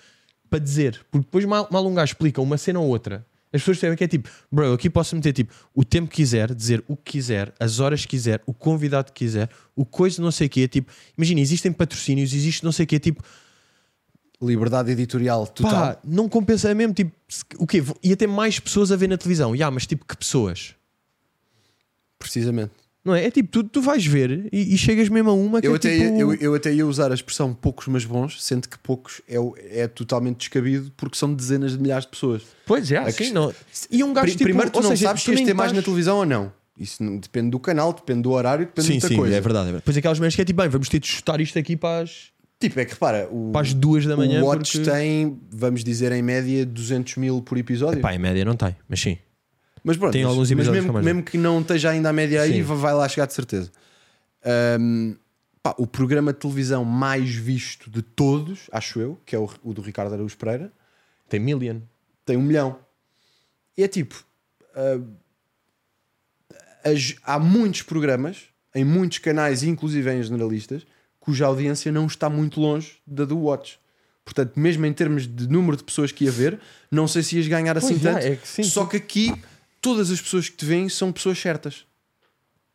para dizer, porque depois mal, mal um gajo explica uma cena ou outra, as pessoas sabem que é tipo, bro, eu aqui posso meter tipo o tempo que quiser, dizer o que quiser, as horas que quiser, o convidado que quiser, o coisa não sei o quê, tipo, imagina, existem patrocínios, existe não sei o quê, tipo, Liberdade editorial total. pá, não compensa mesmo, tipo, se- o quê? Vou- Ia ter mais pessoas a ver na televisão, yeah, mas tipo, que pessoas? Precisamente. Não é? É tipo, tu, tu vais ver e, e chegas mesmo a uma que Eu é até, tipo... ia, eu, eu até ia usar a expressão poucos, mas bons, sendo que poucos é, o- é totalmente descabido porque são dezenas de milhares de pessoas. Pois é, A sim, quest- não. E um gajo Pri- tipo, primeiro, tu ou não seja, sabes tu se ias nem ter mais na estás- televisão ou não. Isso não- depende do canal, depende do horário, depende de Sim, muita sim, coisa. é verdade, é verdade. Depois aquelas manhãs que é tipo, bem, vamos ter de chutar isto aqui para as, Tipo, é que repara, o, para as duas da manhã. o Watch porque- tem, vamos dizer, em média 200 mil por episódio. Pá, em média não tem, mas sim. mas pronto, tem mas- alguns mas episódios mesmo, com mais mesmo que não esteja ainda à média aí, Sim. va- vai lá chegar de certeza. Ahm, pá, o programa de televisão mais visto de todos, acho eu, que é o, o do Ricardo Araújo Pereira, Tem million. tem um milhão. E é tipo, ah, as- há muitos programas, em muitos canais, inclusive em generalistas, cuja audiência não está muito longe da do Watch. Portanto, mesmo em termos de número de pessoas que ia ver, não sei se ias ganhar assim Pois é, tanto. é que sim, só sim. que aqui, todas as pessoas que te veem são pessoas certas.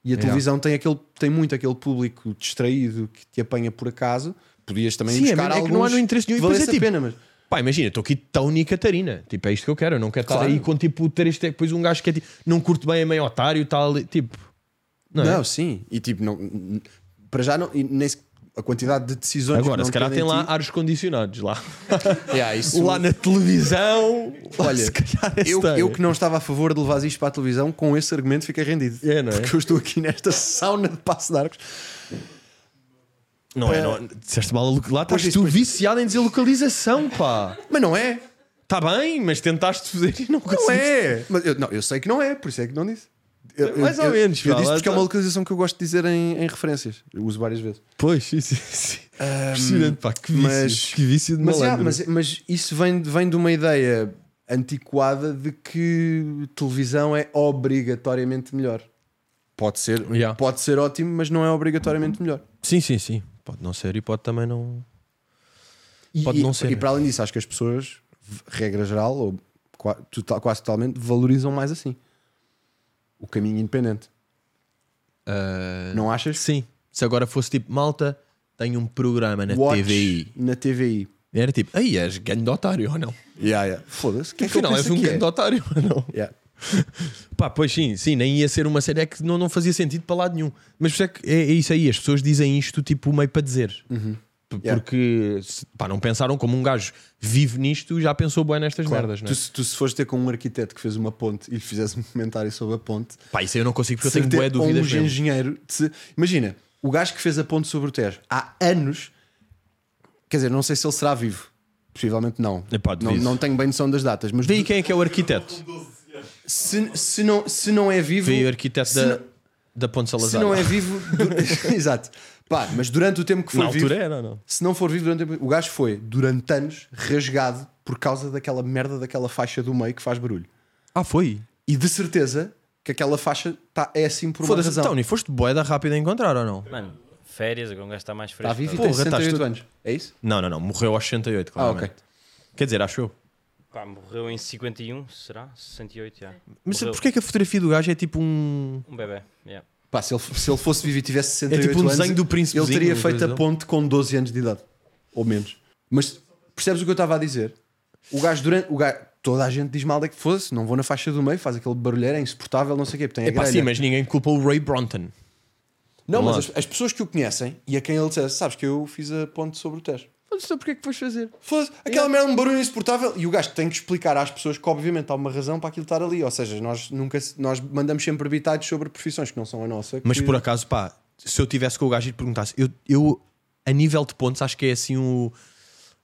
E a Yeah. televisão tem, aquele, tem muito aquele público distraído que te apanha por acaso. Podias também Sim, é buscar mesmo, é que não há alguns no interesse nenhum. E depois é valesse a tipo, pena, mas... Pá, imagina, estou aqui tão e Catarina. Tipo, é isto que eu quero. Eu não quero Claro. estar aí com tipo três. te- Depois um gajo que é tipo, não curto bem, é meio otário tal. e, Tipo, não, Não, é? sim. E tipo, não, n- para já, não, e nem se- a quantidade de decisões. que Agora, não se calhar tem querem lá ti- ares condicionados. Lá, Yeah, isso- lá na televisão. Olha, se calhar é eu, estranho. eu que não estava a favor de levar isto para a televisão, com esse argumento fiquei rendido. É, não é? Porque eu estou aqui nesta sauna de Passo de Arcos. Não é, não. Disseste mal. a loca- Lá estás Pois isso, tu pois- viciado em dizer localização, pá. Mas não é. Está bem, mas tentaste fazer e não Não conseguiste. é. Mas eu, não, eu sei que não é, por isso é que não disse. Eu- Mais eu- ou eu- menos, Eu vá, disse lá porque está. é uma localização que eu gosto de dizer em, em referências. Eu uso várias vezes. Pois, isso, isso. Impressionante, pá, que vício. Hum, mas- que vício de Mas, malandro. yeah, mas, mas isso vem, vem de uma ideia antiquada de que televisão é obrigatoriamente melhor. Pode ser, Yeah. pode ser ótimo, mas não é obrigatoriamente melhor. Sim, sim, sim. Pode não ser e pode também não. E, Pode e- não ser, E né? para além disso, acho que as pessoas, v- regra geral, ou qua- total- quase totalmente, valorizam mais assim o caminho independente. não achas? ah, Sim. Se agora fosse tipo, malta, tem um programa na Watch TVI. Na TVI. Era tipo, aí és grande otário ou não? Yeah, yeah. Foda-se. quem é que eu Afinal, és penso um que é? grande otário ou não? Yeah. Pá, pois sim, sim, nem ia ser uma série é que não, não fazia sentido para lado nenhum. Mas por isso é, que é, é isso aí, as pessoas dizem isto tipo meio para dizer. P- Yeah. Porque se- pá, não pensaram como um gajo vive nisto já pensou bem nestas merdas, não é? Tu, se- tu se fores ter com um arquiteto que fez uma ponte e lhe fizesse um comentário sobre a ponte, Pá, isso aí eu não consigo porque eu tenho certeza- boé dúvidas ou um mesmo. engenheiro. de se- Imagina, o gajo que fez a ponte sobre o Tejo há anos, quer dizer, não sei se ele será vivo. Possivelmente não. Epá, não, duvido. não tenho bem noção das datas, mas Vê aí quem é que é o arquiteto. se, se, não, se não é vivo. Vê aí o arquiteto se da, não- da Ponte Salazar. Se não é vivo. du- Exato. Pá, mas durante o tempo que foi Na vivo. altura era, não? Se não for vivo durante o tempo. O gajo foi, durante anos, rasgado por causa daquela merda daquela faixa do meio que faz barulho. Ah, foi? E de certeza que aquela faixa tá, é assim por uma Foda-se, então, razão. Tony, foste boeda rápida a encontrar ou não? Mano, férias, agora um gajo está mais fresco. Está Tá vivo e Porra, tem estás 68 tu- anos. É isso? Não, não, não, morreu aos 68, Ah, claramente. ok. Quer dizer, acho eu. Pá, morreu em 51, será? 68, já. Mas Morreu. porquê é que a fotografia do gajo é tipo um. Um bebê, yeah. Pá, se ele, se ele fosse vivo e tivesse 68 É tipo um anos, desenho do príncipezinho, ele teria uma feito coisa. a ponte com 12 anos de idade. ou menos. Mas percebes o que eu estava a dizer? O gajo durante. O gajo, toda a gente diz mal da que fosse, não vou na faixa do meio, faz aquele barulheiro, é insuportável, não sei o quê. porque Tem a É pá, grelha. sim, mas ninguém culpa o Ray Bronson. Não, mas Vamos as, as pessoas que o conhecem e a quem ele dissesse, sabes que eu fiz a ponte sobre o teste. Mas então porquê é que vais fazer? Foda-se, aquela merda é um barulho insuportável e o gajo tem que explicar às pessoas que, obviamente, há uma razão para aquilo estar ali. Ou seja, nós nunca nós mandamos sempre habitados sobre profissões que não são a nossa. Mas que- por acaso, pá, se eu tivesse com o gajo e lhe perguntasse, eu, eu a nível de pontos acho que é assim o,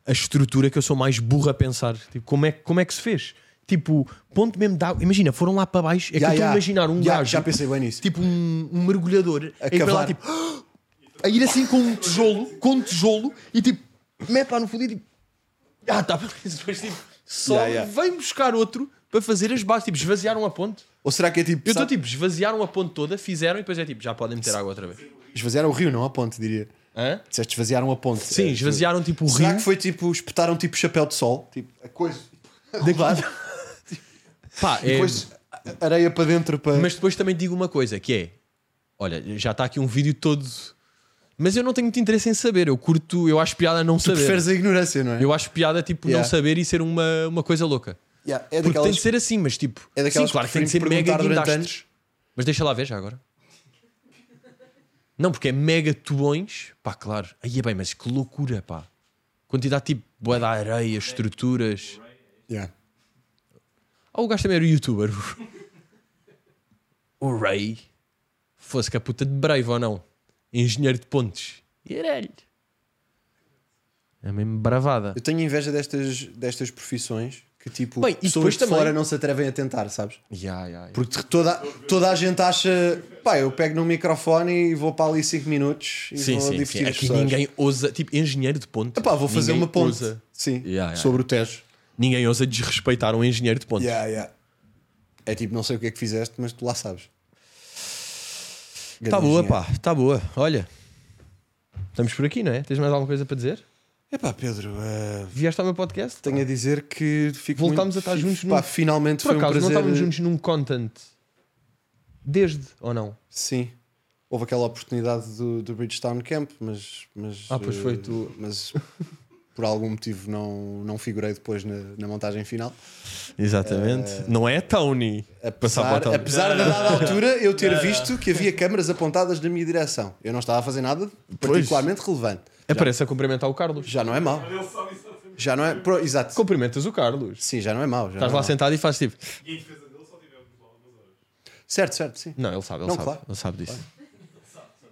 a estrutura que eu sou mais burro a pensar. Tipo, como é, como é que se fez? Tipo, ponto mesmo de água. Imagina, foram lá para baixo. É que Ya, eu estou ya. a imaginar um Ya, gajo, Já pensei bem nisso. tipo um, um mergulhador, a, ir para lá, cavar. tipo, a ir assim com um tijolo, com um tijolo e tipo, mete lá no fundo e tipo, ah, tá, bem. depois tipo, só Ya, ya. vem buscar outro para fazer as bases. Tipo, esvaziaram a ponte. Ou será que é tipo. Eu estou sabe- tipo, esvaziaram a ponte toda, fizeram e depois é tipo, já podem meter água outra vez. Esvaziaram o rio, não a ponte, diria. Disseste esvaziaram a ponte. Sim, É, esvaziaram tipo o Será rio. que foi tipo. Espetaram tipo chapéu de sol? Tipo, a coisa. Pá, é- Depois areia para dentro para. Mas depois também digo uma coisa que é: olha, já está aqui um vídeo todo. Mas eu não tenho muito interesse em saber. Eu curto, eu acho piada não saber. Preferes a ignorância, não é? Eu acho piada tipo Yeah. não saber e ser uma, uma coisa louca. Yeah, é Porque tem daquelas, de ser assim, mas tipo, é daquelas sim, claro que que tem de ser preferimos mega perguntar durante guindastes. anos. Mas deixa lá ver já agora. Não, porque é mega tubões. Pá, claro. Aí é bem, mas que loucura, pá. Quantidade tipo boa da areia, estruturas. Yeah. Ah, o gajo também era youtuber. o Ray. Fosse que a puta de breve ou não. Engenheiro de pontes. Irelho. É mesmo bravada. Eu tenho inveja destas, destas profissões que tipo Bem, e pessoas depois de também- fora não se atrevem a tentar, sabes? Ya, ya, ya. Porque toda, toda a gente acha, pá, eu pego no microfone e vou para ali 5 minutos e Sim, vou sim, divertir sim. as Aqui pessoas. ninguém ousa. Tipo, engenheiro de ponte. Epá, vou fazer ninguém uma ponte ousa- sim, Yeah, yeah. sobre o Tejo. ninguém ousa desrespeitar um engenheiro de ponte. Yeah, yeah. É tipo, não sei o que é que fizeste, mas tu lá sabes. Tá Grande boa, engenheiro. pá, tá boa. Olha, estamos por aqui, não é? Tens mais alguma coisa para dizer? Epá, Pedro, eh, Vieste ao meu podcast? tenho a dizer que fico Voltámos muito- a estar fico- juntos Pá, num- finalmente Por foi acaso, um prazer. não estávamos juntos num content desde ou não? Sim. Houve aquela oportunidade do, do Bridgestone Camp, mas, mas. Ah, pois eh, foi tu. Mas por algum motivo não, não figurei depois na, na montagem final. Exatamente. Não é Tony. Passar Apesar, para o Tony. apesar da dada altura eu ter visto que havia câmaras apontadas na minha direção. Eu não estava a fazer nada particularmente relevante. Aparece É a cumprimentar o Carlos. Já não é mau. Ele sabe isso assim. Já não é. pro- exato. Cumprimentas o Carlos. Sim, já não é mau. já Estás não é lá mau. sentado e fazes tipo. E em defesa dele só tivemos lá algumas horas. Certo, certo, sim. Não, ele sabe, ele Não, sabe. claro. Ele sabe disso.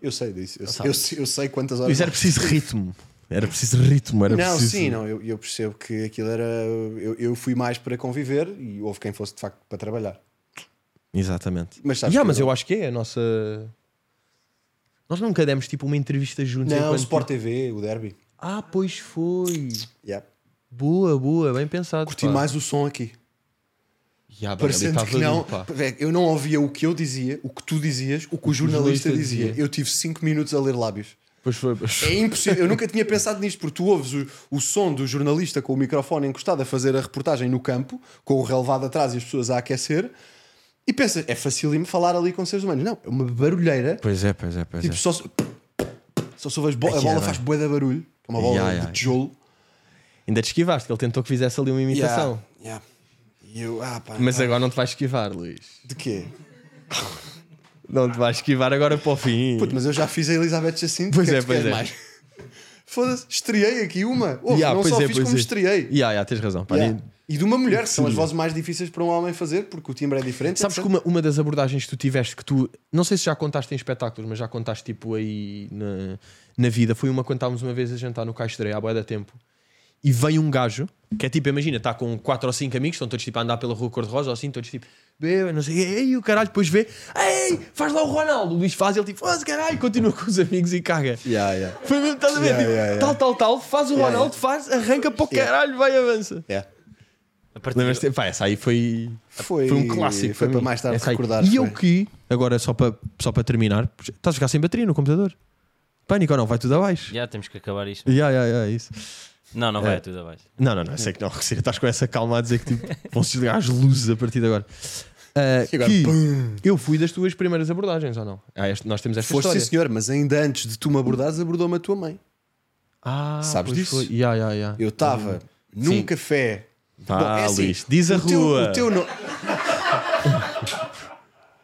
Eu sei disso. Eu, sei- eu- eu sei quantas horas. Isso era preciso ritmo. Era preciso ritmo. Era Não, preciso... sim, não, eu, eu percebo que aquilo era. Eu, eu fui mais para conviver e houve quem fosse de facto para trabalhar. Exatamente. Mas Mas, sabes que mas eu- eu acho que é a nossa. Nós nunca demos tipo uma entrevista juntos. Não, o enquanto- Sport TV, o Derby. Ah, pois foi. Yeah. Boa, boa, bem pensado. Curti pá. mais o som aqui. Já, bem, ali Parecendo estava que não. duro, pá. Velho, Eu não ouvia o que eu dizia, o que tu dizias, o que o jornalista jornalista dizia. dizia. Eu tive 5 minutos a ler lábios. Pois foi. pois foi. É impossível. eu nunca tinha pensado nisto, porque tu ouves o, o som do jornalista com o microfone encostado a fazer a reportagem no campo, com o relevado atrás e as pessoas a aquecer, e pensas, é facílimo falar ali com seres humanos. Não, é uma barulheira. Pois é, pois é, pois Tipo, é. só se, só se ouves bo- a Yeah, bola bem. faz bué de barulho. É uma bola Yeah, de yeah. tijolo. Ainda te esquivaste, que ele tentou que fizesse ali uma imitação. Yeah, yeah. E eu, ah, pá, Mas é- ah, agora não te vais esquivar, Luís. de quê? Não te vais esquivar agora para o fim. Puto, mas eu já fiz a Elizabeth Jacinto. Pois o que é, que tu pois queres é. Foda-se, estreiei aqui uma. Ouve, Ya, não pois só é, fiz pois como é. estreiei. Ya, ya, tens razão. pá, Ya. nem- E de uma mulher, que são as vozes mais difíceis para um homem fazer, porque o timbre é diferente. Sabes que etc. uma, uma das abordagens que tu tiveste, que tu, não sei se já contaste em espetáculos, mas já contaste tipo aí na, na vida, foi uma que contámos uma vez a jantar no Caixa de Areia, há boia da tempo, e veio um gajo, que é tipo, imagina, está com quatro ou cinco amigos, estão todos tipo a andar pela rua cor-de-rosa, ou assim, todos tipo, beba, não sei, ei, o caralho, depois vê, ei, faz lá o Ronaldo, o Luís faz, ele tipo, faz caralho, continua com os amigos e caga. Ya, ya. Foi mesmo, estás a ver? Yeah, tipo, yeah, yeah. Tal, tal, tal, faz o Yeah, Ronaldo, faz, arranca para o Yeah. caralho, vai, avança. É. A partir Lembras-te? Pá, essa aí foi. Foi- Foi um clássico. foi para mim. mais tarde Essa aí. recordar, E eu foi. que, agora só para, só para terminar, estás a ficar sem bateria no computador? Pânico ou não? Vai tudo abaixo? Já temos que acabar isto. Yeah, yeah, yeah, é isso. Não, não É. vai tudo abaixo. Não, não, não, eu sei que não. Cira, Estás com essa calma a dizer que tipo, vão-se desligar as luzes a partir de agora. Ah, E agora, que eu fui das tuas primeiras abordagens ou não? Ah, este- nós temos esta Foste sim, história. senhor, mas ainda antes de tu me abordares, abordou-me a tua mãe. Ah, Sabes pois disso? Foi. Ya, ya, ya. Eu estava num Uhum. Sim. café. Vá, Bom, é assim, Luís, diz a o teu- rua. o teu no-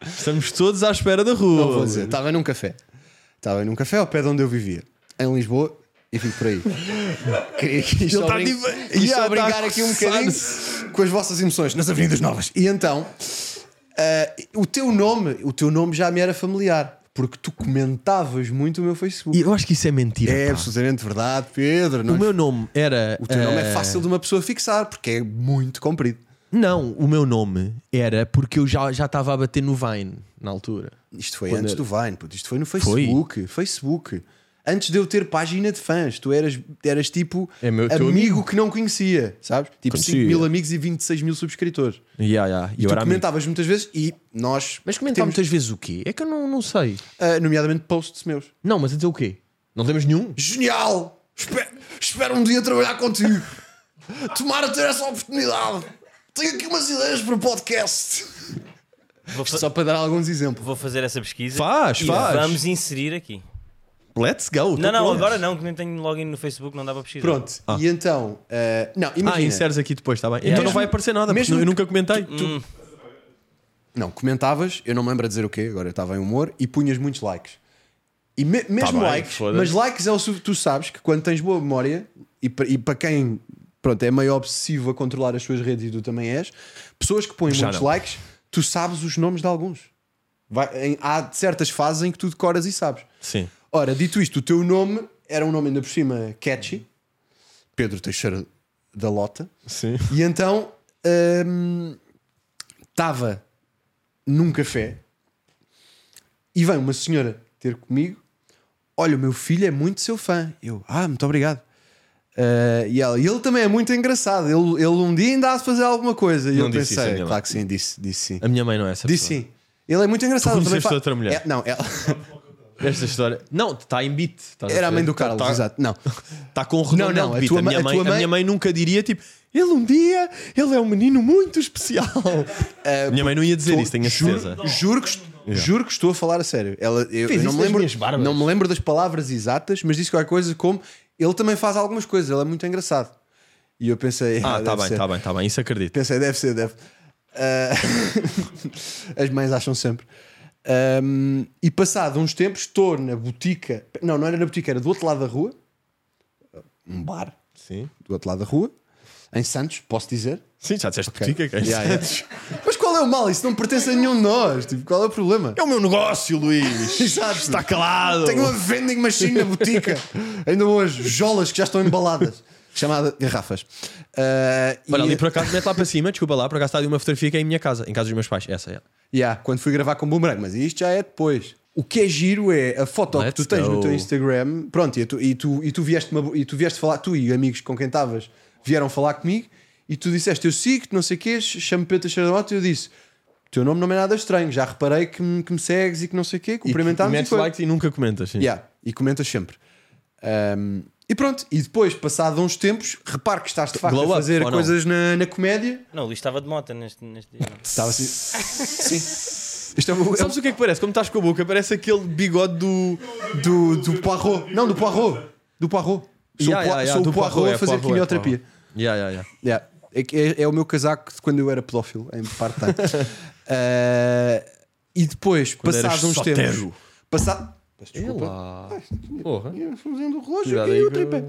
Estamos todos à espera da rua. Não vou Luís. dizer, estava num café. Estava num café ao pé de onde eu vivia, em Lisboa, e fico por aí. Queria que isto Ele tá ao brin- diva- isto Yeah, ao tá brincar a aqui um bocadinho com as vossas emoções nas Avenidas Novas. E então, ah, o teu nome, o teu nome já me era familiar, porque tu comentavas muito o meu Facebook. E Eu acho que isso é mentira. É pá. absolutamente verdade, Pedro. O nós- meu nome era. o teu nome é eh, fácil de uma pessoa fixar, porque é muito comprido. Não, o meu nome era porque eu já já estava a bater no Vine na altura. Isto foi Quando é- antes era? do Vine, puto. isto foi no Facebook. Facebook. Antes de eu ter página de fãs, tu eras, eras tipo É meu- teu amigo, amigo. que não conhecia, sabes? Tipo Conhecia. 5 mil amigos e 26 mil subscritores. Ya, ya, E eu tu era amigo. comentavas muitas vezes e nós. Mas comentava temos, muitas vezes o quê? É que eu não, não sei. ah, nomeadamente posts meus. Não, mas a dizer o quê? Não temos nenhum? Genial! Espero, espero um dia trabalhar contigo. Tomara ter essa oportunidade. Tenho aqui umas ideias para o podcast. Vou, fa- Só para dar alguns exemplos. vou fazer essa pesquisa. Faz, e faz. Vamos inserir aqui. Let's go. não, não, agora não, que nem tenho login no Facebook, não dá para pesquisar. Pronto, e então. ah, não, Ah, imagina. inseres aqui depois, está bem. Yeah. Então não vai aparecer nada, mesmo Mesmo eu que- nunca comentei. Hum, Não, comentavas, eu não me lembro a dizer o quê, agora eu estava em humor, e punhas muitos likes. E me- mesmo Tá bem, likes, foda-se. mas likes é o su- tu sabes que quando tens boa memória, e para, e para quem pronto, é meio obsessivo a controlar as suas redes e tu também és, pessoas que põem Já muitos não. likes, tu sabes os nomes de alguns. Vai- em- há certas fases em que tu decoras e sabes. Sim. Ora, dito isto, o teu nome era um nome ainda por cima catchy, Pedro Teixeira da Lota. Sim. E então estava num café e vem uma senhora ter comigo. Olha, o meu filho é muito seu fã. Eu, ah, muito obrigado. Ah, e ela, "E ele também é muito engraçado. Ele, ele um dia ainda há de fazer alguma coisa. E Não eu disse isso pensei, ainda. claro que sim, disse, disse sim. A minha mãe não é essa Disse pessoa. sim. Ele é muito engraçado. Tu também conheceste fa- outra mulher? É, não, ela Esta história. Não, está em beat. estás era a mãe ver? do Tá- Carlos, tá- exato. Não. Está com um redondel Não, não, de a beat. tua A, minha mãe- a mãe, tua a minha mãe- mãe nunca diria tipo, ele um dia, ele é um menino muito especial. Ah, minha mãe não ia dizer Estou- isso, tenho a juro, certeza. Juro que, est- juro que estou a falar a sério. Ela, eu, Fiz isso eu não, me nas lembro, minhas barbas. não me lembro das palavras exatas, mas disse qualquer coisa como ele também faz algumas coisas, ele é muito engraçado. E eu pensei, Ah, está está bem, está bem, está bem, isso acredito. Pensei, deve ser, deve. Ah, as mães acham sempre. Ahm, e passado uns tempos, estou na botica. Não, não era na botica, era do outro lado da rua. Um bar Sim. do outro lado da rua, em Santos, posso dizer. Sim, já disseste é botica, cara. Yeah, yeah. é Mas qual é o mal? Isso não pertence a nenhum de nós. Tipo, qual é o problema? É o meu negócio, Luís. Exato. Está calado. Tenho uma vending machine na botica. Ainda hoje, jolas que já estão embaladas. Chamada garrafas. Ah, Olha, e, ali por acaso, mete lá para cima, desculpa lá, por acaso está ali uma fotografia que é em minha casa, em casa dos meus pais. Essa é. Yeah, quando fui gravar com o Boomerang, mas isto já é depois. O que é giro é a foto que Let's tu tens go. no teu Instagram. Pronto, e tu, e tu, e tu, vieste, uma, bo- e tu vieste falar, tu e amigos com quem estavas vieram falar comigo e tu disseste: Eu sigo, não sei o quê, chamo Pedro Teixeira da Mota e eu disse. Teu nome não é nada estranho, já reparei que me, que me segues e que não sei o quê, E que cumprimentámos e, metes foi." likes e nunca comentas. Sim. Yeah, e comentas sempre. Um, e pronto, e depois, passado uns tempos, repare que estás de facto Glow up, a fazer ou não? coisa na, na comédia. Não, o Luís estava de moto neste, neste dia. não. Estava assim. Sim. Isto é o, é Sabes o que é que parece? Como estás com a boca, parece aquele bigode do. o- do, do Poirot. Não, do Poirot. Do Poirot. Sou, Yeah, o, Poi- yeah, yeah, sou o do Poirot, Poirot, a é, fazer Poirot, é, quimioterapia. Yeah, yeah, yeah. Yeah. É, que é- é o meu casaco de quando eu era pedófilo, em part-time. Eh, e depois, passados eras uns tempos. sotero. Passado. Peço desculpa. Ela. Porra. fazendo o um relógio Cuidado e aí o que- tripé.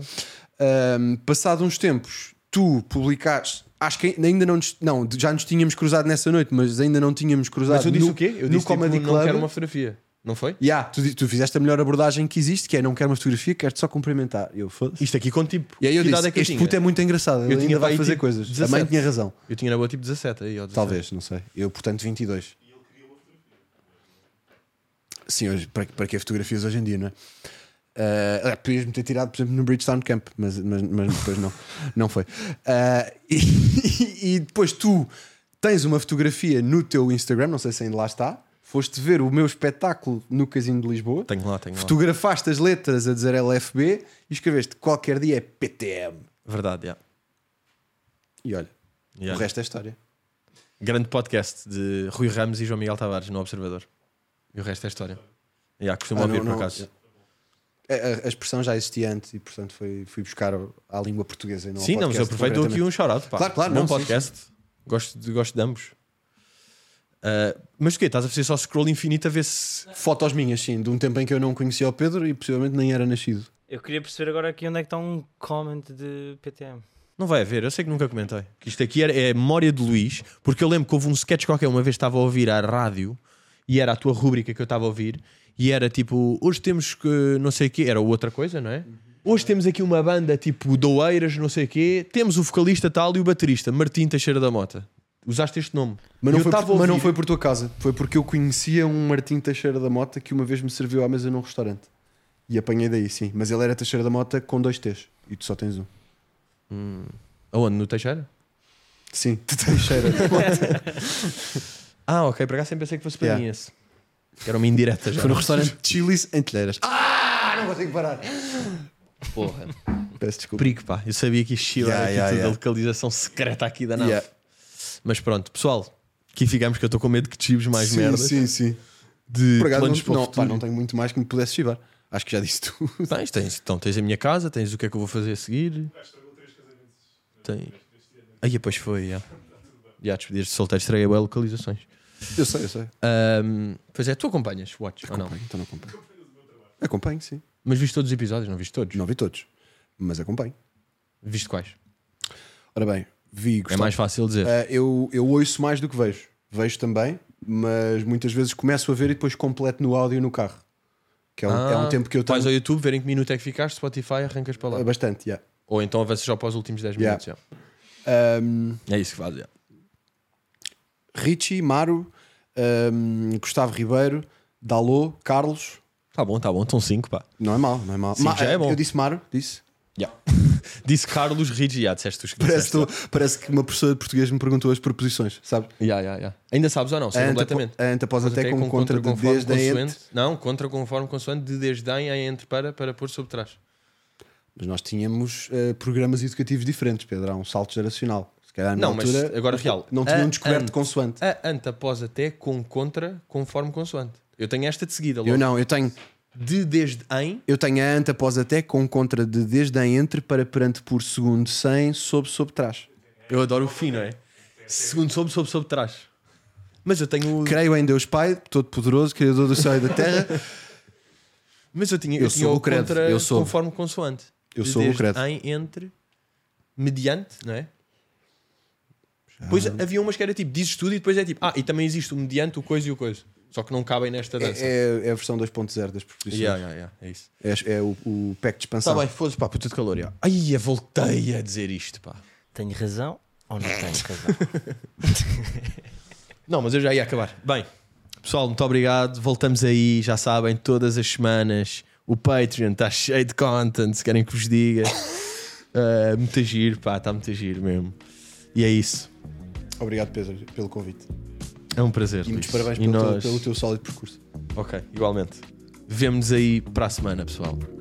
Ahm, passado uns tempos, tu publicaste. Acho que ainda não nos, Não, já nos tínhamos cruzado nessa noite, mas ainda não tínhamos cruzado. Mas eu disse no, o quê? Eu no disse tipo, Comedy não Club. quero uma fotografia. Não foi? Yeah, tu, di- tu fizeste a melhor abordagem que existe, que é não quero uma fotografia, quero só cumprimentar. Eu foda-se. Isto aqui com tipo. E aí eu que idade disse: é que eu Este tinha? puto é muito engraçado, ele ainda tinha vai pai, fazer tipo, coisas. A mãe 17. tinha razão. Eu tinha na boa tipo 17 aí, ou 17. Talvez, não sei. Eu, portanto, 22. Sim, hoje, para, para que fotografias hoje em dia, não é? Ah, é, Podias-me ter tirado, por exemplo, no Bridgestone Camp, mas, mas, mas depois não, não foi. Ah, e, e depois tu tens uma fotografia no teu Instagram, não sei se ainda lá está. Foste ver o meu espetáculo no Casino de Lisboa. Tenho lá, tenho lá. Fotografaste as letras a dizer LFB e escreveste qualquer dia é PTM. Verdade, yeah. E olha, Yeah. o resto é história. Grande podcast de Rui Ramos e João Miguel Tavares no Observador. E o resto é história. Yeah, costumo Ah, ouvir não, por não. acaso. a, a- a expressão já existia antes e, portanto, foi, fui buscar à língua portuguesa. E não ao Sim, não, mas eu podcast, aproveito aqui um concretamente. shout-out. pá. Claro, claro, Bom não, sim, podcast. Gosto, de, gosto de ambos. Ah, mas o quê? Estás a fazer só scroll infinito a ver se. Fotos minhas, sim, de um tempo em que eu não conhecia o Pedro e possivelmente nem era nascido. Eu queria perceber agora aqui onde é que está um comment de PTM. Não vai haver, eu sei que nunca comentei. Que isto aqui era, é a memória de Luís, porque eu lembro que houve um sketch qualquer uma vez que estava a ouvir à rádio e era a tua rúbrica que eu estava a ouvir e era tipo, hoje temos que não sei o quê, era outra coisa, não é? Hoje temos aqui uma banda tipo Doeiras, não sei o quê, temos o vocalista tal e o baterista, Martim Teixeira da Mota. Usaste este nome. Mas não, Eu foi estava a por, mas não ouvir. foi por tua causa, foi porque eu conhecia um Martim Teixeira da Mota que uma vez me serviu à mesa num restaurante. E apanhei daí, sim. Mas ele era Teixeira da Mota com dois T's e tu só tens um. Aonde? No Teixeira? Sim, Teixeira. Ah, ok, para cá sempre pensei que fosse para Yeah. mim esse. Que era uma indireta já. foi no restaurante Chilis em Telheiras. Ah, não consigo parar. Porra. Peço desculpa. Perigo, pá. Eu sabia que isto era Yeah, aqui yeah, tudo yeah. a localização secreta aqui da nave. Yeah. Mas pronto, pessoal, aqui ficamos que eu estou com medo que tibes mais sim, merda. sim, sim. De Por acaso, planos não, para o não, pá, futuro. não tenho muito mais que me pudesse chivar. Acho que já disse tu. Tens, tens, então, tens a minha casa, tens o que é que eu vou fazer a seguir. Tem. Aí, pois foi, já. Já despedires de solteiro, estraguei bem localizações. Eu sei, eu sei. Ahm, pois é, tu acompanhas Watch, ou não? Acompanho, então não acompanho. Acompanho, sim. Mas viste todos os episódios, não viste todos? Não vi todos, mas acompanho. Viste quais? Ora bem, vi gostei. É mais fácil dizer. Ah, eu, eu ouço mais do que vejo. Vejo também, mas muitas vezes começo a ver e depois completo no áudio no carro. Que é um, é um Ah, tempo que eu tenho. Vais ao YouTube, ver em que minuto é que ficaste, Spotify, arrancas para lá. Ah, Bastante, yeah. Ou então avanças já para os últimos 10 Yeah. minutos. já. Ahm, É isso que faz. já. Richie, Maro, ahm, Gustavo Ribeiro, Dalô, Carlos. Tá bom, tá bom, estão 5, pá. Não é mal, não é mal. Sim, já é bom. Eu disse Maro, disse. Disse Carlos Rigi, já disseste os que Parece, disseste. tu- parece que uma professora de português me perguntou as preposições, sabe? Já, já, já. Ainda sabes ou não? Sei A anta- completamente. a anta após até É, com contra, de conforme, desde a ente. consoante. Não, contra conforme consoante, de desdém a entre para, para pôr sobre trás. Mas nós tínhamos eh, programas educativos diferentes, Pedro. Há um salto geracional. Se calhar, na Não, mas altura, agora real. Não tinham A- descoberto ante. consoante. A anta após até com contra conforme consoante. Eu tenho esta de seguida logo. Eu não, eu tenho, De desde em. eu tenho a ante após até com um contra de desde a entre para perante por segundo sem sob sob trás. Eu adoro o fim, não é? Segundo soube, soube, soube trás. Mas eu tenho. o- Creio em Deus Pai, Todo-Poderoso, Criador do céu e da terra. Mas eu tinha, Eu eu tinha sou o o credo, contra eu sou. conforme consoante. Eu De sou o desde credo. Em, entre, mediante, não é? Depois havia umas que era tipo, dizes tudo e depois é tipo, ah, e também existe o mediante, o coisa e o coisa. Só que não cabem nesta é, dança. é- é a versão 2.0 das preposições. Yeah, yeah, yeah, é isso. É, é o, o pack de Tá expansão. bem, foda-se, pá, puta de calor. já. Ai, eu voltei a dizer isto, pá. Tenho razão ou não tenho razão? Não, mas eu já ia acabar. Bem, pessoal, muito obrigado. Voltamos aí, já sabem, todas as semanas. O Patreon está cheio de content, se querem que vos diga. Uh, muito giro, pá, está muito giro mesmo. E é isso. Obrigado, Pedro, pelo convite. É um prazer. E muitos Luís. parabéns E pelo, teu- nós- pelo teu sólido percurso. Ok, igualmente. Vemo-nos aí para a semana, pessoal.